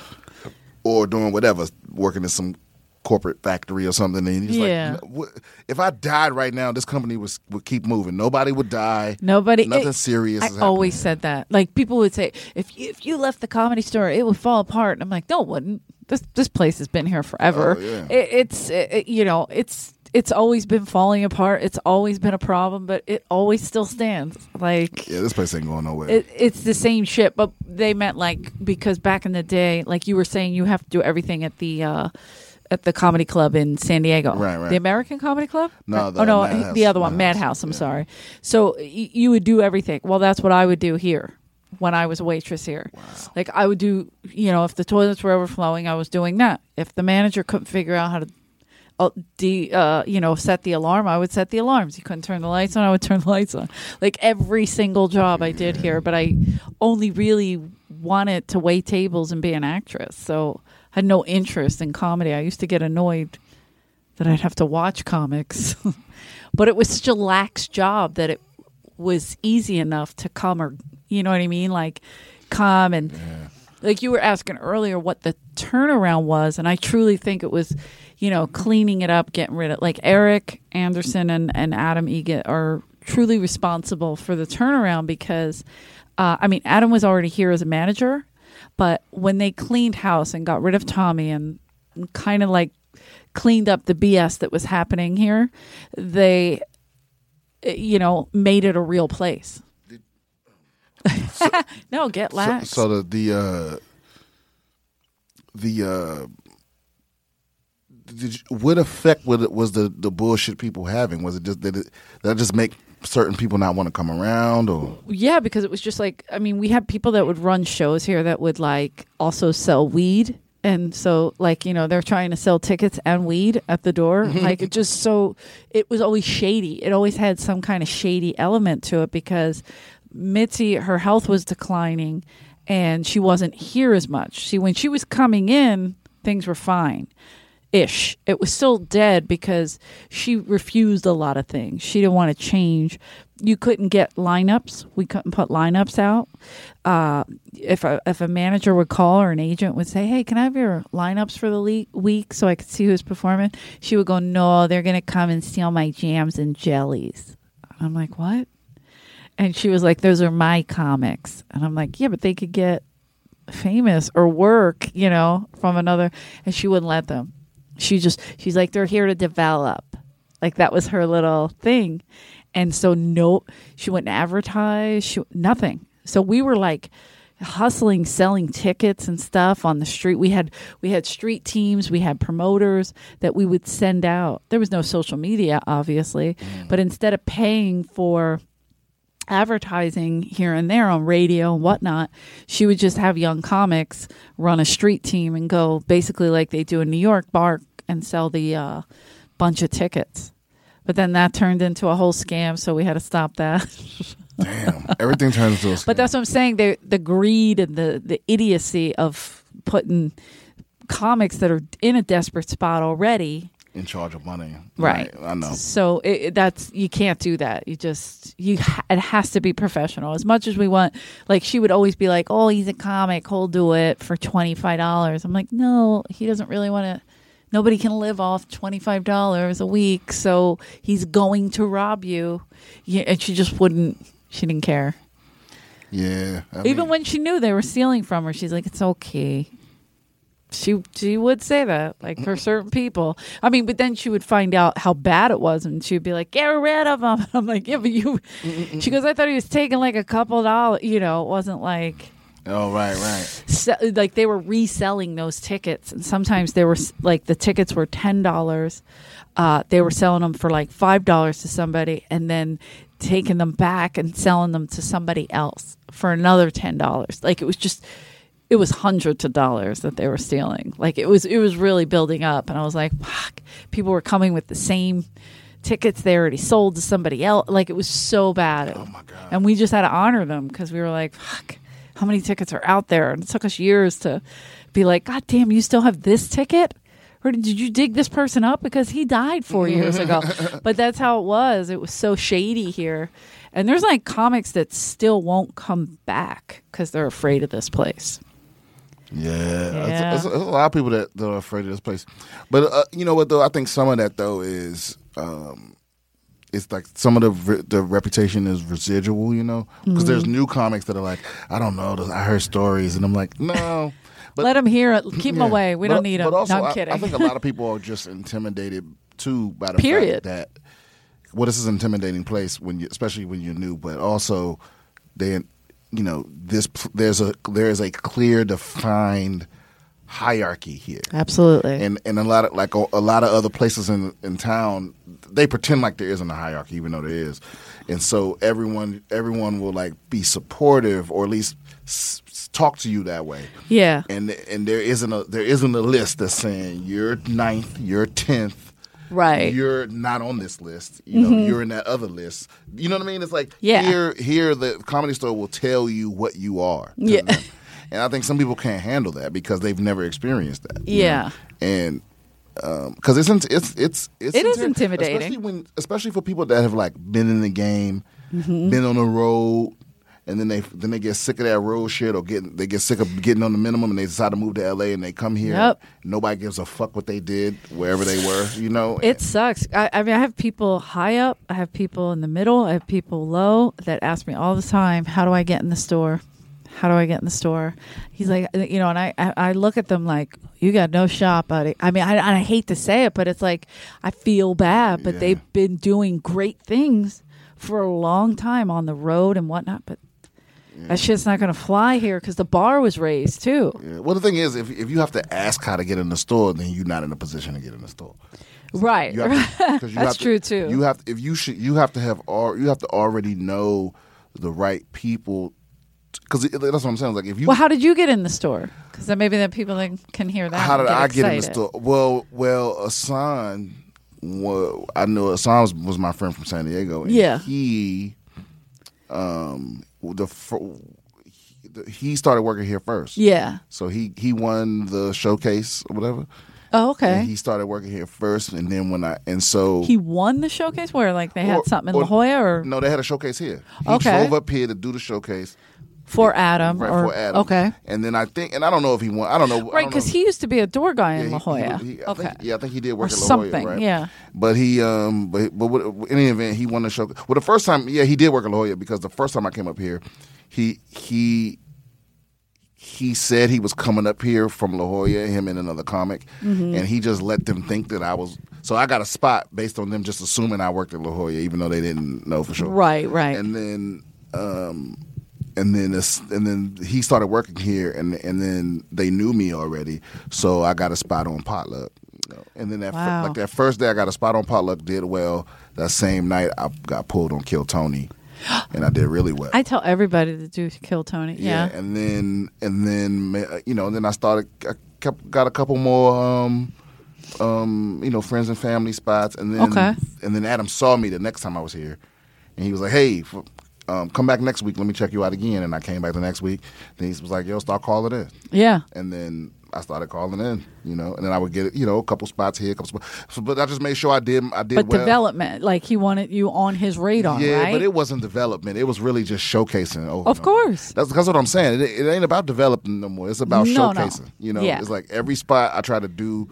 [SPEAKER 2] or doing whatever, working in some corporate factory or something. And you're just
[SPEAKER 1] Yeah.
[SPEAKER 2] like, "What- if I died right now, this company was would keep moving. Nobody would die.
[SPEAKER 1] Nobody.
[SPEAKER 2] Nothing
[SPEAKER 1] it-
[SPEAKER 2] serious.
[SPEAKER 1] I
[SPEAKER 2] is
[SPEAKER 1] always said
[SPEAKER 2] happening.
[SPEAKER 1] that. Like people would say, if you, if you left the comedy store, it would fall apart. And I'm like, no, it wouldn't. This this place has been here forever.
[SPEAKER 2] Oh, yeah.
[SPEAKER 1] it, it's it, it- you know it's it's always been falling apart. It's always been a problem, but it always still stands. Like
[SPEAKER 2] Yeah, this place ain't going nowhere.
[SPEAKER 1] it, it's the same shit, but they meant like because back in the day, like you were saying, you have to do everything at the uh, at the comedy club in San Diego,
[SPEAKER 2] Right, right.
[SPEAKER 1] The American Comedy Club,
[SPEAKER 2] No,
[SPEAKER 1] Or-
[SPEAKER 2] the
[SPEAKER 1] oh no,
[SPEAKER 2] Madhouse,
[SPEAKER 1] the other one,
[SPEAKER 2] Madhouse,
[SPEAKER 1] Madhouse. I'm sorry. So y- you would do everything. Well, that's what I would do here when I was a waitress here. Like I would do, you know, if the toilets were overflowing, I was doing that. If the manager couldn't figure out how to uh, de, uh, you know, set the alarm, I would set the alarms. You couldn't turn the lights on, I would turn the lights on. Like every single job I did here, but I only really wanted to wait tables and be an actress. So I had no interest in comedy. I used to get annoyed that I'd have to watch comics. but it was such a lax job that it was easy enough to come or, you know what I mean? Like, come and like you were asking earlier what the turnaround was and i truly think it was you know cleaning it up getting rid of like eric anderson and, and adam egan are truly responsible for the turnaround because uh, i mean adam was already here as a manager but when they cleaned house and got rid of tommy and kind of like cleaned up the bs that was happening here they uh, you know made it a real place no get
[SPEAKER 2] So,
[SPEAKER 1] lax
[SPEAKER 2] so the the uh, the uh, did you, what effect would it, was the the bullshit people having? Was it just did it that just make certain people not want to come around or
[SPEAKER 1] Yeah, because it was just like I mean, we had people that would run shows here that would like also sell weed. And so like, you know, they're trying to sell tickets and weed at the door. like it just so it was always shady. It always had some kind of shady element to it because Mitzi her health was declining and she wasn't here as much. See, when she was coming in, things were fine ish. It was still dead because she refused a lot of things. She didn't want to change. You couldn't get lineups. We couldn't put lineups out. Uh, if a if a manager would call or an agent would say, "Hey, can I have your lineups for the le- week so I could see who's performing?" She would go, "No, they're gonna come and steal my jams and jellies." And I'm like, "What?" And she was like, "Those are my comics." And I'm like, "Yeah, but they could get." famous or work you know from another and she wouldn't let them she just she's like they're here to develop like that was her little thing and so no she wouldn't advertise she, nothing so we were like hustling selling tickets and stuff on the street we had we had street teams we had promoters that we would send out there was no social media obviously but instead of paying for advertising here and there on radio and whatnot, she would just have young comics run a street team and go basically like they do in New York, bark and sell the uh, bunch of tickets. But then that turned into a whole scam, so we had to stop that.
[SPEAKER 2] Damn, everything turns into a scam.
[SPEAKER 1] but that's what I'm saying. The the greed and the the idiocy of putting comics that are in a desperate spot already
[SPEAKER 2] in charge of money.
[SPEAKER 1] Right.
[SPEAKER 2] I know.
[SPEAKER 1] So it, it- that's you can't do that. You just you ha- it has to be professional. As much as we want, like she would always be like, "Oh, he's a comic. He'll do it for twenty five dollars." I'm like, no, he doesn't really want to. Nobody can live off twenty five dollars a week, so he's going to rob you. Yeah, and she just wouldn't. She didn't care.
[SPEAKER 2] Yeah. I
[SPEAKER 1] Even
[SPEAKER 2] mean,
[SPEAKER 1] when she knew they were stealing from her, she's like, "It's okay." She she would say that like for certain people. I mean, but then she would find out how bad it was, and she'd be like, "Get rid of him." I'm like, "Yeah, but you." She goes, "I thought he was taking like a couple dollars. You know, it wasn't like."
[SPEAKER 2] Oh right, right.
[SPEAKER 1] se- like they were reselling those tickets and sometimes they were s- like the tickets were $10 uh, they were selling them for like $5 to somebody and then taking them back and selling them to somebody else for another $10 like it was just it was hundreds of dollars that they were stealing like it was it was really building up and i was like fuck people were coming with the same tickets they already sold to somebody else like it was so bad oh my
[SPEAKER 2] God.
[SPEAKER 1] and we just had to honor them because we were like, fuck, how many tickets are out there? And it took us years to be like, God damn, you still have this ticket? Or did you dig this person up because he died four years ago? But that's how it was. It was so shady here. And there's like comics that still won't come back because they're afraid of this place.
[SPEAKER 2] Yeah. It's-
[SPEAKER 1] Yeah.
[SPEAKER 2] it's- it's a lot of people that, that are afraid of this place. But uh, you know what though? I think some of that though is um, it's like some of the re- the reputation is residual. You know, because there's new comics that are like, I don't know. those- I heard stories, and I'm like, no. But
[SPEAKER 1] Let them hear it. Keep them
[SPEAKER 2] Yeah.
[SPEAKER 1] away. We
[SPEAKER 2] But-
[SPEAKER 1] don't need them.
[SPEAKER 2] But also,
[SPEAKER 1] no,
[SPEAKER 2] I-
[SPEAKER 1] I'm kidding.
[SPEAKER 2] I, think a lot of people are just intimidated too by the
[SPEAKER 1] Period.
[SPEAKER 2] fact that well, this is an intimidating place when you, especially when you're new, but also they, you know, this pl- there's a there is a clear defined hierarchy here.
[SPEAKER 1] Absolutely.
[SPEAKER 2] And and a lot of like a, a lot of other places in in town, they pretend like there isn't a hierarchy, even though there is. And so everyone everyone will like be supportive or at least s- s- talk to you that way
[SPEAKER 1] yeah.
[SPEAKER 2] and and there isn't a there isn't a list that's saying you're ninth, you're tenth,
[SPEAKER 1] Right. Mm-hmm.
[SPEAKER 2] You're not on this list. You know, you're in that other list. You know what I mean? It's like
[SPEAKER 1] Yeah.
[SPEAKER 2] here here the comedy store will tell you what you are. to
[SPEAKER 1] Yeah.
[SPEAKER 2] them. And I think some people can't handle that because they've never experienced that. you know?
[SPEAKER 1] Yeah.
[SPEAKER 2] And because it's, in- it's it's it's
[SPEAKER 1] It is
[SPEAKER 2] inti-
[SPEAKER 1] intimidating.
[SPEAKER 2] especially when especially for people that have like been in the game,
[SPEAKER 1] Mm-hmm.
[SPEAKER 2] been on the road, and then they then they get sick of that road shit or get they get sick of getting on the minimum and they decide to move to L.A. and they come here.
[SPEAKER 1] Yep.
[SPEAKER 2] Nobody gives a fuck what they did wherever they were. You know,
[SPEAKER 1] It sucks. I, I mean, I have people high up, I have people in the middle, I have people low that ask me all the time, "How do I get in the store? How do I get in the store?" He's like, uh, you know, and I I, I look at them like, "You got no shot, buddy." I mean, I, and I hate to say it, but it's like I feel bad, but
[SPEAKER 2] Yeah.
[SPEAKER 1] they've been doing great things for a long time on the road and whatnot, but. That shit's not gonna fly here because the bar was raised too.
[SPEAKER 2] Yeah. Well, the thing is, if if you have to ask how to get in the store, then you're not in a position to get in the store.
[SPEAKER 1] Right,
[SPEAKER 2] You have to, 'cause you
[SPEAKER 1] That's
[SPEAKER 2] have to-
[SPEAKER 1] true, too.
[SPEAKER 2] You have if you should you have to have all you have to already know the right people because that's what I'm saying. Like if you
[SPEAKER 1] Well, how did you get in the store? Because then maybe that people like, can hear that.
[SPEAKER 2] how
[SPEAKER 1] and
[SPEAKER 2] did I get in the
[SPEAKER 1] excited.
[SPEAKER 2] store? Well, well, Asan, well, I know Asan was, was my friend from San Diego. And
[SPEAKER 1] Yeah.
[SPEAKER 2] he, um, the fir- the, he started working here first.
[SPEAKER 1] Yeah.
[SPEAKER 2] So he he won the showcase or whatever.
[SPEAKER 1] Oh, okay.
[SPEAKER 2] And he started working here first, and then when I and so
[SPEAKER 1] He won the showcase where like they had
[SPEAKER 2] Or-
[SPEAKER 1] something in
[SPEAKER 2] or-
[SPEAKER 1] La Jolla or
[SPEAKER 2] no, they had a showcase here. He
[SPEAKER 1] Okay.
[SPEAKER 2] drove up here to do the showcase
[SPEAKER 1] for Adam
[SPEAKER 2] right
[SPEAKER 1] or
[SPEAKER 2] for Adam.
[SPEAKER 1] okay.
[SPEAKER 2] and then I think, and I don't know if he won. I don't know. I don't
[SPEAKER 1] Right,
[SPEAKER 2] know
[SPEAKER 1] because
[SPEAKER 2] if-
[SPEAKER 1] he used to be a door guy
[SPEAKER 2] yeah,
[SPEAKER 1] in
[SPEAKER 2] he-
[SPEAKER 1] La Jolla.
[SPEAKER 2] he- he- I
[SPEAKER 1] okay.
[SPEAKER 2] think- yeah, I think he did work
[SPEAKER 1] Or
[SPEAKER 2] at La Jolla,
[SPEAKER 1] something,
[SPEAKER 2] right?
[SPEAKER 1] yeah.
[SPEAKER 2] But he, um, but but what, in any event, he won the show. Well, the first time, yeah, he did work at La Jolla because the first time I came up here, he he he said he was coming up here from La Jolla, him and another comic,
[SPEAKER 1] Mm-hmm.
[SPEAKER 2] and he just let them think that I was. So I got a spot based on them just assuming I worked at La Jolla, even though they didn't know for sure.
[SPEAKER 1] Right, right.
[SPEAKER 2] And then, um, and then this, and then he started working here, and and then they knew me already, so I got a spot on Potluck. you know. And then that fir-
[SPEAKER 1] Wow.
[SPEAKER 2] like that first day, I got a spot on Potluck. Did well. That same night, I got pulled on Kill Tony, and I did really well.
[SPEAKER 1] I tell everybody to do kill Tony. Yeah.
[SPEAKER 2] And then and then ma- you know, then I started I kept, got a couple more um um you know, friends and family spots and then
[SPEAKER 1] Okay.
[SPEAKER 2] and then Adam saw me the next time I was here and he was like, "Hey, f- um, come back next week. Let me check you out again." And I came back the next week. Then he was like, "Yo, start calling in."
[SPEAKER 1] yeah.
[SPEAKER 2] And then I started calling in, you know, and then I would get, you know, a couple spots here, a couple spots. So, but I just made sure I did, I did
[SPEAKER 1] But
[SPEAKER 2] well.
[SPEAKER 1] development, like he wanted you on his radar,
[SPEAKER 2] Yeah,
[SPEAKER 1] right?
[SPEAKER 2] but it wasn't development. It was really just showcasing. Over
[SPEAKER 1] Of
[SPEAKER 2] and over.
[SPEAKER 1] course.
[SPEAKER 2] that's that's what I'm saying. It, it ain't about developing no more. It's about
[SPEAKER 1] No, no.
[SPEAKER 2] showcasing. You know,
[SPEAKER 1] Yeah.
[SPEAKER 2] it's like every spot I try to do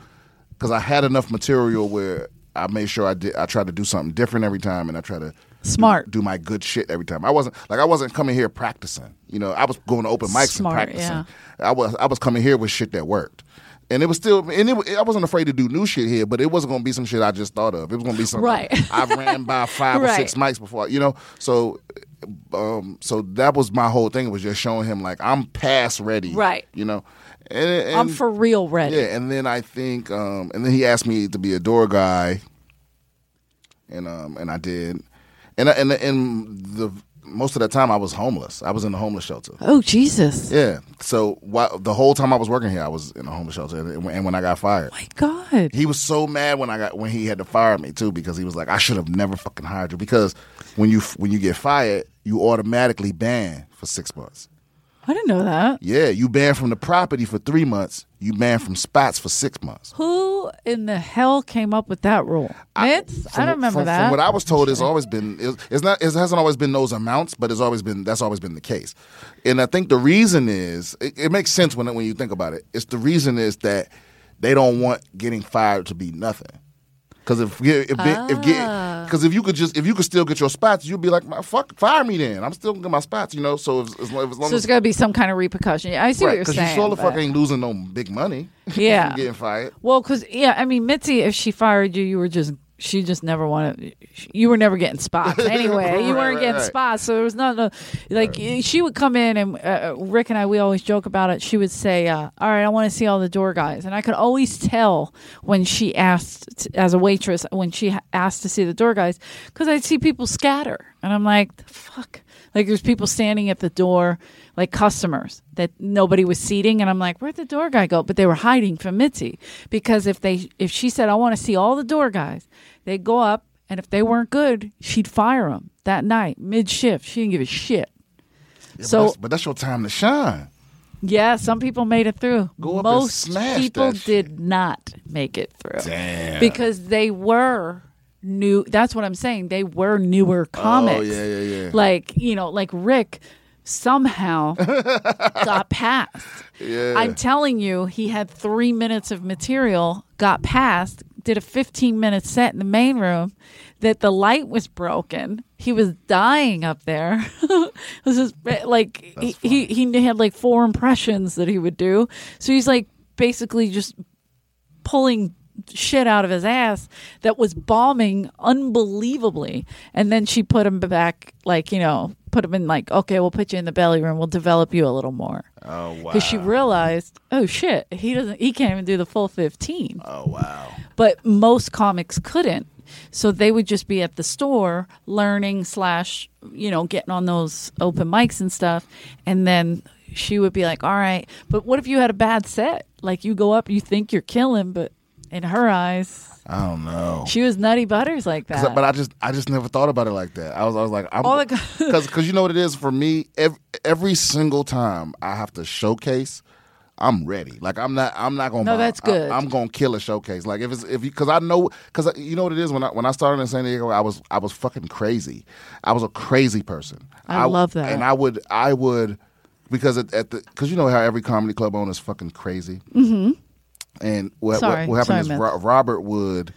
[SPEAKER 2] because I had enough material where I made sure I did. I tried to do something different every time, and I try to.
[SPEAKER 1] Smart.
[SPEAKER 2] Do, do my good shit every time. I wasn't like I wasn't coming here practicing. You know, I was going to open mics
[SPEAKER 1] Smart,
[SPEAKER 2] and practicing.
[SPEAKER 1] yeah.
[SPEAKER 2] I was I was coming here with shit that worked. And it was still, and it, I wasn't afraid to do new shit here, but it wasn't going to be some shit I just thought of. It was going to be something
[SPEAKER 1] Right.
[SPEAKER 2] I ran by five or
[SPEAKER 1] Right.
[SPEAKER 2] six mics before, you know. So, um, so that was my whole thing was just showing him like I'm past ready,
[SPEAKER 1] Right.
[SPEAKER 2] You know, and, and
[SPEAKER 1] I'm for real ready.
[SPEAKER 2] yeah. And then I think, um, and then he asked me to be a door guy, and um, and I did, and I, and and the most of the time I was homeless. I was in the homeless shelter.
[SPEAKER 1] Oh Jesus.
[SPEAKER 2] Yeah. So why, the whole time I was working here, I was in a homeless shelter, and when- and when I got fired.
[SPEAKER 1] My God.
[SPEAKER 2] He was so mad when I got when he had to fire me too because he was like, I should have never fucking hired you because when you when you get fired, you automatically banned for six months.
[SPEAKER 1] I didn't know that.
[SPEAKER 2] Yeah, you banned from the property for three months. You banned from spots for six months.
[SPEAKER 1] Who in the hell came up with that rule? Mitz? I,
[SPEAKER 2] From-
[SPEAKER 1] don't remember
[SPEAKER 2] from,
[SPEAKER 1] that.
[SPEAKER 2] From what I was told, it's always been it's it's not it hasn't always been those amounts, but it's always been that's always been the case. And I think the reason is it, it makes sense when when you think about it. It's the reason is that they don't want getting fired to be nothing. Because if if if, if because if you could just if you could still get your spots, you'd be like, "My- fuck, fire me then. I'm still gonna get my spots, you know. So if, as long as long
[SPEAKER 1] so
[SPEAKER 2] as
[SPEAKER 1] it's got to be some kind of repercussion. Yeah, I see what you're
[SPEAKER 2] because
[SPEAKER 1] saying.
[SPEAKER 2] you sure the fuck
[SPEAKER 1] but-
[SPEAKER 2] ain't losing no big money.
[SPEAKER 1] Yeah.
[SPEAKER 2] from getting fired.
[SPEAKER 1] Well, because yeah, I mean, Mitzi, if she fired you, you were just she just never wanted. You were never getting spots anyway. you
[SPEAKER 2] Right,
[SPEAKER 1] weren't
[SPEAKER 2] right,
[SPEAKER 1] getting
[SPEAKER 2] right.
[SPEAKER 1] spots, so there was no, no like she would come in and uh, Rick and I we always joke about it. She would say, uh, "All right, I want to see all the door guys," and I could always tell when she asked t- as a waitress when she ha- asked to see the door guys because I'd see people scatter, and I'm like, the "Fuck." Like there's people standing at the door, like customers that nobody was seating, and I'm like, where'd the door guy go? But they were hiding from Mitzi because if they if she said I want to see all the door guys, they'd go up, and if they weren't good, she'd fire them that night mid shift. She didn't give a shit.
[SPEAKER 2] Yeah,
[SPEAKER 1] So-
[SPEAKER 2] but that's, but that's your time to shine.
[SPEAKER 1] Yeah, some people made it through.
[SPEAKER 2] Go up and
[SPEAKER 1] Most
[SPEAKER 2] smash
[SPEAKER 1] people
[SPEAKER 2] that shit.
[SPEAKER 1] did not make it through
[SPEAKER 2] Damn.
[SPEAKER 1] because they were new. That's what I'm saying. They were newer comics.
[SPEAKER 2] Oh, yeah, yeah, yeah.
[SPEAKER 1] Like you know, like Rick somehow got passed.
[SPEAKER 2] Yeah.
[SPEAKER 1] I'm telling you, he had three minutes of material, got passed, did a 15 minute set in the main room, that the light was broken. He was dying up there. this is like he, he he had like four impressions that he would do. So he's like basically just pulling shit out of his ass that was bombing unbelievably and then she put him back like you know put him in like okay we'll put you in the belly room we'll develop you a little more
[SPEAKER 2] oh wow.
[SPEAKER 1] because she realized oh shit he doesn't he can't even do the full 15
[SPEAKER 2] Oh wow.
[SPEAKER 1] but most comics couldn't so they would just be at the store learning slash you know getting on those open mics and stuff and then she would be like all right but what if you had a bad set like you go up you think you're killing but
[SPEAKER 5] in her eyes.
[SPEAKER 2] I don't know.
[SPEAKER 5] She was nutty butters like
[SPEAKER 2] 'Cause I-
[SPEAKER 5] that.
[SPEAKER 2] but I just I just never thought about it like that. I was I was like I'm
[SPEAKER 5] All the-
[SPEAKER 2] because because you know what it is for me every, every single time I have to showcase. I'm ready. Like I'm not. I'm not gonna.
[SPEAKER 5] No,
[SPEAKER 2] bow.
[SPEAKER 5] that's good.
[SPEAKER 2] I, am gonna kill a showcase. Like if it's if you because I know because you know what it is when I when I started in San Diego I was I was fucking crazy. I was a crazy person.
[SPEAKER 1] I love that.
[SPEAKER 2] And I would I would because at, at the because you know how every comedy club owner is fucking crazy. Mm-hmm. And what
[SPEAKER 1] Sorry.
[SPEAKER 2] what, what happened
[SPEAKER 1] Sorry, Matt.
[SPEAKER 2] is Ro- Robert would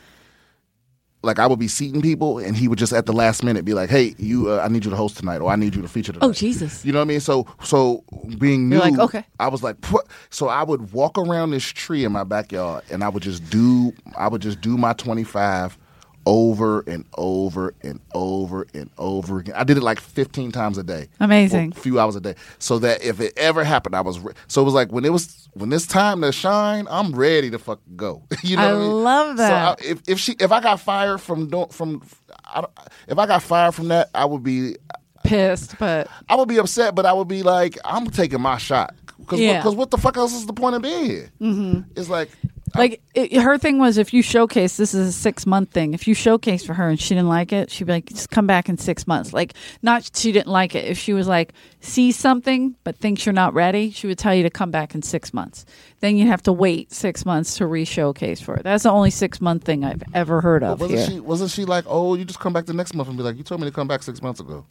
[SPEAKER 2] like I would be seating people, and he would just at the last minute be like, "Hey, you, uh, I need you to host tonight, or I need you to feature tonight."
[SPEAKER 1] Oh, Jesus.
[SPEAKER 2] You know what I mean? So, so being new,
[SPEAKER 1] You're like, okay.
[SPEAKER 2] I was like, "Pwah." so I would walk around this tree in my backyard, and I would just do, I would just do my twenty five over and over and over and over again. I did it like fifteen times a day,
[SPEAKER 1] Amazing.
[SPEAKER 2] or a few hours a day, so that if it ever happened, I was re- so it was like when it was when it's time to shine, I'm ready to fucking go. you know,
[SPEAKER 1] I
[SPEAKER 2] what mean?
[SPEAKER 1] love
[SPEAKER 2] So I-
[SPEAKER 1] that.
[SPEAKER 2] if if she if I got fired from do- from I don't, if I got fired from that, I would be
[SPEAKER 1] pissed, but
[SPEAKER 2] I would be upset, but I would be like I'm taking my shot because
[SPEAKER 1] Yeah.
[SPEAKER 2] what, the fuck else is the point of being here? Mm-hmm. It's like
[SPEAKER 1] like it, her thing was if you showcase this is a six month thing if you showcase for her and she didn't like it she'd be like just come back in six months like not she didn't like it if she was like sees something but thinks you're not ready she would tell you to come back in six months then you'd have to wait six months to re-showcase for her that's the only six month thing i've ever heard of
[SPEAKER 2] wasn't
[SPEAKER 1] here.
[SPEAKER 2] she wasn't she like oh you just come back the next month and be like you told me to come back six months ago?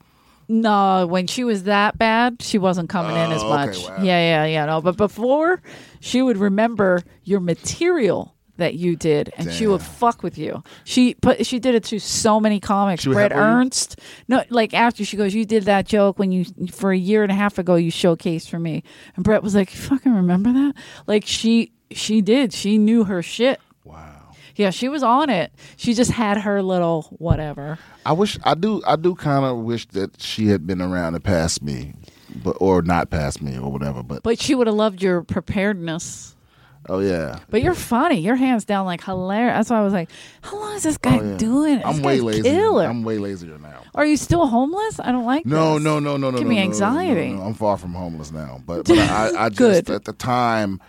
[SPEAKER 1] No, when she was that bad, she wasn't coming in as
[SPEAKER 2] Oh,
[SPEAKER 1] much.
[SPEAKER 2] okay, wow.
[SPEAKER 1] Yeah, yeah, yeah. No, but before, she would remember your material that you did, and she would fuck with you. She put she did it to so many comics.
[SPEAKER 2] She would
[SPEAKER 1] Brett
[SPEAKER 2] heckle you?
[SPEAKER 1] Ernst. No, like after she goes, you did that joke when you for a year and a half ago you showcased for me, and Brett was like, you fucking remember that? Like she she did. She knew her shit.
[SPEAKER 2] Wow.
[SPEAKER 1] Yeah, she was on it. She just had her little whatever.
[SPEAKER 2] I wish I do I do kind of wish that she had been around and passed me, but or not passed me or whatever. But,
[SPEAKER 1] But she would have loved your preparedness.
[SPEAKER 2] oh yeah,
[SPEAKER 1] But you're funny. Your hands down like hilarious. That's why I was like, how long is this guy
[SPEAKER 2] Oh, yeah.
[SPEAKER 1] doing? it?
[SPEAKER 2] I'm
[SPEAKER 1] this
[SPEAKER 2] way
[SPEAKER 1] guy's
[SPEAKER 2] lazier.
[SPEAKER 1] Killer.
[SPEAKER 2] I'm way lazier now.
[SPEAKER 1] Are you still homeless? I don't like
[SPEAKER 2] No,
[SPEAKER 1] this.
[SPEAKER 2] no, no, no, no.
[SPEAKER 1] Give
[SPEAKER 2] no,
[SPEAKER 1] me
[SPEAKER 2] no, no,
[SPEAKER 1] anxiety.
[SPEAKER 2] no, no. I'm far from homeless now, but, but I, I just
[SPEAKER 1] Good.
[SPEAKER 2] at the time,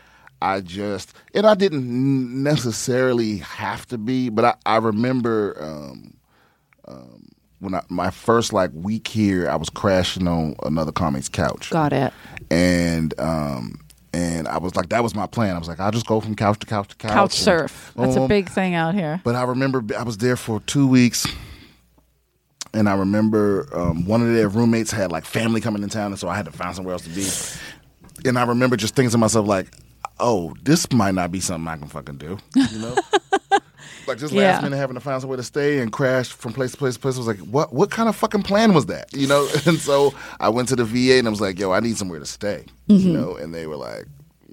[SPEAKER 2] I just and I didn't necessarily have to be, but I, I remember um, um, when I, my first like week here, I was crashing on another comic's couch
[SPEAKER 1] Got it.
[SPEAKER 2] and um and I was like, that was my plan. I was like, I'll just go from couch to couch to couch.
[SPEAKER 1] Couch
[SPEAKER 2] and-
[SPEAKER 1] surf. That's a
[SPEAKER 2] Um,
[SPEAKER 1] big thing out here.
[SPEAKER 2] But I remember b- I was there for two weeks, and I remember um, one of their roommates had like family coming in town, and so I had to find somewhere else to be. And I remember just thinking to myself like, oh, this might not be something I can fucking do, you know. Like just last
[SPEAKER 1] Yeah.
[SPEAKER 2] minute having to find somewhere to stay and crash from place to place to place. I was like, what what kind of fucking plan was that? You know? And so I went to the VA and I was like, yo, I need somewhere to stay.
[SPEAKER 1] Mm-hmm.
[SPEAKER 2] You know? And they were like,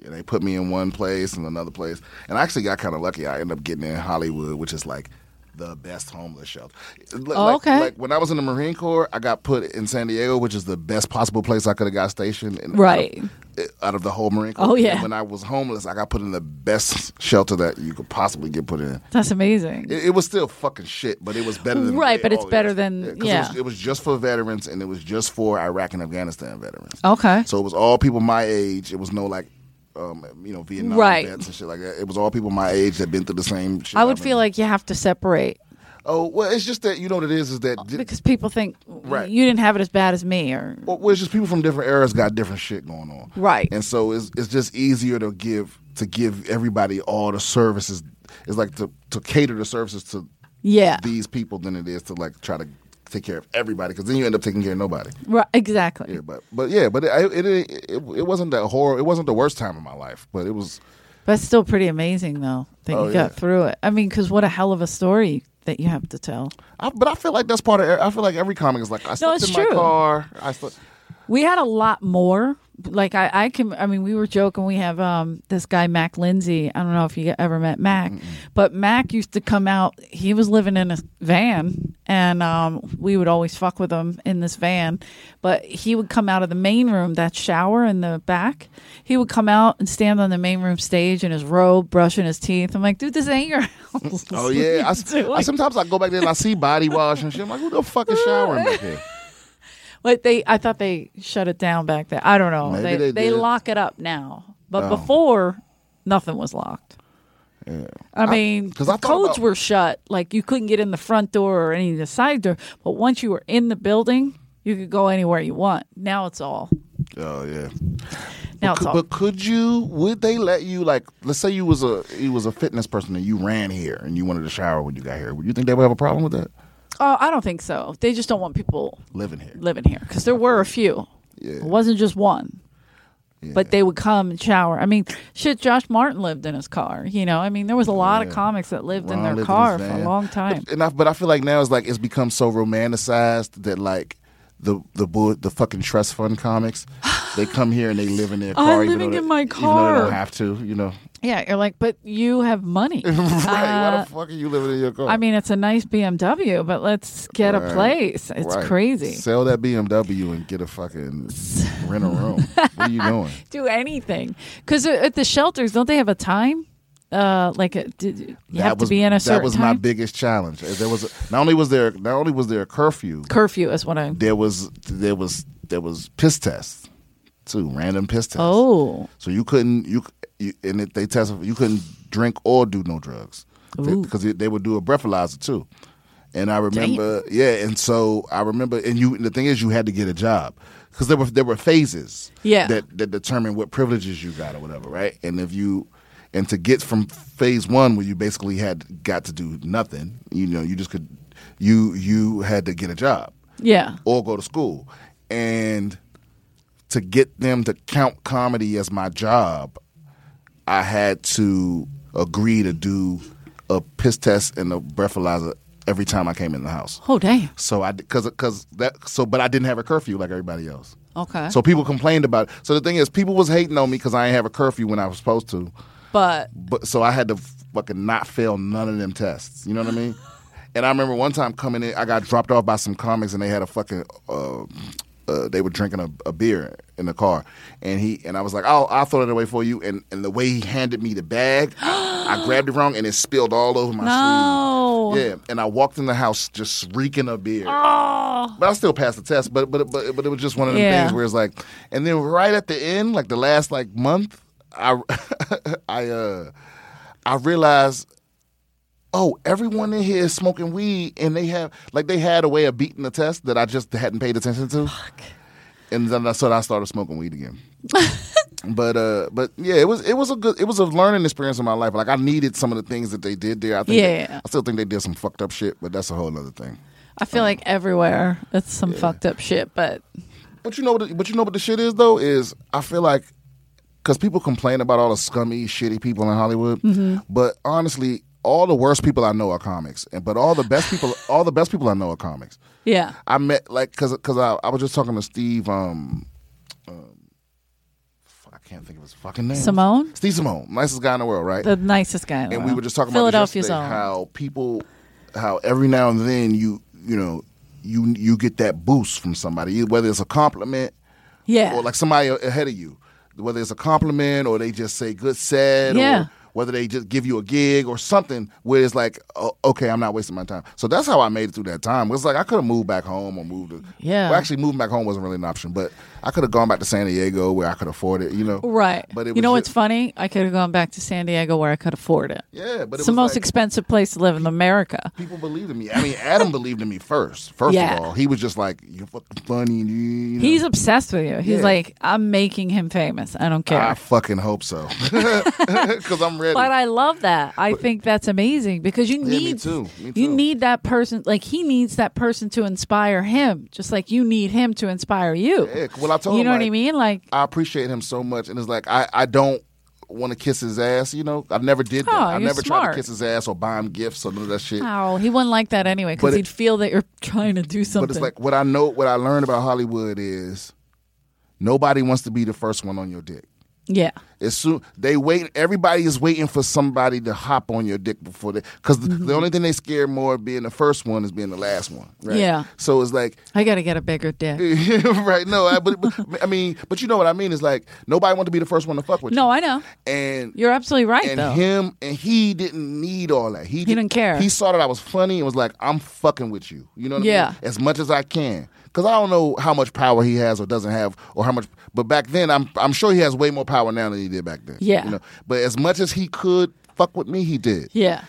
[SPEAKER 2] and they put me in one place and another place. And I actually got kind of lucky. I ended up getting in Hollywood, which is like the best homeless shelter. Like-
[SPEAKER 1] Oh,
[SPEAKER 2] like-
[SPEAKER 1] okay.
[SPEAKER 2] Like when I was in the Marine Corps, I got put in San Diego, which is the best possible place I could have got stationed. And
[SPEAKER 1] Right.
[SPEAKER 2] Out of, out of the whole Marine Corps.
[SPEAKER 1] Oh, yeah.
[SPEAKER 2] And when I was homeless, I got put in the best shelter that you could possibly get put in.
[SPEAKER 1] That's amazing.
[SPEAKER 2] It, it was still fucking shit, but it was better than
[SPEAKER 1] Right,
[SPEAKER 2] yeah,
[SPEAKER 1] but it's
[SPEAKER 2] oh,
[SPEAKER 1] better
[SPEAKER 2] yes.
[SPEAKER 1] than-
[SPEAKER 2] 'cause
[SPEAKER 1] yeah.
[SPEAKER 2] It was, it was just for veterans, and it was just for Iraq and Afghanistan veterans.
[SPEAKER 1] okay.
[SPEAKER 2] So it was all people my age. It was no like, um, you know, Vietnam
[SPEAKER 1] Right.
[SPEAKER 2] vets and shit like that. It was all people my age that been through the same. shit
[SPEAKER 1] I would
[SPEAKER 2] I've
[SPEAKER 1] feel
[SPEAKER 2] been-
[SPEAKER 1] like you have to separate
[SPEAKER 2] oh well, it's just that you know what it is is that
[SPEAKER 1] because people think
[SPEAKER 2] Right.
[SPEAKER 1] you didn't have it as bad as me or
[SPEAKER 2] well, well, it's just people from different eras got different shit going on.
[SPEAKER 1] Right.
[SPEAKER 2] And so it's it's just easier to give to give everybody all the services. It's like to to cater the services to
[SPEAKER 1] yeah.
[SPEAKER 2] these people than it is to like try to take care of everybody because then you end up taking care of nobody.
[SPEAKER 1] right, exactly.
[SPEAKER 2] Yeah, but but yeah, but it it it, it, it wasn't that horror. It wasn't the worst time of my life, but it was.
[SPEAKER 1] But it's still pretty amazing though that
[SPEAKER 2] Oh,
[SPEAKER 1] you
[SPEAKER 2] yeah.
[SPEAKER 1] got through it. I mean, because what a hell of a story that you have to tell.
[SPEAKER 2] I, but I feel like that's part of. e, I feel like every comic is like I slept
[SPEAKER 1] it's
[SPEAKER 2] in
[SPEAKER 1] true.
[SPEAKER 2] my car. I slept.
[SPEAKER 1] We had a lot more. Like I, I can. I mean, we were joking. We have um this guy Mac Lindsay. I don't know if you ever met Mac, but Mac used to come out. He was living in a van, and um we would always fuck with him in this van. But he would come out of the main room, that shower in the back. He would come out and stand on the main room stage in his robe, brushing his teeth. I'm like, dude, this ain't your house.
[SPEAKER 2] Oh yeah, I, s-
[SPEAKER 1] What are you
[SPEAKER 2] I-
[SPEAKER 1] doing?
[SPEAKER 2] sometimes I go back there and I see body wash and shit. I'm like, who the fuck is showering back here?
[SPEAKER 1] But they, I thought they shut it down back then. I don't know.
[SPEAKER 2] Maybe
[SPEAKER 1] they
[SPEAKER 2] they
[SPEAKER 1] they
[SPEAKER 2] did.
[SPEAKER 1] lock it up now, but
[SPEAKER 2] Oh.
[SPEAKER 1] before nothing was locked. I mean,
[SPEAKER 2] 'cause
[SPEAKER 1] the
[SPEAKER 2] I thought
[SPEAKER 1] codes
[SPEAKER 2] about-
[SPEAKER 1] were shut. Like you couldn't get in the front door or any of the side door. But once you were in the building, you could go anywhere you want. Now it's all.
[SPEAKER 2] Oh yeah.
[SPEAKER 1] Now it's
[SPEAKER 2] Could,
[SPEAKER 1] all.
[SPEAKER 2] but could you? Would they let you? Like, let's say you was a you was a fitness person and you ran here and you wanted to shower when you got here. Would you think they would have a problem with that?
[SPEAKER 1] oh, I don't think so. They just don't want people
[SPEAKER 2] Living here,
[SPEAKER 1] living here because there were a few. It wasn't just one. But they would come and shower. I mean, shit. Josh Martin lived in his car. You know, I mean, there was a lot of comics that lived
[SPEAKER 2] Ron
[SPEAKER 1] in
[SPEAKER 2] lived
[SPEAKER 1] their
[SPEAKER 2] his
[SPEAKER 1] car for a
[SPEAKER 2] van.
[SPEAKER 1] long time.
[SPEAKER 2] But, and I, but I feel like now it's like it's become so romanticized that like the the bull, the fucking trust fund comics, they come here and they live in their car. even
[SPEAKER 1] living
[SPEAKER 2] though
[SPEAKER 1] in my
[SPEAKER 2] even though they
[SPEAKER 1] car.
[SPEAKER 2] don't have to. You know,
[SPEAKER 1] Yeah, you're like, but you have money.
[SPEAKER 2] right?
[SPEAKER 1] Uh,
[SPEAKER 2] why the fuck are you living in your car?
[SPEAKER 1] I mean, it's a nice BMW, but let's get
[SPEAKER 2] Right.
[SPEAKER 1] a place. It's
[SPEAKER 2] Right.
[SPEAKER 1] crazy.
[SPEAKER 2] Sell that BMW and get a fucking rent a room. Where are you going?
[SPEAKER 1] Do anything because at the shelters, don't they have a time? Uh, like a, did, you have
[SPEAKER 2] was,
[SPEAKER 1] to be in a certain
[SPEAKER 2] That was
[SPEAKER 1] time?
[SPEAKER 2] my biggest challenge. There was not only was there not only was there a curfew,
[SPEAKER 1] curfew. Is what I'm.
[SPEAKER 2] there was there was there was piss tests too, random piss tests.
[SPEAKER 1] Oh,
[SPEAKER 2] so you couldn't you, you and it, they tested you couldn't drink or do no drugs
[SPEAKER 1] Ooh.
[SPEAKER 2] because they, would do a breathalyzer too. And I remember, yeah, and so I remember, and you. The thing is, you had to get a job because there were there were phases,
[SPEAKER 1] Yeah.
[SPEAKER 2] that that determine what privileges you got or whatever, right? And if you and to get from phase one where you basically had got to do nothing, you know, you just could you you had to get a job
[SPEAKER 1] yeah.
[SPEAKER 2] or go to school. And to get them to count comedy as my job, I had to agree to do a piss test and a breathalyzer every time I came in the house.
[SPEAKER 1] Oh, damn.
[SPEAKER 2] So I because because that so but I didn't have a curfew like everybody else.
[SPEAKER 1] Okay.
[SPEAKER 2] So people complained about it. So the thing is, people was hating on me because I ain't have a curfew when I was supposed to.
[SPEAKER 1] but
[SPEAKER 2] But so I had to fucking not fail none of them tests. You know what I mean? And I remember one time coming in, I got dropped off by some comics, and they had a fucking. Uh, uh, they were drinking a, a beer in the car, and he and I was like, "Oh, I'll throw it away for you." And and the way he handed me the bag, I grabbed it wrong, and it spilled all over my
[SPEAKER 1] no.
[SPEAKER 2] sleeve. Yeah, and I walked in the house just reeking of beer. But I still passed the test. But but but but it was just one of them
[SPEAKER 1] Yeah.
[SPEAKER 2] things where it's like, and then right at the end, like the last like month, I I uh I realized, oh, everyone in here is smoking weed, and they have like they had a way of beating the test that I just hadn't paid attention to. And then that's when I started smoking weed again. but uh, but yeah, it was it was a good it was a learning experience in my life. Like I needed some of the things that they did there. I think
[SPEAKER 1] Yeah.
[SPEAKER 2] they- I still think they did some fucked up shit, but that's a whole other thing.
[SPEAKER 1] I
[SPEAKER 2] Um,
[SPEAKER 1] feel like everywhere that's some fucked up shit. But
[SPEAKER 2] But you know what? But you know what the shit is though is I feel like because people complain about all the scummy, shitty people in Hollywood,
[SPEAKER 1] Mm-hmm.
[SPEAKER 2] but honestly, all the worst people I know are comics, and but all the best people, all the best people I know are comics.
[SPEAKER 1] yeah,
[SPEAKER 2] I met like because because I, I was just talking to Steve. Um, um, I can't think of his fucking name.
[SPEAKER 1] Simone,
[SPEAKER 2] Steve Simone, nicest guy in the world, right?
[SPEAKER 1] the nicest guy. In the
[SPEAKER 2] and we
[SPEAKER 1] world.
[SPEAKER 2] were just talking about this
[SPEAKER 1] Philadelphia's
[SPEAKER 2] yesterday,
[SPEAKER 1] own.
[SPEAKER 2] how people how every now and then you you know you you get that boost from somebody whether it's a compliment
[SPEAKER 1] yeah.
[SPEAKER 2] or like somebody ahead of you whether it's a compliment or they just say good set
[SPEAKER 1] Yeah.
[SPEAKER 2] or whether they just give you a gig or something where it's like oh, okay i'm not wasting my time so that's how i made it through that time it was like i could have moved back home or moved to
[SPEAKER 1] Yeah.
[SPEAKER 2] well, actually moving back home wasn't really an option but i could have gone back to san diego where i could afford it you know
[SPEAKER 1] Right.
[SPEAKER 2] but it
[SPEAKER 1] you
[SPEAKER 2] was
[SPEAKER 1] know
[SPEAKER 2] ju-
[SPEAKER 1] what's funny? I could have gone back to San Diego where I could afford it.
[SPEAKER 2] yeah but it
[SPEAKER 1] it's the
[SPEAKER 2] was
[SPEAKER 1] most
[SPEAKER 2] like-
[SPEAKER 1] expensive place to live in America.
[SPEAKER 2] people believed in me. I mean, Adam believed in me first. First
[SPEAKER 1] Yeah.
[SPEAKER 2] of all, he was just like, "You're fucking funny." You know?
[SPEAKER 1] He's obsessed with you. He's
[SPEAKER 2] Yeah. Ah,
[SPEAKER 1] like, I'm making him famous. I don't care.
[SPEAKER 2] I fucking hope so, because I'm ready.
[SPEAKER 1] but I love that. I think that's amazing because you
[SPEAKER 2] me
[SPEAKER 1] need
[SPEAKER 2] too. Me
[SPEAKER 1] you
[SPEAKER 2] too.
[SPEAKER 1] need that person like he needs that person to inspire him, just like you need him to inspire you.
[SPEAKER 2] Yeah, well, I told
[SPEAKER 1] you
[SPEAKER 2] him,
[SPEAKER 1] know what I
[SPEAKER 2] like,
[SPEAKER 1] mean? Like
[SPEAKER 2] I appreciate him so much, and it's like I, I don't want to kiss his ass. You know, I never did that.
[SPEAKER 1] Oh,
[SPEAKER 2] I
[SPEAKER 1] you're
[SPEAKER 2] never tried
[SPEAKER 1] smart.
[SPEAKER 2] to kiss his ass or buy him gifts or none of that shit.
[SPEAKER 1] oh, he wouldn't like that anyway because
[SPEAKER 2] But it-
[SPEAKER 1] he'd feel that you're trying to do something.
[SPEAKER 2] But it's like what I know, what I learned about Hollywood is nobody wants to be the first one on your dick.
[SPEAKER 1] yeah,
[SPEAKER 2] As soon they wait, everybody is waiting for somebody to hop on your dick before they. Because
[SPEAKER 1] Mm-hmm.
[SPEAKER 2] the only thing they scare more of being the first one is being the last one. Right?
[SPEAKER 1] Yeah.
[SPEAKER 2] So it's like,
[SPEAKER 1] I got to get a bigger dick.
[SPEAKER 2] right? No, I, but, but- I mean, but you know what I mean? It's like nobody want to be the first one to fuck with
[SPEAKER 1] No,
[SPEAKER 2] you.
[SPEAKER 1] I know.
[SPEAKER 2] and
[SPEAKER 1] You're absolutely right
[SPEAKER 2] and
[SPEAKER 1] though.
[SPEAKER 2] him and he didn't need all that. He, did-
[SPEAKER 1] didn't care.
[SPEAKER 2] He saw that I was funny and was like, "I'm fucking with you." You know what I
[SPEAKER 1] Yeah.
[SPEAKER 2] mean? As much as I can, because I don't know how much power he has or doesn't have, or how much. But back then, I'm I'm sure he has way more power now than he did back then.
[SPEAKER 1] Yeah.
[SPEAKER 2] You know? But as much as he could fuck with me, he did.
[SPEAKER 1] Yeah.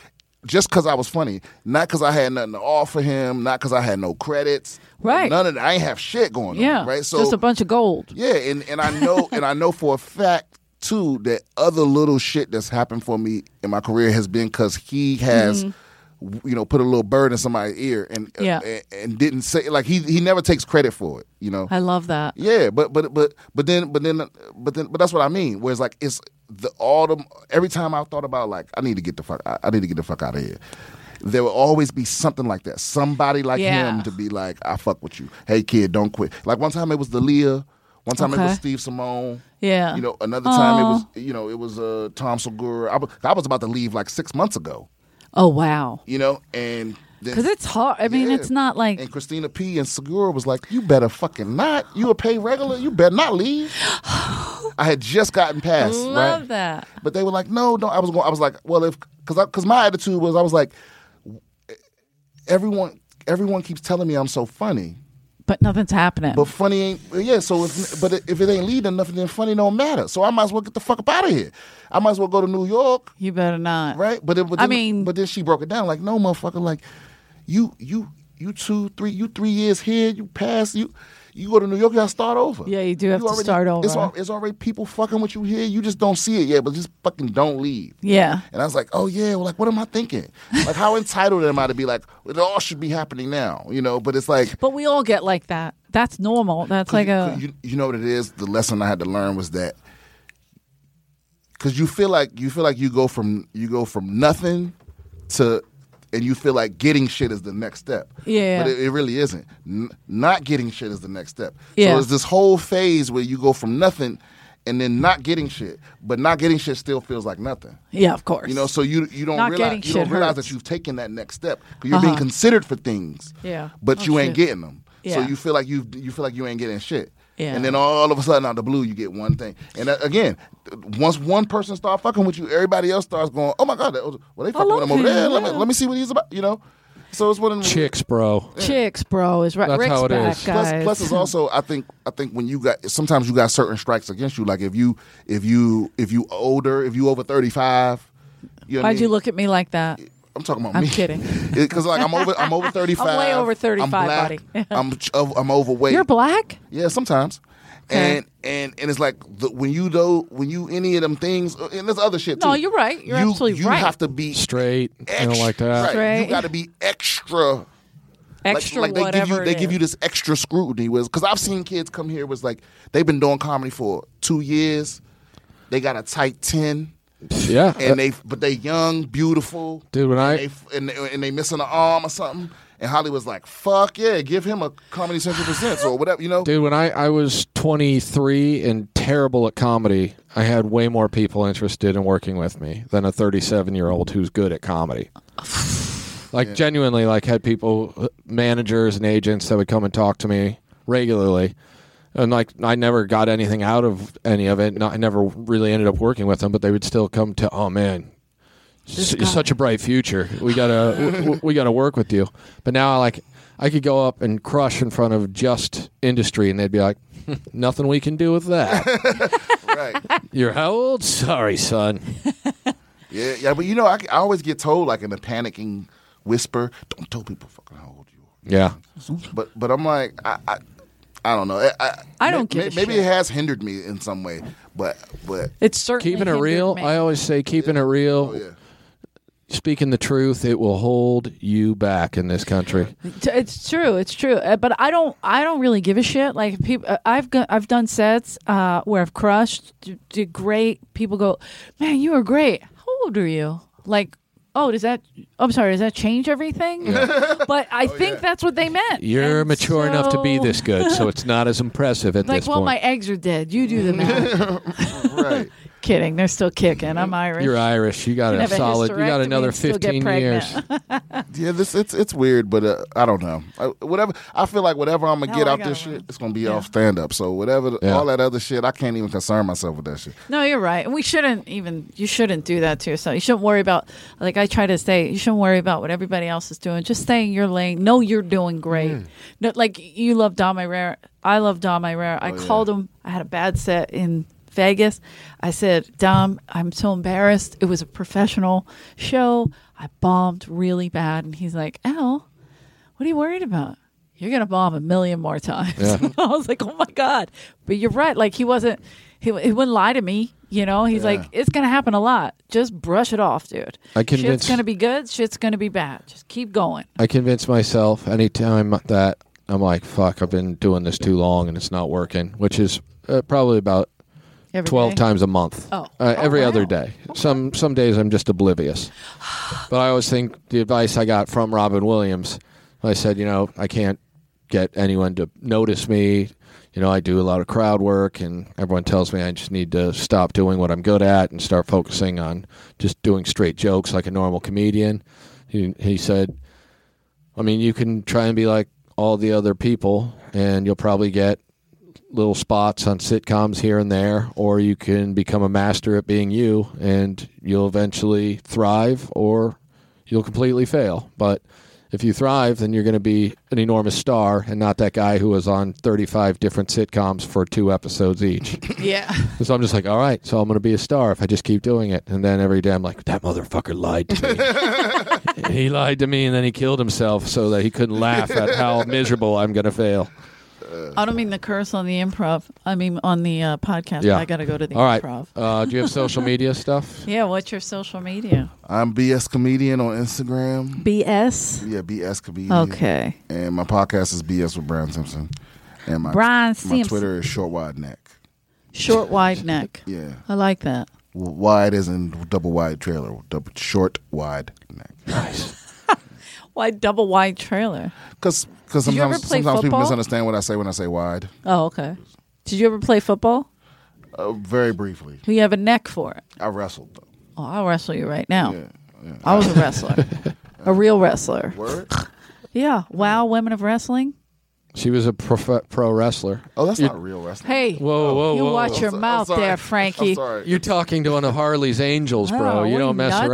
[SPEAKER 2] Just because I was funny, not because I had nothing to offer him, not because I had no credits,
[SPEAKER 1] Right.
[SPEAKER 2] None of that. I ain't have shit going
[SPEAKER 1] Yeah.
[SPEAKER 2] on, right?
[SPEAKER 1] just a bunch of gold.
[SPEAKER 2] Yeah, and, and I know and I know for a fact too that other little shit that's happened for me in my career has been because he has. w- You know, put a little bird in somebody's ear, and uh,
[SPEAKER 1] Yeah.
[SPEAKER 2] and, and didn't say like he he never takes credit for it. You know,
[SPEAKER 1] I love that.
[SPEAKER 2] yeah, but but but but then but then but then but that's what I mean. Whereas like it's the all the every time I thought about like I need to get the fuck I, I need to get the fuck out of here. There will always be something like that. Somebody like
[SPEAKER 1] Yeah.
[SPEAKER 2] him to be like, I fuck with you. Hey kid, don't quit. Like one time it was Dalia. One time it
[SPEAKER 1] Okay.
[SPEAKER 2] was Steve Simone.
[SPEAKER 1] Yeah.
[SPEAKER 2] You know, another time it was you know it was uh, Tom Segura. I was, I was about to leave like six months ago.
[SPEAKER 1] Oh wow.
[SPEAKER 2] You know, and then-
[SPEAKER 1] Because it's hard. I mean,
[SPEAKER 2] Yeah.
[SPEAKER 1] it's not like
[SPEAKER 2] and Christina P. and Segura was like, "You better fucking not. You a pay regular. You better not leave." I had just gotten past,
[SPEAKER 1] love
[SPEAKER 2] right?
[SPEAKER 1] that.
[SPEAKER 2] But they were like, "No, no." I was going. I was like, "Well, if because because my attitude was, I was like, everyone everyone keeps telling me I'm so funny,
[SPEAKER 1] But nothing's happening.
[SPEAKER 2] but funny ain't yeah. So if, but if it ain't leading to nothing, then funny don't matter. So I might as well get the fuck up out of here. I might as well go to New York."
[SPEAKER 1] you better not.
[SPEAKER 2] right? But, it, but
[SPEAKER 1] I
[SPEAKER 2] then,
[SPEAKER 1] mean-
[SPEAKER 2] but then she broke it down like, no, motherfucker, like you, you, you two, three, you three years here, you pass, you, you go to New York, you gotta start over.
[SPEAKER 1] Yeah, you do have to
[SPEAKER 2] already-
[SPEAKER 1] start over.
[SPEAKER 2] It's, al- it's already people fucking with you here. You just don't see it yet, but just fucking don't leave.
[SPEAKER 1] Yeah.
[SPEAKER 2] And I was like, oh yeah, well, like what am I thinking? Like how entitled am I to be like it all should be happening now, you know? But it's like.
[SPEAKER 1] But we all get like that. That's normal. That's like a.
[SPEAKER 2] you, you know what it is. The lesson I had to learn was that because you feel like you feel like you go from you go from nothing to, and you feel like getting shit is the next step.
[SPEAKER 1] Yeah.
[SPEAKER 2] but it, it really isn't. N- not getting shit is the next step.
[SPEAKER 1] Yeah.
[SPEAKER 2] so it's this whole phase where you go from nothing. And then not getting shit, but not getting shit still feels like nothing.
[SPEAKER 1] yeah, of course.
[SPEAKER 2] You know, so you you don't
[SPEAKER 1] Not getting
[SPEAKER 2] realize you don't
[SPEAKER 1] shit
[SPEAKER 2] realize
[SPEAKER 1] hurts.
[SPEAKER 2] that you've taken that next step. 'Cause You're being considered for things,
[SPEAKER 1] Yeah.
[SPEAKER 2] but
[SPEAKER 1] Oh,
[SPEAKER 2] you ain't
[SPEAKER 1] shit.
[SPEAKER 2] getting them. So
[SPEAKER 1] Yeah.
[SPEAKER 2] you feel like you you feel like you ain't getting shit.
[SPEAKER 1] Yeah.
[SPEAKER 2] And then all of a sudden, out of the blue, you get one thing. And that, again, once one person start fucking with you, everybody else starts going, "Oh my god, that was, well they fucking
[SPEAKER 1] love
[SPEAKER 2] with him over
[SPEAKER 1] him,
[SPEAKER 2] there. Let, me,
[SPEAKER 1] yeah."
[SPEAKER 2] let me see what he's about." You know. So it's one of them.
[SPEAKER 3] Chicks, bro.
[SPEAKER 1] Chicks, bro, is right.
[SPEAKER 3] That's
[SPEAKER 1] Rick's
[SPEAKER 3] how it
[SPEAKER 1] back,
[SPEAKER 3] is.
[SPEAKER 2] Plus,
[SPEAKER 1] guys.
[SPEAKER 2] plus is also I think I think when you got sometimes you got certain strikes against you. Like if you if you if you older, if you over thirty five. You know what I
[SPEAKER 1] Why'd you
[SPEAKER 2] mean?
[SPEAKER 1] look at me like that?
[SPEAKER 2] I'm talking about
[SPEAKER 1] I'm
[SPEAKER 2] me.
[SPEAKER 1] kidding.
[SPEAKER 2] Because like I'm over, I'm over 35.
[SPEAKER 1] I'm way over
[SPEAKER 2] I'm
[SPEAKER 1] 35,
[SPEAKER 2] black,
[SPEAKER 1] buddy.
[SPEAKER 2] I'm ch- of- I'm overweight.
[SPEAKER 1] You're black.
[SPEAKER 2] Yeah, sometimes.
[SPEAKER 1] Okay.
[SPEAKER 2] And and and it's like the, when you do when you any of them things uh, and there's other shit too.
[SPEAKER 1] No, you're right. You're
[SPEAKER 2] you,
[SPEAKER 1] absolutely
[SPEAKER 2] you
[SPEAKER 1] right.
[SPEAKER 2] have to be
[SPEAKER 3] Straight. I
[SPEAKER 2] extra.
[SPEAKER 3] don't like that.
[SPEAKER 2] Right. You
[SPEAKER 1] Straight.
[SPEAKER 2] got to be extra. Like-
[SPEAKER 1] Extra
[SPEAKER 2] like, they give
[SPEAKER 1] whatever.
[SPEAKER 2] you they
[SPEAKER 1] it
[SPEAKER 2] give you
[SPEAKER 1] is.
[SPEAKER 2] this extra scrutiny was because I've seen kids come here was like they've been doing comedy for two years, they got a tight ten
[SPEAKER 3] Yeah.
[SPEAKER 2] and they but they young, beautiful,
[SPEAKER 3] Dude, when
[SPEAKER 2] and
[SPEAKER 3] I-
[SPEAKER 2] they, and, they, and they missing an arm or something, and Holly was like, "Fuck yeah, give him a Comedy Central presents or whatever," you know.
[SPEAKER 3] Dude, when I, I was 23 and terrible at comedy, I had way more people interested in working with me than a 37 year old who's good at comedy. like, genuinely, like, had people, managers and agents that would come and talk to me regularly. And, like, I never got anything out of any of it. and I never really ended up working with them, but they would still come to, oh, man. s-
[SPEAKER 1] guy."
[SPEAKER 3] You're such a bright future. We gotta, w- w- we gotta work with you. But now, like, I could go up and crush in front of just industry, and they'd be like, "Hmm, "Nothing we can do with that."
[SPEAKER 2] Right?
[SPEAKER 3] You're how old? Sorry, son.
[SPEAKER 2] Yeah, yeah. But you know, I, I always get told like in a panicking whisper, "Don't tell people fucking how old you are."
[SPEAKER 3] Yeah,
[SPEAKER 2] But but I'm like, I I, I don't know. I, I,
[SPEAKER 1] I don't
[SPEAKER 2] may-
[SPEAKER 1] give a
[SPEAKER 2] may- Maybe
[SPEAKER 1] shit.
[SPEAKER 2] it has hindered me in some way, but but
[SPEAKER 1] It's certainly
[SPEAKER 3] keeping it
[SPEAKER 1] hindered
[SPEAKER 3] real.
[SPEAKER 1] me.
[SPEAKER 3] I always say keeping it real.
[SPEAKER 2] oh, yeah.
[SPEAKER 3] Speaking the truth, it will hold you back in this country.
[SPEAKER 1] T- It's true. It's true. Uh, But I don't. I don't really give a shit. Like people, I've go, I've done sets uh, where I've crushed, d- did great. People go, man, you were great. How old are you? Like, oh, does that? I'm sorry. Does that change everything? but
[SPEAKER 2] Oh,
[SPEAKER 1] I think that's what they meant.
[SPEAKER 3] You're
[SPEAKER 1] And
[SPEAKER 3] mature enough to be
[SPEAKER 1] so-
[SPEAKER 3] this good, so it's not as impressive at
[SPEAKER 1] Like,
[SPEAKER 3] this
[SPEAKER 1] well,
[SPEAKER 3] point.
[SPEAKER 1] my eggs are dead. You do the math.
[SPEAKER 2] right.
[SPEAKER 1] Kidding. They're still kicking. I'm Irish.
[SPEAKER 3] You're Irish. You got
[SPEAKER 1] Can
[SPEAKER 3] a
[SPEAKER 1] have a
[SPEAKER 3] solid. You got
[SPEAKER 1] hysterectomy
[SPEAKER 3] another
[SPEAKER 1] and still get
[SPEAKER 3] 15 years.
[SPEAKER 1] pregnant.
[SPEAKER 2] Yeah, this it's it's weird, but uh, I don't know. I, whatever, I feel like whatever I'm gonna
[SPEAKER 1] No,
[SPEAKER 2] get
[SPEAKER 1] I
[SPEAKER 2] out
[SPEAKER 1] got
[SPEAKER 2] this
[SPEAKER 1] one.
[SPEAKER 2] shit, it's gonna be off stand up. So whatever, the-
[SPEAKER 3] Yeah.
[SPEAKER 2] all that other shit, I can't even concern myself with that shit.
[SPEAKER 1] No, you're right. And we shouldn't even, you shouldn't do that to yourself. You shouldn't worry about, like I try to say, you shouldn't worry about what everybody else is doing. Just stay in your lane. Know you're doing great. No, like you love Dom Irera. I love Dom Irera. I called him, I had a bad set in Vegas. I said, Dom, I'm so embarrassed. It was a professional show. I bombed really bad. And he's like, Al, what are you worried about? You're going to bomb a million more times.
[SPEAKER 3] Yeah.
[SPEAKER 1] I was like, oh my God. But you're right. Like, he wasn't, he, he wouldn't lie to me. You know, he's like, it's going to happen a lot. Just brush it off, dude.
[SPEAKER 3] I convinced-
[SPEAKER 1] Shit's going to be good. Shit's going to be bad. Just keep going.
[SPEAKER 3] I convince myself anytime that I'm like, fuck, I've been doing this too long and it's not working, which is uh, probably about
[SPEAKER 1] Every
[SPEAKER 3] 12
[SPEAKER 1] day.
[SPEAKER 3] times a month.
[SPEAKER 1] Oh.
[SPEAKER 3] Uh, every
[SPEAKER 1] Oh,
[SPEAKER 3] other
[SPEAKER 1] wow.
[SPEAKER 3] day. Some some days I'm just oblivious. But I always think the advice I got from Robin Williams, I said, you know, I can't get anyone to notice me. You know, I do a lot of crowd work and everyone tells me I just need to stop doing what I'm good at and start focusing on just doing straight jokes like a normal comedian. He, he said, I mean, you can try and be like all the other people, and you'll probably get little spots on sitcoms here and there, or you can become a master at being you, and you'll eventually thrive, or you'll completely fail. But if you thrive, then you're going to be an enormous star and not that guy who was on 35 different sitcoms for two episodes each.
[SPEAKER 1] Yeah.
[SPEAKER 3] so I'm just like, all right, so I'm going to be a star if I just keep doing it. And then every day I'm like, that motherfucker lied to me. he lied to me and then he killed himself so that he couldn't laugh at how miserable I'm going to fail.
[SPEAKER 1] I don't mean the curse on the improv. I mean on the uh, podcast.
[SPEAKER 3] Yeah.
[SPEAKER 1] I got to go to the
[SPEAKER 3] All right.
[SPEAKER 1] improv.
[SPEAKER 3] Uh, do you have social media stuff?
[SPEAKER 1] Yeah, what's your social media?
[SPEAKER 2] I'm BS comedian on Instagram.
[SPEAKER 1] BS.
[SPEAKER 2] Yeah, BS comedian.
[SPEAKER 1] Okay.
[SPEAKER 2] And my podcast is BS with Brian Simpson. And my
[SPEAKER 1] Brian
[SPEAKER 2] my
[SPEAKER 1] Simpson.
[SPEAKER 2] Twitter is short wide neck.
[SPEAKER 1] Short, wide neck.
[SPEAKER 2] Yeah,
[SPEAKER 1] I like that.
[SPEAKER 2] W- wide is in double wide trailer. Double short wide neck.
[SPEAKER 1] Why double wide trailer?
[SPEAKER 2] Because because
[SPEAKER 1] Did you ever
[SPEAKER 2] sometimes
[SPEAKER 1] play
[SPEAKER 2] sometimes people
[SPEAKER 1] football?
[SPEAKER 2] misunderstand what I say when I say wide.
[SPEAKER 1] Oh, okay. Did you ever play football?
[SPEAKER 2] Uh, very briefly,
[SPEAKER 1] Who you have a neck for it?
[SPEAKER 2] I wrestled though.
[SPEAKER 1] Oh, I'll wrestle you right now.
[SPEAKER 2] Yeah, yeah.
[SPEAKER 1] I was a wrestler, a real wrestler.
[SPEAKER 2] Word.
[SPEAKER 1] Yeah. Wow, women of wrestling.
[SPEAKER 3] She was a pro, pro wrestler.
[SPEAKER 2] Oh, that's not real wrestling.
[SPEAKER 1] Hey,
[SPEAKER 3] Whoa, whoa,
[SPEAKER 1] you
[SPEAKER 3] whoa.
[SPEAKER 1] watch your
[SPEAKER 2] I'm
[SPEAKER 1] mouth
[SPEAKER 2] sorry.
[SPEAKER 1] there,
[SPEAKER 2] I'm
[SPEAKER 1] Frankie.
[SPEAKER 2] sorry.
[SPEAKER 3] You're talking to one of Harley's angels, bro.
[SPEAKER 1] Wow,
[SPEAKER 3] you
[SPEAKER 1] what
[SPEAKER 3] don't mess
[SPEAKER 1] nuts.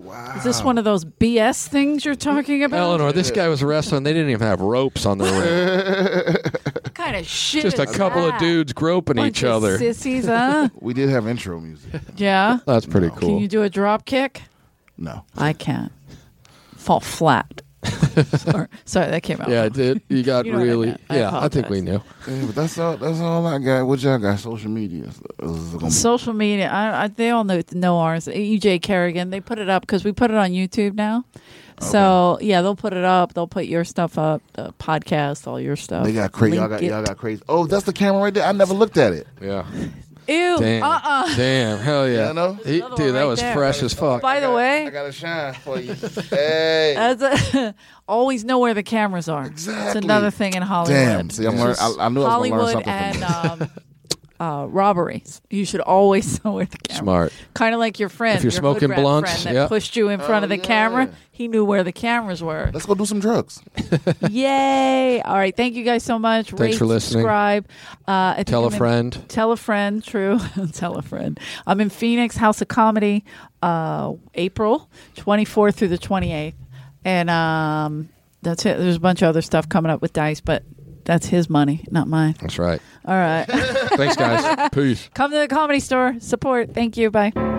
[SPEAKER 3] around.
[SPEAKER 1] Is this one of those BS things you're talking about?
[SPEAKER 3] Eleanor, this guy was a wrestler and they didn't even have ropes on their ring.
[SPEAKER 1] What kind of shit?
[SPEAKER 3] Just a
[SPEAKER 1] is
[SPEAKER 3] couple
[SPEAKER 1] that?
[SPEAKER 3] of dudes groping
[SPEAKER 1] Bunch
[SPEAKER 3] each
[SPEAKER 1] of
[SPEAKER 3] other.
[SPEAKER 1] Sissies, huh?
[SPEAKER 2] we did have intro music.
[SPEAKER 1] yeah.
[SPEAKER 3] That's pretty cool.
[SPEAKER 1] Can you do a drop kick?
[SPEAKER 2] No.
[SPEAKER 1] I can't. Fall flat. sorry. sorry, that came out.
[SPEAKER 3] Yeah, it did. You got
[SPEAKER 1] You know what I
[SPEAKER 3] really.
[SPEAKER 1] meant. I
[SPEAKER 3] yeah, I think
[SPEAKER 1] apologize.
[SPEAKER 3] we knew.
[SPEAKER 2] Yeah, but that's all. That's all I got. What y'all got? Social media. Is it gonna be-
[SPEAKER 1] Social media, I, I, they all know know ours. EJ Kerrigan, they put it up because we put it on YouTube now. So yeah, they'll put it up. They'll put your stuff up, the podcast, all your stuff.
[SPEAKER 2] They got crazy. Y'all
[SPEAKER 1] Link
[SPEAKER 2] got,
[SPEAKER 1] it.
[SPEAKER 2] y'all got crazy. Oh, that's the camera right there. I never looked at it.
[SPEAKER 3] Yeah.
[SPEAKER 1] Ew.
[SPEAKER 3] Damn.
[SPEAKER 1] Uh. uh
[SPEAKER 3] Damn. Hell yeah.
[SPEAKER 2] I know.
[SPEAKER 3] He-
[SPEAKER 1] Another
[SPEAKER 3] dude,
[SPEAKER 1] one
[SPEAKER 3] that
[SPEAKER 1] right
[SPEAKER 3] was
[SPEAKER 1] there.
[SPEAKER 3] fresh as fuck.
[SPEAKER 1] By the way,
[SPEAKER 2] got a shine for you. hey.
[SPEAKER 1] as a, always know where the cameras are. It's
[SPEAKER 2] Exactly.
[SPEAKER 1] another thing in Hollywood.
[SPEAKER 2] Damn. See, I'm learn, I, I knew I was gonna learn
[SPEAKER 1] Hollywood
[SPEAKER 2] something
[SPEAKER 1] and
[SPEAKER 2] from
[SPEAKER 1] um, uh, robberies. You should always know where the camera.
[SPEAKER 3] Smart.
[SPEAKER 1] Kind of like your friend,
[SPEAKER 3] If you're
[SPEAKER 1] your hood
[SPEAKER 3] smoking
[SPEAKER 1] rat
[SPEAKER 3] blunts,
[SPEAKER 1] friend that
[SPEAKER 3] yeah.
[SPEAKER 1] pushed you in front of
[SPEAKER 2] Oh,
[SPEAKER 1] the
[SPEAKER 2] yeah.
[SPEAKER 1] camera. He knew where the cameras were.
[SPEAKER 2] Let's go do some drugs.
[SPEAKER 1] Yay! All right, thank you guys so much. Rate,
[SPEAKER 3] for listening.
[SPEAKER 1] Subscribe. Uh, I think
[SPEAKER 3] Tell a
[SPEAKER 1] I'm in-
[SPEAKER 3] friend.
[SPEAKER 1] Tell a friend. True. tell a friend. I'm in Phoenix House of Comedy, uh, April 24th through the 28th, and um, that's it. There's a bunch of other stuff coming up with Dice, but that's his money, not mine.
[SPEAKER 3] That's right.
[SPEAKER 1] All right,
[SPEAKER 3] Thanks, guys. Peace.
[SPEAKER 1] come to the comedy store. Support. Thank you. Bye.